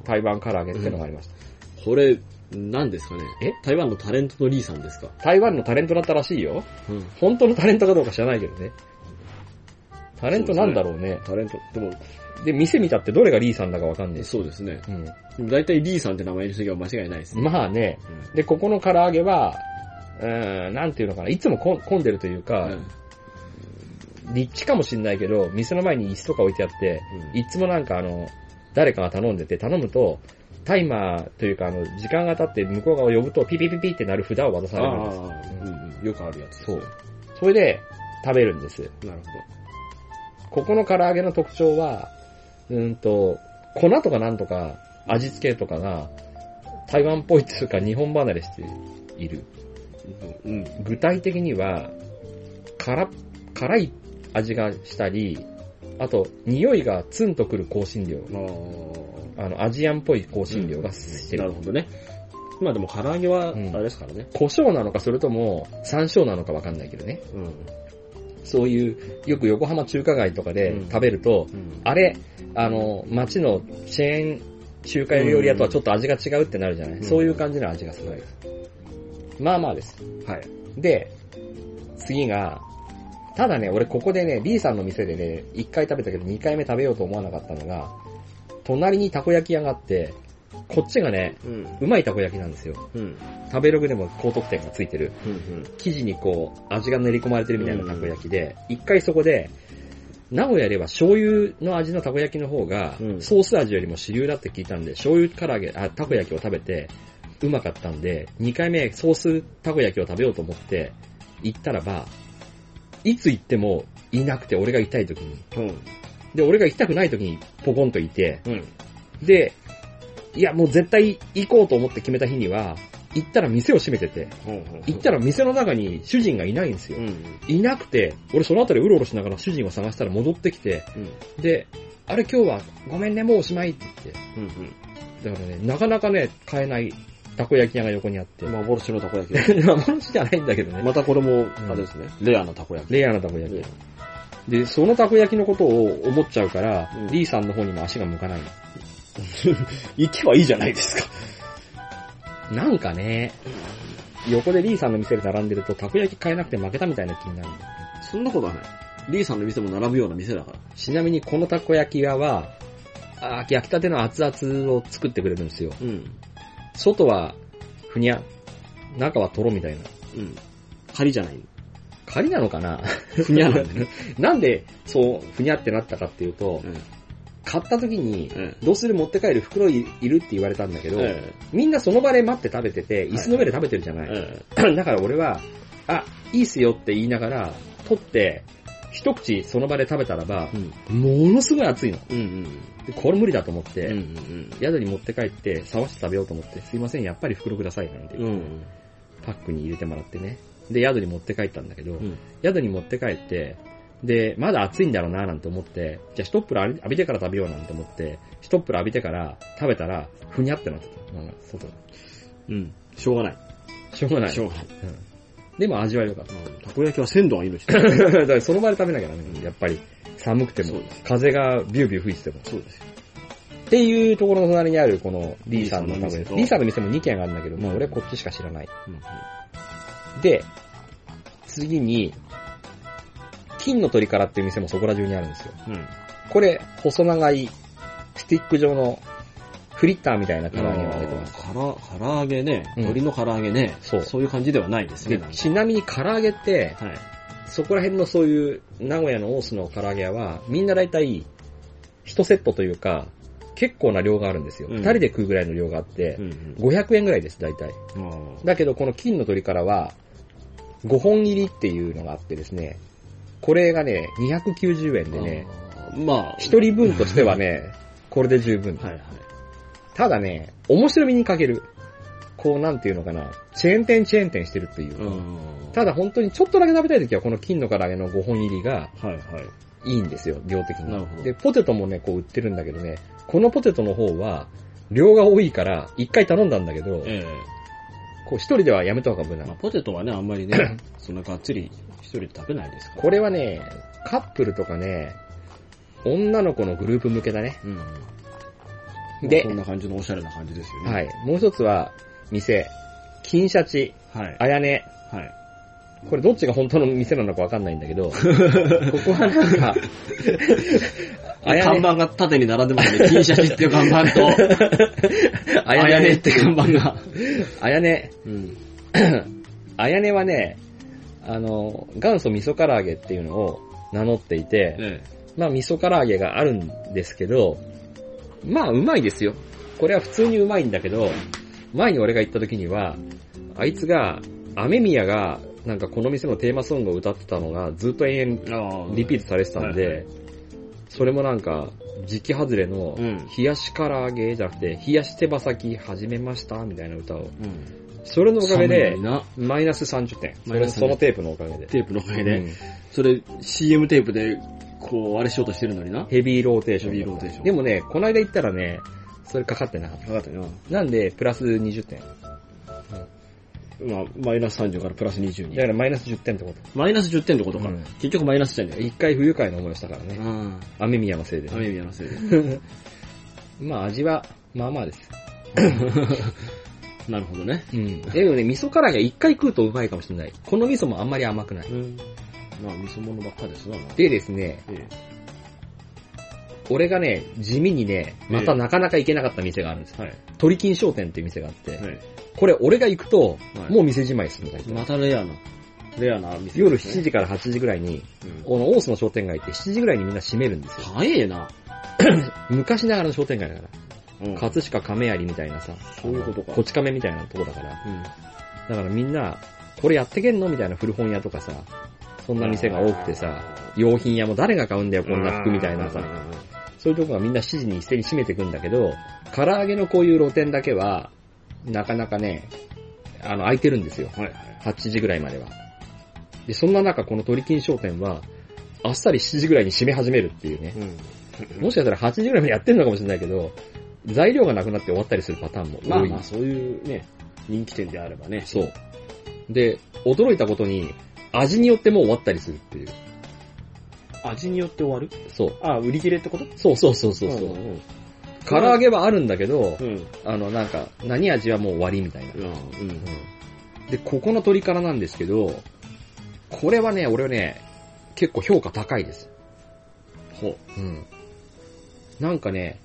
A: 台湾唐揚げっていうのがありました。
B: これ、何ですかね
A: え
B: 台湾のタレントのリーさんですか
A: 台湾のタレントだったらしいよ。
B: うん。
A: 本当のタレントかどうか知らないけどね。タレントなんだろうね。
B: タレント、でも、
A: で、店見たってどれがリーさんだかわかんないです。
B: そうですね。
A: うん。
B: でも大体リーさんって名前にしときは間違いないですね。
A: まあね、で、ここの唐揚げは、うーん、なんていうのかな、いつもこん混んでるというか、
B: うん
A: 立地かもしんないけど、店の前に椅子とか置いてあって、いつもなんかあの、誰かが頼んでて、頼むと、タイマーというか、あの、時間が経って向こう側を呼ぶと、ピピピピってなる札を渡されるん
B: あ
A: です。
B: あ、うんうん、よくあるやつ。
A: そう。それで、食べるんです。
B: なるほ
A: ここの唐揚げの特徴は、うーんと、粉とかなんとか、味付けとかが、台湾っぽいというか日本離れしている。
B: ど。うん。
A: 具体的には、辛、辛い味がしたり、あと、匂いがツンとくる香辛料。
B: ああ、
A: あの、アジアンっぽい香辛料がして
B: な
A: る。
B: るほどね。まあでも唐揚げは、あ
A: うん
B: れですからね。
A: 胡椒なのかそれとも、山椒なのかわかんないけどね。
B: うん。
A: そういう、よく横浜中華街とかで
B: うん
A: 食べると、
B: うん
A: あれ、あの、街のチェーン中華料理屋とはちょっと味が違うってなるじゃない、
B: うん
A: そういう感じの味がする。まあまあです。
B: はい。
A: で、次が、ただね、俺ここでね、B さんの店でね、1回食べたけど2回目食べようと思わなかったのが、隣にたこ焼き屋があって、こっちがね、
B: うん。
A: うまいたこ焼きなんですよ。
B: うん。
A: 食べログでも高得点がついてる。
B: うん。
A: 生地にこう、味が練り込まれてるみたいなたこ焼きで、一回そこで、名古屋では醤油の味のたこ焼きの方が
B: う、ん
A: ソース味よりも主流だって聞いたんで、醤油唐揚げ、あ、たこ焼きを食べて、うまかったんで、2回目ソースたこ焼きを食べようと思って、行ったらば、いつ行ってもいなくて、俺が行きたい時に。
B: うん。
A: で、俺が行きたくない時にポコンといて、
B: うん。
A: で、いや、もう絶対行こうと思って決めた日には、行ったら店を閉めてて、
B: うん。
A: 行ったら店の中に主人がいないんですよ
B: う。ん。
A: いなくて、俺その辺りうろうろしながら主人を探したら戻ってきて、
B: うん。
A: で、あれ今日はごめんね、もうおしまいって
B: うん。
A: 言って。だからね、なかなかね、買えないたこ焼き屋が横にあって。
B: うん。幻のたこ焼き。
A: 幻じゃないんだけどね。
B: またこれも、あれですね。レアなたこ焼き。
A: レアなたこ焼
B: レ
A: き。で、そのたこ焼きのことを思っちゃうから、
B: うん
A: D さんの方にも足が向かないの。
B: 行けばいいじゃないですか。
A: なんかね、横で D さんの店で並んでると、たこ焼き買えなくて負けたみたいな気になるんだよね。
B: そんなことはない。リーさんの店も並ぶような店だから。
A: ちなみにこのたこ焼き屋は、あー焼きたての熱々を作ってくれるんですよ。
B: うん。
A: 外は、ふにゃ、中はとろみたいな。
B: うん。仮じゃない。
A: 仮なのかな
B: ふにゃなん でね。
A: なんで、そう、ふにゃってなったかっていうと、
B: うん。
A: 買った時に、
B: うん。
A: どうする持って帰る袋いいるって言われたんだけど、
B: え
A: みんなその場で待って食べてて、椅子の上で食べてるじゃな
B: え
A: い。
B: え
A: だから俺は、あ、いいっすよって言いながら、取って、一口その場で食べたらば
B: え。う、ん。
A: ものすごい熱いの。
B: うんうん。
A: でこれ無理だと思っ
B: う
A: て、
B: ん
A: 宿に持って帰って、触して食べようと思って、すいません、やっぱり袋くださいなんて
B: うん。うん。
A: パックに入れてもらってね。で、宿に持って帰ったんだけど、
B: うん
A: 宿に持って帰って、で、まだ暑いんだろうななんて思って、じゃあ一っ風呂浴びてから食べようなんて思って、一っ風呂浴びてから食べたら、ふにゃってなってた。なんか外に
B: うん。しょうがない。
A: しょうがない。
B: しょうがない。
A: でも味は良かった。
B: うんたこ焼きは鮮度が命だ。
A: だ からその場で食べなきゃダメなのやっぱり。寒くて
B: そ
A: も
B: うです、
A: 風がビュービュー吹いてても。
B: そうですよ。
A: っていうところの隣にあるこの D さんの食べ
B: D さんの店と
A: D さんの店も2軒あるんだけど、もう
B: うん
A: 俺こっちしか知らない。
B: うん
A: で、次に、金の鳥からっていう店もそこら中にあるんですよ。
B: うん。
A: これ、細長い、スティック状の、フリッターみたいな唐
B: 唐
A: 揚
B: 揚
A: げを
B: げは
A: 揚げ
B: 揚
A: て
B: げて
A: ま。
B: ますす。から唐揚げね、
A: うん
B: 鶏の唐揚げね、
A: そう
B: そういう感じではないですね。
A: で
B: なんか
A: ちなみに唐揚げって、
B: はい。
A: そこら辺のそういう名古屋の大須の唐揚げ屋は、みんな大体、一セットというか、結構な量があるんですよ。
B: うん
A: 二、人で食うぐらいの量があって
B: う、ん
A: 500円ぐらいです、大体。
B: うん。
A: だけど、この金の鳥からは、5本入りっていうのがあってですね、これがね、290円でね、
B: あー、まあ、
A: 一人分としてはね、これで十分。
B: はいはい。
A: ただね、面白みに欠ける。こう、なんていうのかな、チェーン店チェーン店してるっていうか。
B: うん
A: ただ本当にちょっとだけ食べたい時は、この金の唐揚げの5本入りが
B: はいはい。
A: いいんですよ、量的に。
B: なるほど
A: で、ポテトもね、こう売ってるんだけどね、このポテトの方は、量が多いから、一回頼んだんだけど、
B: え
A: こう一人ではやめた方が無
B: え
A: 難
B: まあ、。ポテトはね、あんまり ね、そんながっつり一人で食べないですから。
A: これはね、カップルとかね、女の子のグループ向けだね。
B: うん。
A: で
B: こん、な感じのおしゃれな感じですよね。
A: はい。。もう一つは、店、金シャチ、
B: はい。
A: あやね。
B: はい。
A: これどっちが本当の店なのかわかんないんだけ ど、ここはなんか、あや
B: 看
A: ね、
B: 板が縦に並んでますね。金シャチっていう看板と、
A: あ
B: あ
A: や
B: やねっ
A: ね、
B: て看板が。
A: あやね、
B: うん。
A: あやねはね、あの、元祖味噌唐揚げっていうのを、名乗っていて、
B: え
A: まあ、味噌唐揚げがあるんですけど、まあ、うまいですよ。これは普通にうまいんだけど、前に俺が行った時には、あいつが、雨宮が、なんかこの店のテーマソングを歌ってたのが、ずっと延
B: え。あ
A: 々リピートされてたん
B: はいは
A: で、それもなんか、時期外れの
B: う、ん。
A: 冷やし唐揚げじゃなくて、冷やし手羽先始めました、みたいな歌を。
B: うん。
A: それのおかげ
B: 寒
A: で
B: い、な、
A: マイナス30点。そ
B: マイナ
A: れ
B: ス30
A: そのテープのおかげで。
B: テープのおかげ
A: う
B: で。
A: ん
B: それ、CM テープで、こう、あれしようとしてるのにな。
A: ヘビーローテーション。
B: ヘビーローテーション
A: でもね、この間行ったらね、それかかってなかった。
B: 分かったよ
A: なんで、プラス20点。
B: な。まあ、マイナス30からプラス20に
A: だ。からマイナス10点ってこと。
B: マイナス10点ってことか。
A: うん
B: 結局マイナス点だよ。
A: 一回不愉快な思いをしたからね。
B: ん。
A: 雨宮のせいで。
B: 雨宮のせいで。
A: まあ味は、まあまあです。
B: なるほどね。
A: うん。でもね、味噌唐揚げ一回食うとうまいかもしれない。この味噌もあんまり甘くない。
B: うん。まあ、味噌物ばっかですな。
A: でですね、
B: え
A: 俺がね、地味にね、またなかなか行けなかった店があるんです。
B: え、はい。
A: 鳥金商店っていう店があって、
B: はい。
A: これ俺が行くと、
B: はい
A: もう店じまいするんだけど、
B: またレアな、レアな店ですね。
A: 夜7時から8時ぐらいに、
B: うん。
A: この大須の商店街って7時ぐらいにみんな閉めるんですよ。
B: 早えな。
A: 昔ながらの商店街だから。
B: うん
A: 葛飾亀有みたいなさ、
B: そういうことか
A: こち亀みたいなとこだから。
B: うん。
A: だからみんな、これやってけんのみたいな古本屋とかさ、そんな店が多くてさ、用品屋も誰が買うんだよ、こんな服みたいな
B: うん
A: さ。そういうとこがみんな7時に一斉に閉めてくんだけど、唐揚げのこういう露店だけは、なかなかね、あの、空いてるんですよ。
B: はいはい。
A: 8時ぐらいまでは。で、そんな中、この鳥金商店は、あっさり7時ぐらいに閉め始めるっていうね。
B: うん
A: もしかしたら8時ぐらいまでやってるのかもしれないけど、材料がなくなって終わったりするパターンも
B: まあ
A: 多い。
B: まあ、そういうね、人気店であればね。
A: そう。で、驚いたことに、味によってもう終わったりするっていう。
B: 味によって終わる
A: そう。
B: あ、売り切れってこと
A: そうそうそうそうそう、
B: ん
A: 唐揚げはあるんだけど、
B: うん。うん。
A: あの、なんか、何味はもう終わりみたいな。
B: うん。
A: で、ここの鶏からなんですけど、これはね、俺はね、結構評価高いです。
B: ほ
A: うん。なんかね、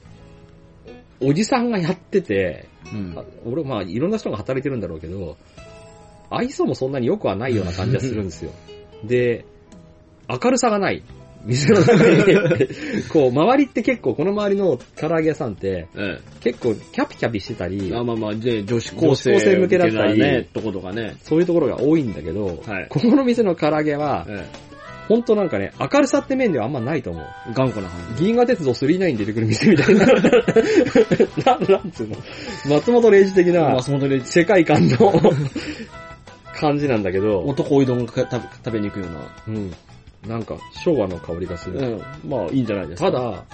A: おじさんがやってて、
B: う。うん
A: あ俺、まあ、いろんな人が働いてるんだろうけど、愛想もそんなに良くはないような感じはするんですよ。で、明るさがない。 店の中に。こう、周りって結構、この周りの唐揚げ屋さんって、
B: え
A: 結構キャピキャピしてたり
B: え。、あまあまあ、で、女子高生
A: 女子高生向けだったり
B: ね、とことかね。
A: そういうところが多いんだけど、
B: はい
A: ここの店の唐揚げは、
B: え
A: ほんとなんかね、明るさって面ではあんまないと思う。
B: え。頑固な感
A: 銀河鉄道39に出てくる店みたいな。 な、 なんつうの松本零士的
B: じ。
A: な
B: 松本零士、
A: 世界観の 感じなんだけど、
B: 男おいどんが食べ食べに行くような。
A: うん。なんか昭和の香りがする。
B: うん。まあ、いいんじゃないです
A: た
B: か。、
A: だ、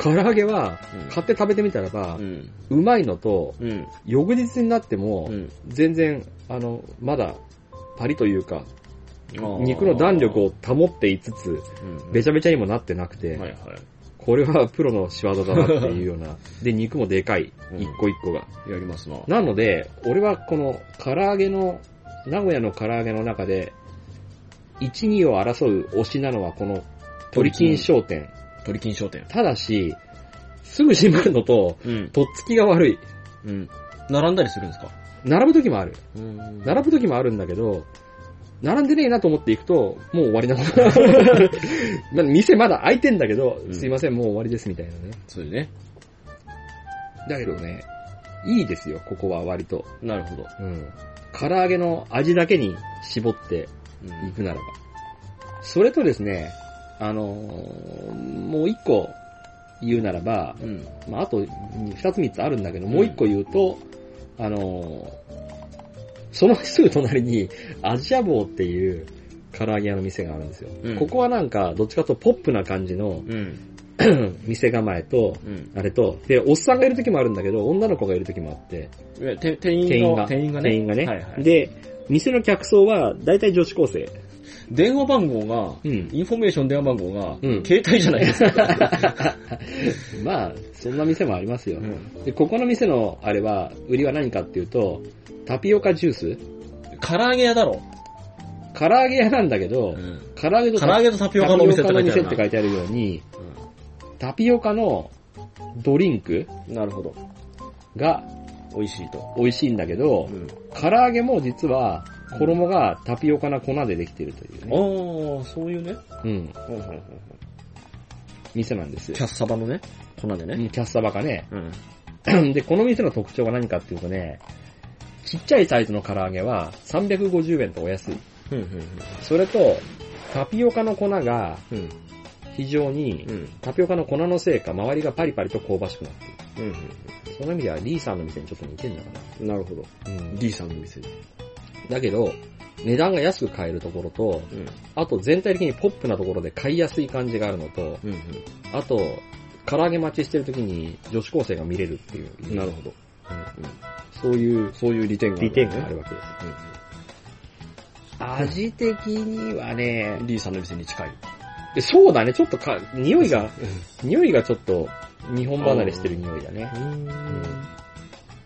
A: 唐揚げは
B: うん
A: 買って食べてみたらば
B: う、ん。
A: うまいのと、
B: うん。
A: 翌日になっても
B: う、ん。
A: 全然、あの、まだ、パリというか、肉の弾力を保っていつつ、
B: うん、
A: べちゃべちゃにもなってなく
B: は
A: て、
B: いはい。
A: これはプロの仕業だなっていうよう な。で、肉もでかい。
B: うん
A: 一個一個が。
B: やりますな。は
A: なので、俺はこの唐揚げの、名古屋の唐揚げの中で、1、2を争う推しなのはこの鳥金商店。
B: 鳥金商店。
A: ただし、すぐ閉まるのと、
B: うん。
A: とっつきが悪い。
B: うん。並んだりするんですか
A: 並ぶ時もある。
B: うん。並
A: 並ぶ時もあるんだけど、並んでねえなと思っていくと、もう終わりなの。ま店まだ開いてんだけど、
B: うん
A: すいません、もう終わりですみたいなね。
B: そうですね。
A: だけどね、いいですよ、ここは割と。
B: なるほど。
A: うん。唐揚げの味だけに絞って
B: うん
A: いくならば。それとですね、あのーもう一個言うならば、
B: うん。
A: まあ、あとに二つ三つあるんだけど、もう一個言うと、あのーそのすぐ隣に、アジア坊っていう唐揚げ屋の店があるんですよ。
B: うん
A: ここはなんか、どっちかというとポップな感じの
B: うん。
A: 店構えと、
B: うん。
A: あれと、で、おっさんがいる時もあるんだけど、女の子がいる時もあって、
B: いやて店
A: 店
B: 員
A: 員
B: が、
A: が、
B: 店員がね。
A: 店員がね。
B: はいはい。で、
A: で、店の客層は、大体女子高生。
B: 電話番号が、
A: うん。
B: インフォメーション電話番号が、
A: うん
B: 携帯じゃないですか。
A: まあ、そんな店もありますよ。
B: うん
A: で、ここの店の、あれは、売りは何かっていうと、タピオカジュース
B: 唐揚げ屋だろ。
A: 唐揚げ屋なんだけど、
B: ん。
A: 唐揚げと
B: 唐揚げとタピオカのお店って書
A: タ
B: いてあるな
A: ピオカの店って書いてあるように、タピオカのドリンク
B: うんなるほど。
A: が
B: 美味しいと。
A: 美味しいんだけど、
B: ん。
A: 唐揚げも実は衣がタピオカな粉でできてるというね、
B: ああ、そういうね。
A: うん、
B: はいはいはいはい
A: 店なんです。
B: キャッサバのね、粉で
A: う
B: ね。
A: んキャッサバかね。
B: うん。
A: で、この店の特徴が何かっていうとね、ちっちゃいサイズの唐揚げは350円とお安い。
B: うん、うん、
A: それと、タピオカの粉が
B: うん。
A: 非常に、
B: うん、
A: タピオカの粉のせいか周りがパリパリと香ばしくなっている。
B: うん、
A: その意味ではリーさんの店にちょっと似てんのか
B: うん。なるほど。
A: な。うん
B: D さんの店。
A: だけど、値段が安く買えるところと、
B: うん、
A: あと全体的にポップなところで買いやすい感じがあるのと、
B: うん、
A: あと、唐揚げ待ちしてる時に女子高生が見れるっていう、
B: うん。なるほど。
A: そういう
B: そういう利点がある。
C: 利点
A: のがあるわけです。味的にはね
B: う、ん。D さんの店に近い。
A: でそうだね、ちょっとか、匂いが、匂いがちょっと、日本離れしてる匂いだね。
B: うん。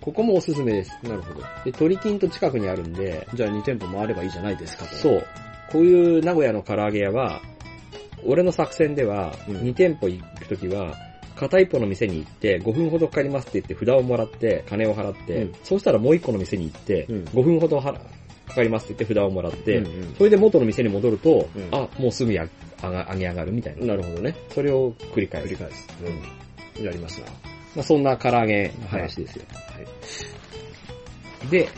A: ここもおすすめです。
B: なるほど。
A: で、鳥金と近くにあるんで、
B: じゃあ2店舗回ればいいじゃないですかと。
A: そう。こういう名古屋の唐揚げ屋は、俺の作戦では、
B: うん
A: 2店舗行くときは、片一方の店に行って、5分ほどかかりますって言って、札をもらって、金を払って、
B: うん
A: そうしたらもう一個の店に行って、
B: うん
A: 5分ほどはらかかりますって言って、札をもらって、
B: うんうん
A: それで元の店に戻ると、
B: うん
A: あ、もうすぐや上が上げ上がるみたいな。
B: なるほどね。
A: それを繰り返
B: 繰り
A: す。
B: 返す。
A: うん
B: やりますな。
A: まあ、そんな唐揚げの話ですよ。
B: はいは
A: で、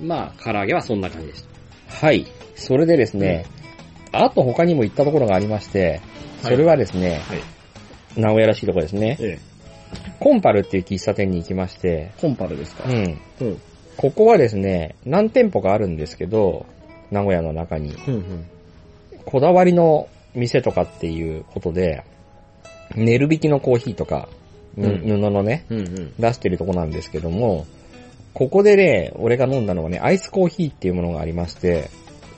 A: まあ、唐揚げはそんな感じでした。はい。それでですね、あと他にも行ったところがありまして、それはですね、
B: はい
A: 名古屋らしいところですね、
B: ええ。
A: コンパルっていう喫茶店に行きまして、
B: コンパルです
A: う
B: か
A: ん。
B: うん。
A: ここはですね、何店舗かあるんですけど、名古屋の中に、
B: うん、うん。
A: こだわりの店とかっていうことで、寝る引きのコーヒーとか、ぬ
B: うん
A: 布のね、
B: うん、うん。
A: 出してるとこなんですけども、ここでね、俺が飲んだのはね、アイスコーヒーっていうものがありまして、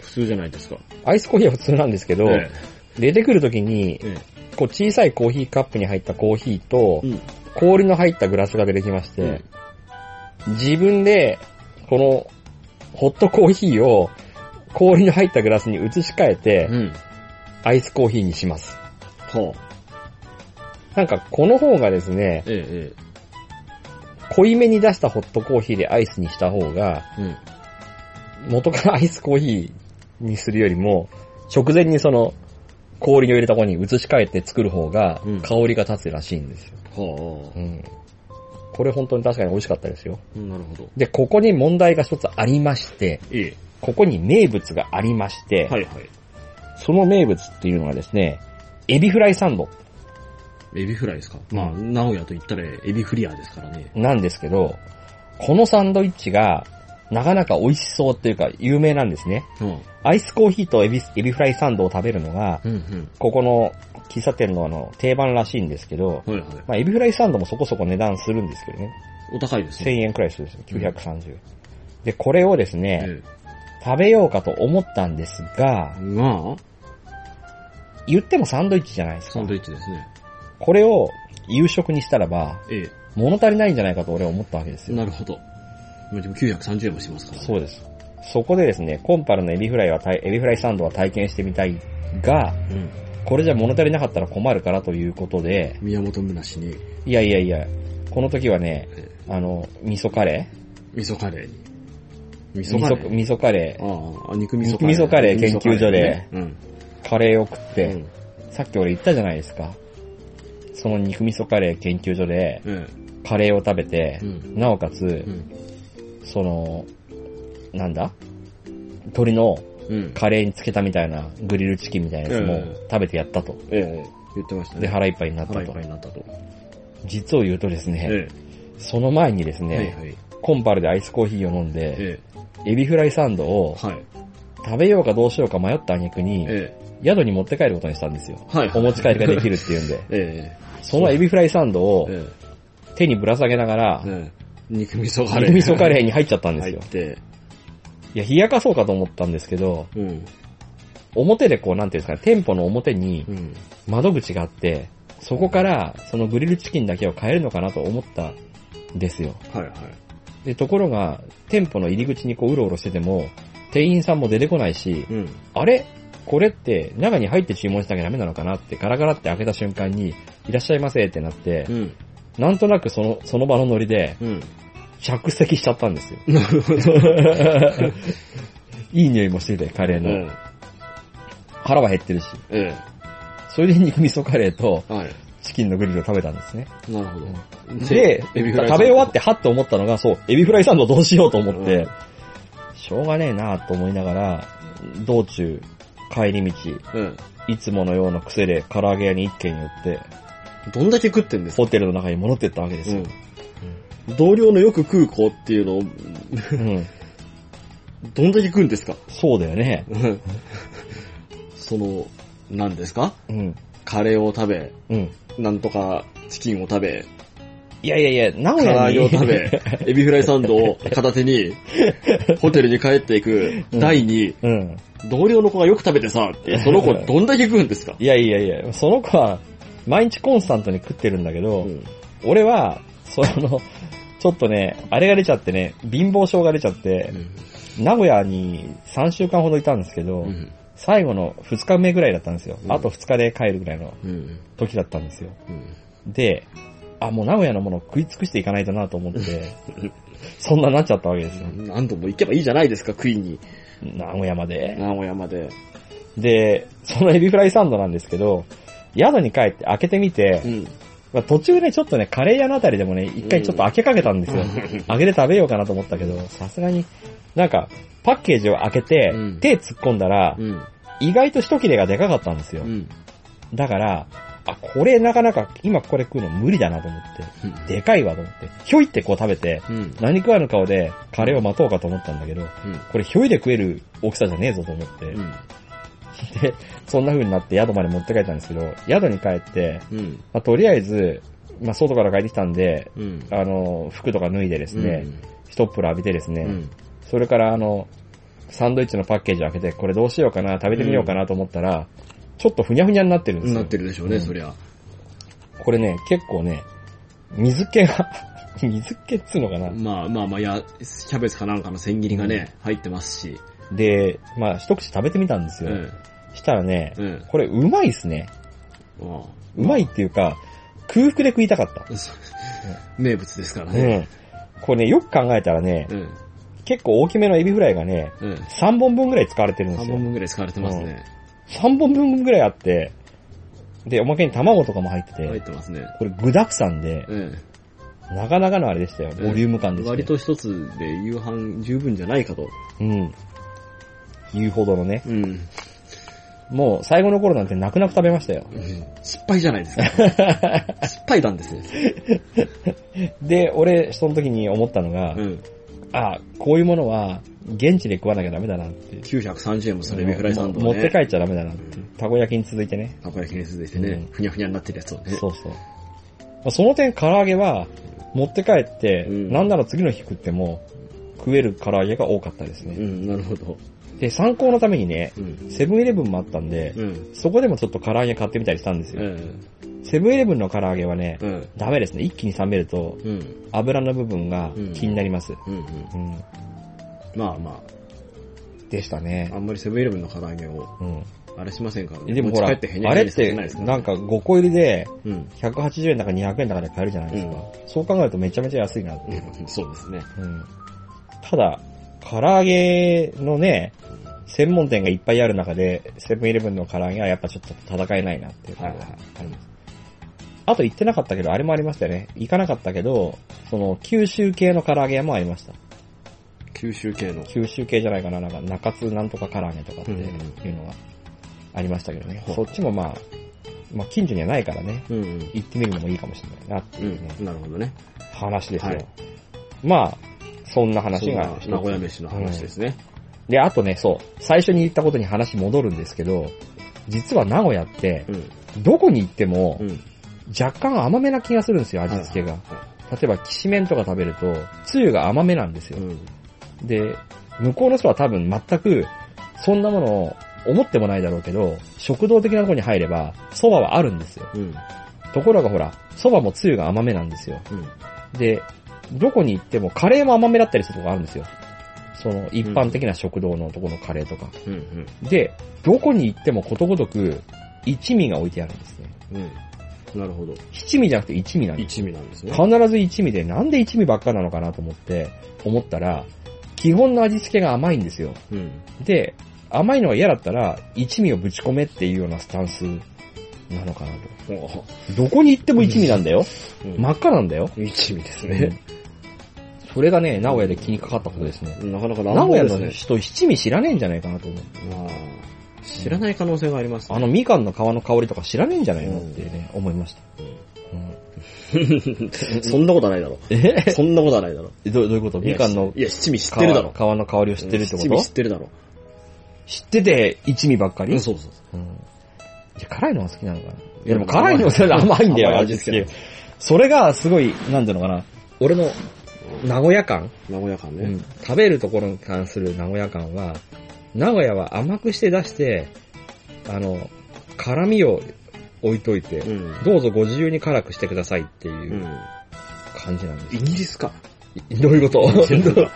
B: 普通じゃないですか。
A: アイスコーヒーは普通なんですけど、
B: え
A: 出てくるときに
B: え、え
A: こう小さいコーヒーカップに入ったコーヒーと、
B: うん
A: 氷の入ったグラスが出てきまして、自分で、この、ホットコーヒーを氷の入ったグラスに移し替えて
B: え。、うん。
A: アイスコーヒーにします。
B: はあ。
A: なんかこの方がですね、
B: ええ、
A: 濃いめに出したホットコーヒーでアイスにした方が、
B: ええ。うん。
A: 元からアイスコーヒーにするよりも、直前にその、氷を入れた方に移し替えて作る方が
B: うん、
A: 香りが立つらしいんですよ。
B: は
A: うん。これ本当に確かに美味しかったですよ。
B: あ。なるほど。
A: で、ここに問題が一つありまして、
B: え
A: ここに名物がありまして、
B: え。はいはい。
A: その名物っていうのがですね、エビフライサンド
B: エビフライですかまあ、名古屋と言ったらエビフリアですからね。
A: なんですけど、このサンドイッチが、なかなか美味しそうっていうか、有名なんですね。
B: うん。
A: アイスコーヒーとエビエビフライサンドを食べるのが、
B: うん
A: ここの喫茶店のあの定番らしいんですけど、
B: うん。はいはい。
A: まあ、エビフライサンドもそこそこ値段するんですけどね。
B: お高いで
A: 1000
B: すね。
A: 円くらいするんですよ。930円。で、これをですね、食べようかと思ったんですが
B: え、え。まあ、
A: 言ってもサンドイッチじゃないです
B: サ
A: か
B: ン。ドイッチですね。
A: これを夕食にしたらば、
B: え
A: 物足りないんじゃないかと俺は思ったわけです
B: え。
A: よ。
B: なるほど。まあでも930円もしますからね。
A: そうです。そこでですね、コンパルのエビフライはたい、エビフライサンドは体験してみたいが、
B: うん。
A: これじゃ物足りなかったら困るからということで、
B: 宮本むなしに、
A: いやいやいや、この時はね
B: え、
A: あの、味噌カレ
B: 味噌カレーに。味
A: ー味噌、味噌カレー、
B: ああ、肉味噌カレー。
A: 肉味噌カレー研究所で
B: 肉味噌カレーね。
A: カレーを食っ
B: う
A: て、
B: ん。うん。
A: さっき俺言ったじゃないですか。その肉味噌カレー研究所で、
B: え
A: カレーを食べて
B: え。う、ん。
A: なおか
B: う
A: つ、
B: ん。
A: その、なんだ鶏の
B: うん。
A: カレーにつけたみたいなグリルチキンみたいなやつも
B: え
A: 食べてやったと。
B: ええ。言ってましたね。
A: で、腹いっぱいになった
B: 腹いっ
A: と
B: ぱい。になったと。
A: 実を言うとです
B: え
A: ね、
B: え。
A: その前にです
B: はい
A: ね、
B: はい。
A: コンパルでアイスコーヒーを飲んで、
B: え
A: エビフライサンド
B: え。
A: を
B: はい。
A: 食べようかどうしようか迷った挙句に、
B: ええ。
A: 宿に持って帰ることにしたんですよ。
B: はい。
A: お持ち帰りができるっていうんで。
B: え
A: そのエビフライサンド
B: え。
A: を
B: え
A: 手にぶら下げながら
B: え。、ええ。肉味噌カレー。
A: 肉味噌カレーに入っちゃったんです
B: 入
A: よ
B: っ。て、
A: いや、冷やかそうかと思ったんですけど、
B: うん。
A: 表でこう、なんていうんですかね、店舗の表に
B: うん。
A: 窓口があって、そこからそのグリルチキンだけを買えるのかなと思ったんですよ。
B: はいはい。
A: で、ところが、店舗の入り口にこう、うろうろしてても、店員さんも出てこないし、
B: うん。
A: あれこれって中に入って注文しなきゃダメなのかなってガラガラって開けた瞬間に、いらっしゃいませってなって
B: う、ん。
A: なんとなくその、その場のノリで、
B: うん。
A: 着席しちゃったん ですよ。
B: なるほど。
A: いい匂いもしてて、カレー
B: う
A: の。
B: ん。
A: 腹は減ってるし。
B: え
A: それで肉味噌カレーと
B: え。はい。
A: チキンのグリルを食べたんですね。
B: なるほど。
A: で、
B: エ
A: 食
B: ビ
A: べ
B: フライ
A: 終
B: サンド
A: わってはって思ったのが、そう、エビフライサンドどうしようと思って、
B: うん
A: しょうがねえなと思いながら、道中、帰り道、
B: うん。
A: いつものような癖で唐揚げ屋に一軒寄って、
D: どんだけ食ってんですか
A: ホテルの中に戻ってったわけですよ。
D: 同僚のよく食う子っていうのを、
A: うん。
D: どんだけ食うんですか
A: そうだよね。
D: その、何ですか
A: うん。
D: カレーを食べ、
A: うん。
D: なんとかチキンを食べ、
A: いやいやいや、名
D: 唐
A: 古屋
D: 揚
A: に。
D: げを食べ、エビフライサンドを片手に、ホテルに帰っていく、
A: うん
D: 第2、
A: うん。
D: 同僚の子がよく食べてさ、って、その子どんだけ食うんですか
A: いやいやいや、その子は、毎日コンスタントに食ってるんだけど、
D: うん
A: 俺は、その、ちょっとね、あれが出ちゃってね、貧乏症が出ちゃって、名古屋に3週間ほどいたんですけど、
B: ん
A: 最後の2日目ぐらいだったんですよ。
B: ん
A: あと2日で帰るぐらいの
B: うん。
A: 時だったんですよ。
B: うん。
A: で、あ、もう名古屋のものを食い尽くしていかないとなと思 って、そんななっちゃったわけですよ。
D: 何度も行けばいいじゃないですか、食いに。
A: 名古屋まで。
D: 名古屋まで。
A: で、そのエビフライサンドなんですけど、宿に帰って開けてみて、
D: ん。
A: まあ、途中ね、ちょっとね、カレー屋のあたりでもね、一回ちょっと開けかけたんですよ。開けて食べようかなと思ったけど、さすがに、なんか、パッケージを開けて、
B: うん
A: 手突っ込んだら、
B: うん。
A: 意外と一切れがでかかったんですよ。
B: うん。
A: だから、あ、これなかなか今これ食うの無理だなと思
B: うん
A: って、でかいわと思って、ひょいってこう食べて、
B: うん。
A: 何食わぬ顔でカレーを待とうかと思ったんだけど、これひょいで食える大きさじゃねえぞと思って、
B: うん。
A: で、そんな風になって宿まで持って帰ったんですけど、宿に帰って、
B: うん。
A: まあ、とりあえず、まあ、外から帰ってきたんで、
B: うん。
A: あの、服とか脱いでですね、一っ風呂浴びてですね、
B: うん。
A: それからあの、サンドイッチのパッケージを開けて、これどうしようかな、食べてみようかなと思ったら、ちょっとふにゃふにゃになってるんですよ。
B: なってるでしょうね、そりゃ。
A: これね、結構ね、水気が、 水気っつうのかな。
B: まあまあまあ、や、キャベツかなんかの千切りがね、入ってますし。
A: で、まあ一口食べてみたんです
B: う
A: よ。
B: ん。
A: したらね、
B: うん。
A: これうまいっすね。
B: あ
A: うまいっていうか、空腹で食いたかった。
B: あそう 名物ですから
A: う
B: ね。
A: ん。これね、よく考えたらね、
B: うん。
A: 結構大きめのエビフライがね、
B: うん。
A: 3本分ぐらい使われてるんで
B: 3
A: すよ
B: 本。分ぐらい使われてますね。
A: 3本分ぐらいあって、で、おまけに卵とかも入ってて、
B: 入ってますね。
A: これ具沢山で、
B: うん。
A: なかなかのあれでしたよ。
B: うん
A: ボリューム感ですね。
B: 割と一つで夕飯十分じゃないかと。
A: うん。言うほどのね。
B: うん。
A: もう最後の頃なんて泣く泣く食べましたよ。
B: 失敗じゃな いですか。失敗談ですね。
A: で、俺、その時に思ったのが、
B: うん。
A: あ、こういうものは、現地で食わなきゃダメだなって。
B: 930円もそれエビフライサンド
A: も
B: を
A: う持って帰
B: ね、
A: っちゃダメだなって。たこ焼きに続いてね。
B: たこ焼きに続いてね
A: う、ん
B: ふにゃふにゃになってるやつをね。
A: そうそう。まあその点、唐揚げは、持って帰って、
B: うん
A: なんなら次の日食っても、食える唐揚げが多かったです
B: う
A: ね。
B: ん、なるほど。
A: で、参考のためにね、
B: うん。
A: セブンイレブンもあったんで、
B: うん。
A: そこでもちょっと唐揚げ買ってみたりしたんです
B: う
A: よ。
B: ん。
A: セブンイレブンの唐揚げはね、
B: うん。
A: ダメですね。一気に冷めると、
B: うん。
A: 油の部分が気になります。
B: うん。うん。
A: うん。
B: まあま
A: でした
B: あ、
A: ね
B: あ。んまりセブンイレブンの唐揚げを、
A: うん。
B: あれしませんからね。
A: でもほら、
B: 持ち帰ってへに
A: あ
B: ゃ
A: れ
B: へにゃ
A: っ
B: させ
A: て、
B: ないです
A: なんか5個入りで、
B: うん。
A: 180円だか200円だかで買えるじゃないですか。そう考えるとめちゃめちゃ安いなっていう。
B: うんそうですね。
A: うん。ただ、唐揚げのね、専門店がいっぱいある中で、セブンイレブンの唐揚げはやっぱちょっと戦えないなっていうところがあります。あと行ってなかったけど、あれもありましたよね。行かなかったけど、その、九州系の唐揚げ屋もありました。
B: 九州系の。
A: 九州系じゃないかな、なんか中津なんとか唐揚げとかっていうのがありましたけどね。
B: ほう
A: そっちもまあ、まあ近所にはないからね、
B: うん。うん。
A: 行ってみるのもいいかもしれないなって
B: う
A: いうね、
B: ん。なるほどね。
A: 話ですよ。
B: はい
A: まあ、そんな
B: そ
A: 話
B: んな
A: が一つ
B: 名古屋飯の話ですね。
A: で、あとね、そう、最初に言ったことに話戻るんですけど、実は名古屋って
B: う、ん。
A: どこに行っても
B: う、ん。
A: 若干甘めな気がするんですよ、味付けが。例えば、きしめんとか食べると、つゆが甘めなんですよ
B: う。ん。
A: で、向こうの人は多分全く、そんなものを思ってもないだろうけど、食堂的なとこに入れば、蕎麦はあるんですよ。
B: うん。
A: ところがほら、蕎麦もつゆが甘めなんですよ。で、どこに行ってもカレーも甘めだったりするとこあるんですよ。その、一般的な食堂のとこのカレーとか。
B: うん。うん。
A: で、どこに行ってもことごとく、一味が置いてあるんですね。
B: うん。なるほど。
A: 七味じゃなくて一味なんです。
B: 一味なんですね。
A: 必ず一味で、なんで一味ばっかなのかなと思って、思ったら、基本の味付けが甘いんですよ。
B: うん。
A: で、甘いのが嫌だったら、一味をぶち込めっていうようなスタンスなのかなと。
B: おう
A: どこに行っても一味なんだよ。
B: うん
A: 真っ赤なんだよ。
B: 一味ですね。
A: それがね、名古屋で気にかかったことですね。
B: なかなか
A: 名
B: 乱
A: 古
B: 暴
A: 屋
B: です
A: の
B: ね。
A: 人、七味知らねえんじゃないかなと思う。
B: まあ知らない可能性がありますね。
A: あの、みかんの皮の香りとか知らねえんじゃないのってね、思いました。うん
B: そんなことはないだろ。
A: え
B: そんなことはないだろ。
A: どどういうことみかんの
B: いや、七味知
A: 皮
B: ってるだろ
A: 皮。の香りを知ってるってこ
B: 七味
A: と
B: 知ってるだろ。
A: 知ってて、一味ばっかり、
B: うん、そうそう。
A: うんいや、辛いのが好きなのかな。い
B: い
A: や、でも辛いのは 甘いんだよ、味付け。それがすごい、なんていうのかな。俺の、名古屋感、
B: 名古屋感
A: う
B: ね。
A: ん、食べるところに関する名古屋感は、名古屋は甘くして出して、あの、辛味を置いといて、
B: うん。。
A: どうぞご自由に辛くしてくださいっていううん感じなんです
B: イギリスか。
A: いどういうこと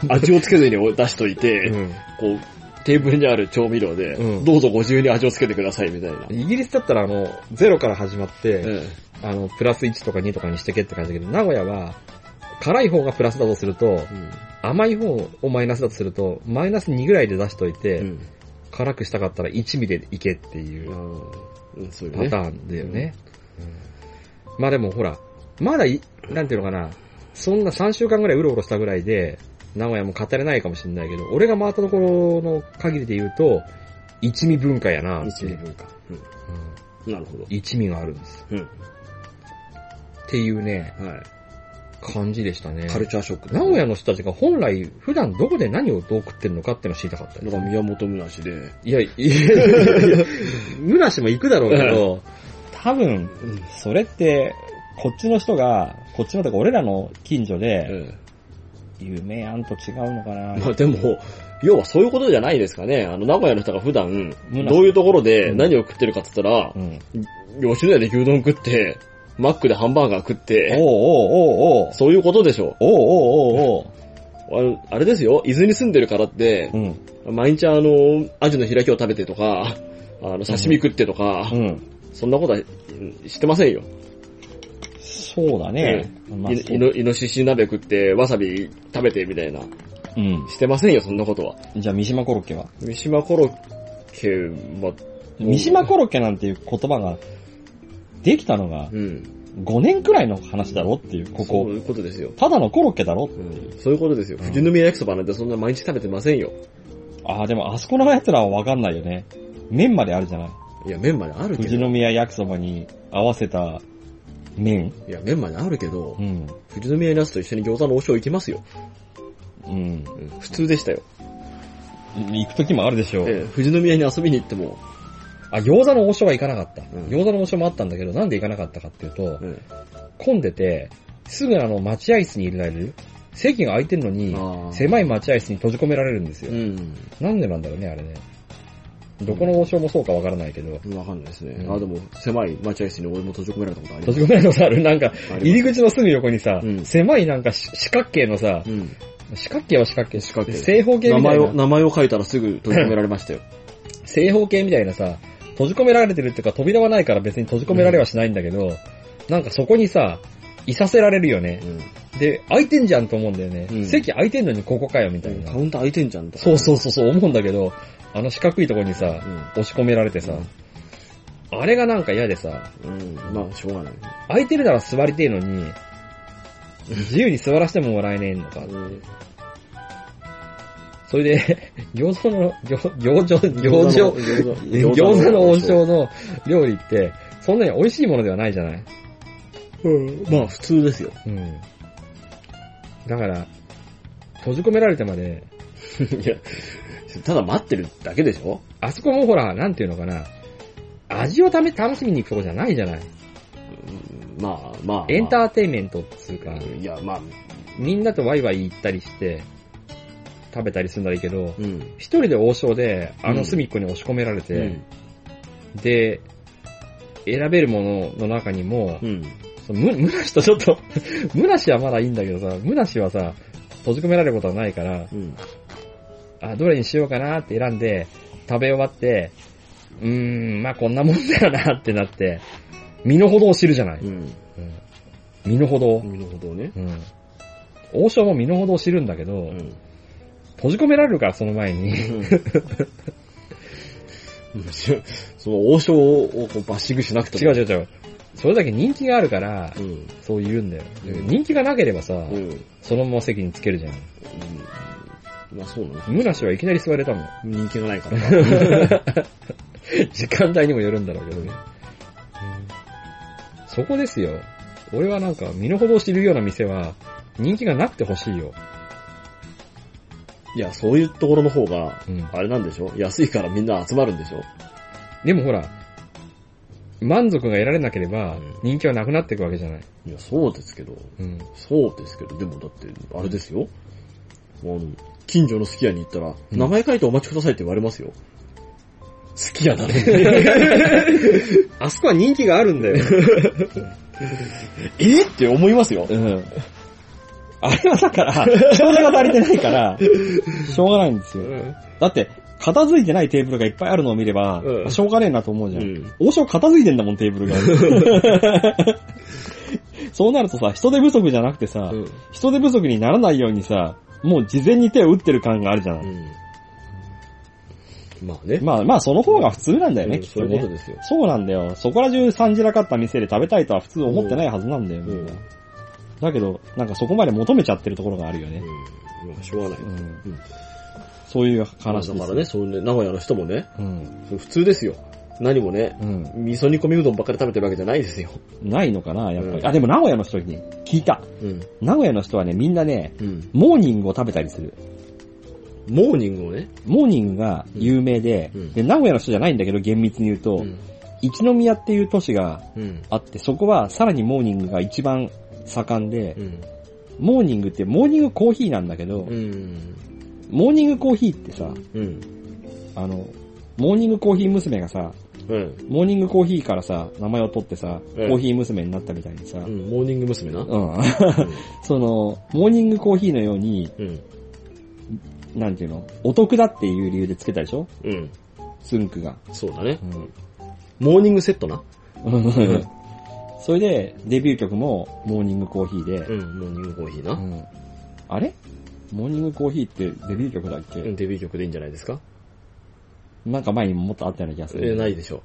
B: 味をつけずに出しといて、
A: うん
B: こう、テーブルにある調味料で、
A: うん
B: どうぞご自由に味をつけてくださいみたいな。
A: イギリスだったらあの、ゼロから始まって、
B: うん
A: あの、プラス1とか2とかにしてけって感じだけど、名古屋は、辛い方がプラスだとすると、甘い方をマイナスだとすると、マイナス2ぐらいで出しといて、
B: うん
A: 辛くしたかったら1味でいけっていう
B: うん。そういう
A: パ
B: ね
A: ターンだよね。うんまあでもほら、まだい、なんていうのかな、そんな3週間ぐらいうろうろしたぐらいで、名古屋も語れないかもしれないけど、俺が回ったところの限りで言うと、一味文化やなって
B: 一
A: いう
B: 味文化。
A: うん
B: うんなるほど。
A: 一味があるんです。
B: うん
A: っていうね、
B: はい。
A: 感じでしたね。
B: カルチャーショック。
A: 名古屋の人たちが本来普段どこで何をどう食ってるのかっていうのを知りたかったで
B: だ
A: す
B: から宮本むなしで、
A: いや、いや、いや むなしも行くだろうけど、多分、それって、こっちの人が、こっちのとか俺らの近所で、
B: え
A: 有名やんと違うのかな
B: えまあでも、要はそういうことじゃないですかね。あの、名古屋の人が普段、
A: むなし
B: どういうところで
A: うん
B: 何を食ってるかって言ったら
A: う、ん。
B: 吉野家で牛丼食って、マックでハンバーガー食っ
A: おう
B: て、
A: おうおうおう
B: そういうことでしょ
A: おうおうおうおう
B: あのあれですよ、伊豆に住んでるからって
A: う、ん。
B: 毎日あの、アジの開きを食べてとか、あの、刺身食ってとか、
A: うん。
B: そんなことはうんしてませんよ。
A: そうだね。まあ
B: いいのイノシシ鍋食って、わさび食べてみたいな。
A: うん。
B: してませんよ、そんなことは。
A: じゃあ、三島コロッケは
B: 三島コロッケは、
A: 三島コロッケなんていう言葉が、できたのが、
B: うん。
A: 5年くらいの話だろっていう、こ
B: そう
A: こ。
B: いうことですよ。
A: ただのコロッケだろ
B: うん。そういうことですよ。
A: うん
B: 富士宮焼きそばなんてそんな毎日食べてませんよ。
A: ああ、でもあそこのやつらはわかんないよね。麺まであるじゃない。
B: いや、麺まである
A: 富
B: け
A: 士
B: ど。い
A: 宮焼きそばに合わせた麺
B: や、麺まであるけど
A: う、ん。
B: 富士宮ナスと一緒に餃子の王将行きますよ。
A: うん。
B: うん普通でしたよ。
A: 行く時もあるでしょう。
B: ええ、富士宮に遊びに行っても、
A: あ、餃子の王将は行かなかった。
B: ん
A: 餃子の王将もあったんだけど、なんで行かなかったかっていうと
B: う、ん
A: 混んでて、すぐあの待合室に入れられる席が空いてるのに、
B: あー
A: 狭い待合室に閉じ込められるんです
B: う
A: よ。
B: ん。
A: なんでなんだろうね、あれね。どこの王将もそうかわからないけど、
B: わかんないですね。
A: うん
B: あ、でも、狭い待合室に俺も閉じ込められたことありま
A: 閉じ
B: す。
A: 込められたことあるなんか、
B: あ
A: 入
B: り
A: り口のすぐ横にさ、
B: うん
A: 狭いなんかし四角形のさ、
B: ますうん。
A: 四角形は四角形、
B: 四角形
A: 正方形
B: 名
A: みた
B: 前
A: い
B: を、
A: な、
B: 名前を書いたらすぐ閉じ込められましたよ。
A: 正方形みたいなさ、閉じ込められてるっていうか扉はないから別に閉じ込められはしないんだけど、なんかそこにさ、いさせられるよね
B: う。ん
A: で、空いてんじゃんと思うんだよね。
B: うん
A: 席空いてんのにここかよみたいな。
B: カウンター空いてんじゃんとか。
A: そうそうそうそう思うんだけど、あの四角いとこにさ、
B: うん。
A: 押し込められてさ、あれがなんか嫌でさ、
B: うん。まあ、しょうがない。
A: 空いてるなら座りてえのに、自由に座らせてももらえねえのか。
B: うん
A: それで、 餃子の、餃餃子、餃子、
B: 餃
A: 餃子の王将の料理って、そんなに美味しいものではないじゃない
B: まあ普通ですよ。
A: うん。だから、閉じ込められてまで、
B: いや、ただ待ってるだけでしょ
A: あそこもほら、なんていうのかな、味をため、楽しみに行くとこじゃないじゃない。
B: まあまあ。
A: エンタ
B: ー
A: ーテイメントっつうか、
B: いや、まあ、
A: みんなとワイワイ行ったりして、食べたりするんだらいいけど、
B: うん。
A: 一人で王将で、あ
B: う
A: の
B: ん
A: 隅っこに押し込められて、
B: うん。
A: で、選べるものの中にも、
B: うん。
A: そのむ、むなしとちょっと、 むなしはまだいいんだけどさ、むなしはさ、閉じ込められることはないから、
B: うん。
A: あ、どれにしようかなって選んで、食べ終わって、うーん、まあこんなもんだよなってなって、身の程を知るじゃない。
B: うん。
A: うん身の程を。
B: なるほどね。
A: うん。王将も身の程を知るんだけど、
B: うん。
A: 閉じ込められるから、その前 に。
B: その王将をこうバッシングしなくて
A: 違う
B: も。
A: 違う違う。それだけ人気があるから、
B: う。
A: そう言うんだよ。
B: うん
A: 人気がなければさ、
B: うん。うん。
A: そのまま席につけるじゃん。
B: まあそうなの。
A: ムナシはいきなり座れたもん。
B: 人気がないから。
A: 時間帯にもよるんだろうけどね。そこですよ。俺はなんか、身の程を知るような店は、人気がなくてほしいよ。
B: いや、そういうところの方が、
A: うん。
B: あれなんでしょ安いからみんな集まるんでしょ
A: でもほら、満足が得られなければ
B: うん、
A: 人気はなくなっていくわけじゃない。
B: いや、そうですけど。
A: うん。
B: そうですけど、でもだって、あれですよ。あの、近所のすき家に行ったら、
A: うん
B: 名前書いてお待ちくださいって言われますよ。すき家 だね。
A: あそこは人気があるんだよ。
B: えって思いますよ。
E: うん。あれはだから、人手が足りてないから、しょうがないんですよ。だって、片付いてないテーブルがいっぱいあるのを見れば、
B: うん
E: あしょうがねえなと思うじ
B: う
E: ゃん。
B: ん。
E: 王将片付いてんだもん、テーブルが。 そうなるとさ、人手不足じゃなくてさ、
B: うん。
E: 人手不足にならないようにさ、もう事前に手を打ってる感があるじゃない。
B: まあね。
E: まあまあ、その方が普通なんだよね、
B: うん
E: きっ
B: そ
E: と
B: ういうこと
E: ね。
B: ですよ。
E: そうなんだよ。そこら中散じらかった店で食べたいとは普通思ってないはずなんだよ、
B: う
E: み
B: ん
E: んな。だけど、なんかそこまで求めちゃってるところがあるよね。
B: うん。まあ、しょうがない。
E: うんそういう話
B: だ
E: です。
B: からね、そうね、名古屋の人もね、
E: うん。
B: 普通ですよ。何もね、
E: うん。
B: 味噌煮込みうどんばっかり食べてるわけじゃないですよ。
E: ないのかな、やっぱり。
B: うん
E: あ、でも名古屋の人に聞いた。
B: うん。
E: 名古屋の人はね、みんなね、
B: うん。
E: モーニングを食べたりする。
B: モーニングをね。
E: モーニングが有名で、
B: うん
E: で、名古屋の人じゃないんだけど、厳密に言うと、
B: うん。
E: 一宮っていう都市が
B: うん。
E: あって、そこはさらにモーニングが一番盛んで
B: う、ん。
E: モーニングってモーニングコーヒーなんだけど、
B: うん。
E: モーニングコーヒーってさ、
B: うん。
E: あの、モーニングコーヒー娘がさ、
B: うん。
E: モーニングコーヒーからさ、名前を取ってさ、
B: うん
E: コーヒー娘になったみたいにさ、
B: うんモーニング娘。な。
E: うん。 その、モーニングコーヒーのように、
B: うん。
E: なんていうの、お得だっていう理由でつけたでしょ
B: うん。
E: スンクが。
B: そうだね
E: う。ん
B: モーニングセットな。
E: うんそれで、デビュー曲も、モーニングコーヒーで、
B: ん、モーニングコーヒーな
E: うんあれモーニングコーヒーってデビュー曲だっけ、
B: デビュー曲でいいんじゃないですか
E: なんか前にももっとあったような気がす
B: え、
E: る。
B: ないでしょ。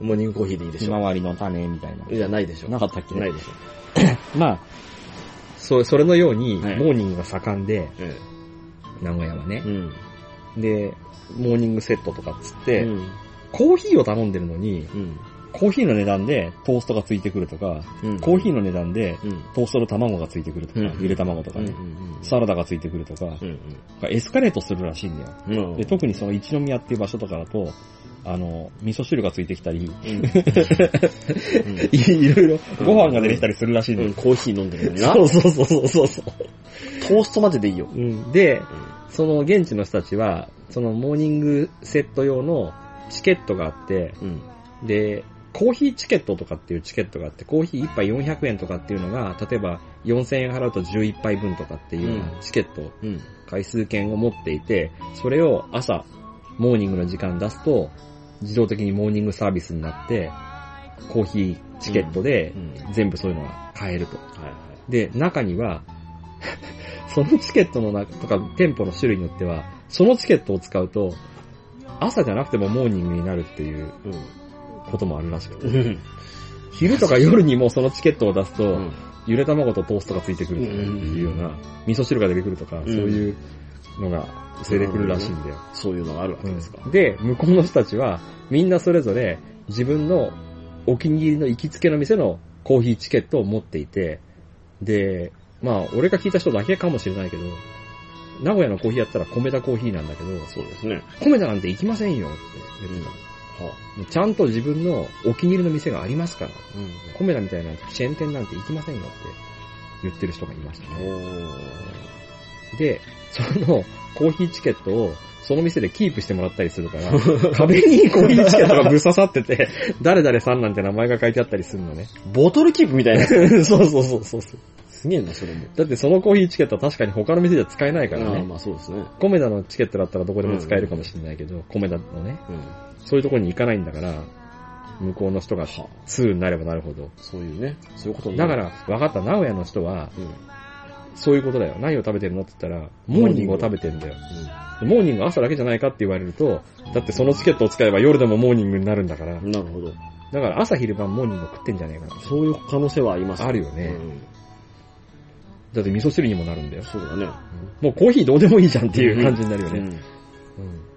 B: モーニングコーヒーでいいで
E: ひ
B: し
E: ま
B: ょ。
E: わりの種みたいな。
B: いや、ないでしょ。
E: なかったっけ
B: ないでしょ。
E: まあ、
A: そう、それのように、
B: はい
A: モーニングが盛んで、名古屋はね
B: う。ん。
A: で、モーニングセットとかっつっ
B: う
A: て、
B: ん。
A: コーヒーを頼んでるのに、
B: うん。
E: コーヒーの値段でトーストがついてくるとか、
B: うん
E: コーヒーの値段で
B: うん。
E: トーストの卵がついてくるとか、
B: うん
E: ゆで卵とかね、
B: ん
E: サラダがついてくるとか、
B: うん。
E: エスカレートするらしいんだよ。
B: うん。
E: で、特にその一宮っていう場所とかだと、あの、味噌汁がついてきたり、 いいろいろご飯が出てきたりするらしいんだ
B: う
E: よ
B: ん、。コーヒー飲んでるのにな。
A: そうそうそうそうそう。
B: トーストまででいいよ。
A: うんで、その現地の人たちは、そのモーニングセット用のチケットがあって、
B: うん。
A: で、コーヒーチケットとかっていうチケットがあって、コーヒー1杯400円とかっていうのが、例えば4000円払うと11杯分とかっていうようなチケット、
B: うん。
A: 回数券を持っていて、それを朝、モーニングの時間に出すと、自動的にモーニングサービスになって、コーヒーチケットで
B: うん。
A: 全部そういうのが買えると。
B: はいは
A: で、中には、 そのチケットの中とか店舗の種類によっては、そのチケットを使うと、朝じゃなくてもモーニングになるっていう
B: い。
A: こともあるらしく
B: う
A: て、
B: ん。
A: 昼とか夜にもうそのチケットを出す
B: う
A: と、
B: ん。
A: ゆで卵とトーストがついてくるとかっていうような、味噌汁が出てくるとか、
B: ん
A: そういうのが出てくるらしいんだよ。
B: そういうのがあるわけですか。
A: で、向こうの人たちは、みんなそれぞれ自分のお気に入りの行きつけの店のコーヒーチケットを持っていて、で、まあ、俺が聞いた人だけかもしれないけど、名古屋のコーヒーやったら米田コーヒーなんだけど、
B: そうですね。
A: 米田なんて行きませんよって言ってた。
B: は
A: もうちゃんと自分のお気に入りの店がありますから、
B: うん。
A: 米田みたいなチェーン店なんて行きませんよって言ってる人がいましたね。で、そのコーヒーチケットをその店でキープしてもらったりするから、 壁にコーヒーチケットがぶっ刺さってて、誰々さんなんて名前が書いてあったりするのね。
B: ボトルキープみた いな。
A: そうそうそうそう。
B: すげえな、それも。
A: だってそのコーヒーチケットは確かに他の店じゃ使えないから
B: ああ
A: ね。
B: まあそうですね。
A: コメダのチケットだったらどこでも使えるかもしれないけど、コメダのね、
B: うん。
A: そういうところに行かないんだから、向こうの人が2になればなるほど。
B: そういうね、そういうことにな
A: だ
B: る
A: から、分かった、名古屋の人は、
B: うん。うん。
A: そういうことだよ。何を食べてるのって言ったら、モーニングを食べてるんだよ。モーニングは朝だけじゃないかって言われると、だってそのチケットを使えば夜でもモーニングになるんだから。
B: なるほど。
A: だから朝昼晩モーニングを食ってんじゃねえかな。
B: そういう可能性はあります
A: あるよね
B: うん
A: だって味噌汁にもなるんだよ。
B: そうだね。
A: もうコーヒーどうでもいいじゃんっていう感じになるよ
B: う
A: ね。
B: んい
A: うん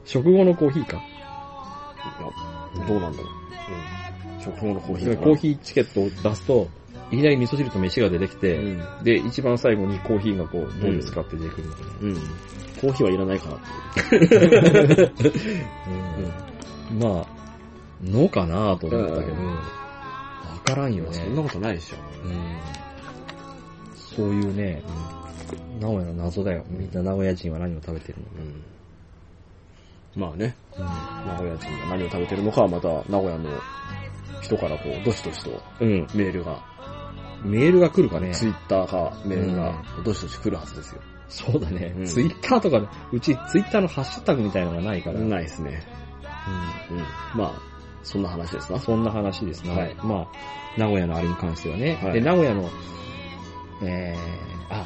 A: 食後のコーヒーか。
B: やどうなんだろう。うん。食後のコーヒーかな。
A: コーヒーチケットを出すと、いきなり味噌汁と飯が出てきて、
B: うん。
A: で、一番最後にコーヒーがこう、どうですかって出てくるのかな。
B: うん。コーヒーはいらないからって。
A: うんまあ、のかなと思ったけど、
B: うん
A: わからんよ
B: そん
A: ね。
B: なことないでしょ。
A: うんそういうね、名古屋の謎だよ。みんな名古屋人は何を食べてるの
B: うん。まあね、
A: か。
B: 名古屋人が何を食べてるのかはまた名古屋の人からこう、どしどしと
A: うん。
B: メールが、
A: メールが来るかね。
B: ツイッターかメールがどしどし来るはずですよ。
A: そうだね
B: うん
A: ツイッターとかね、うちツイッターのハッシュタグみたいのがないから。
B: ないですね。
A: う
B: うん。まあ、そんな話です
A: ん
B: な。
A: そんな話ですね。
B: はい
A: まあ、名古屋のあれに関してはね。
B: はい
A: で、名古屋の、えー、あ、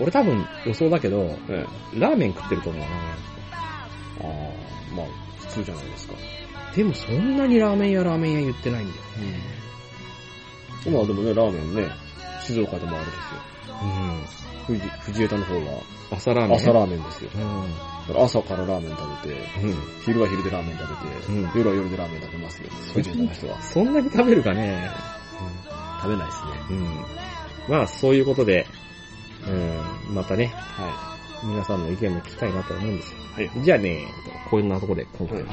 A: 俺多分予想だけど、
B: ええ。
A: ラーメン食ってると思うな、名古屋の人
B: ああ、まあ、普通じゃないですか。
A: でもそんなにラーメン屋ラーメン屋言ってないんだよね。
B: まあでもね、ラーメンね、静岡でもあるんですよ。
A: うん。
B: 藤藤枝の方は
A: 朝ラーメン。
B: 朝ラーメンですよ。
A: ーメン。
B: だから朝からラーメン食べて、
A: うん。うん。
B: 昼は昼でラーメン食
A: う
B: べて、
A: ん
B: 夜は夜でラーメン食べますよ。藤枝の人は。
A: そんなに食べるかね。
B: 食べないですね。
A: うん。まあ、そういうことで、うん、またね、
B: は
A: 皆さんの意見も聞きたいなと思うんですよ。
B: い。はい。
A: じゃあね、こんなとこで今回は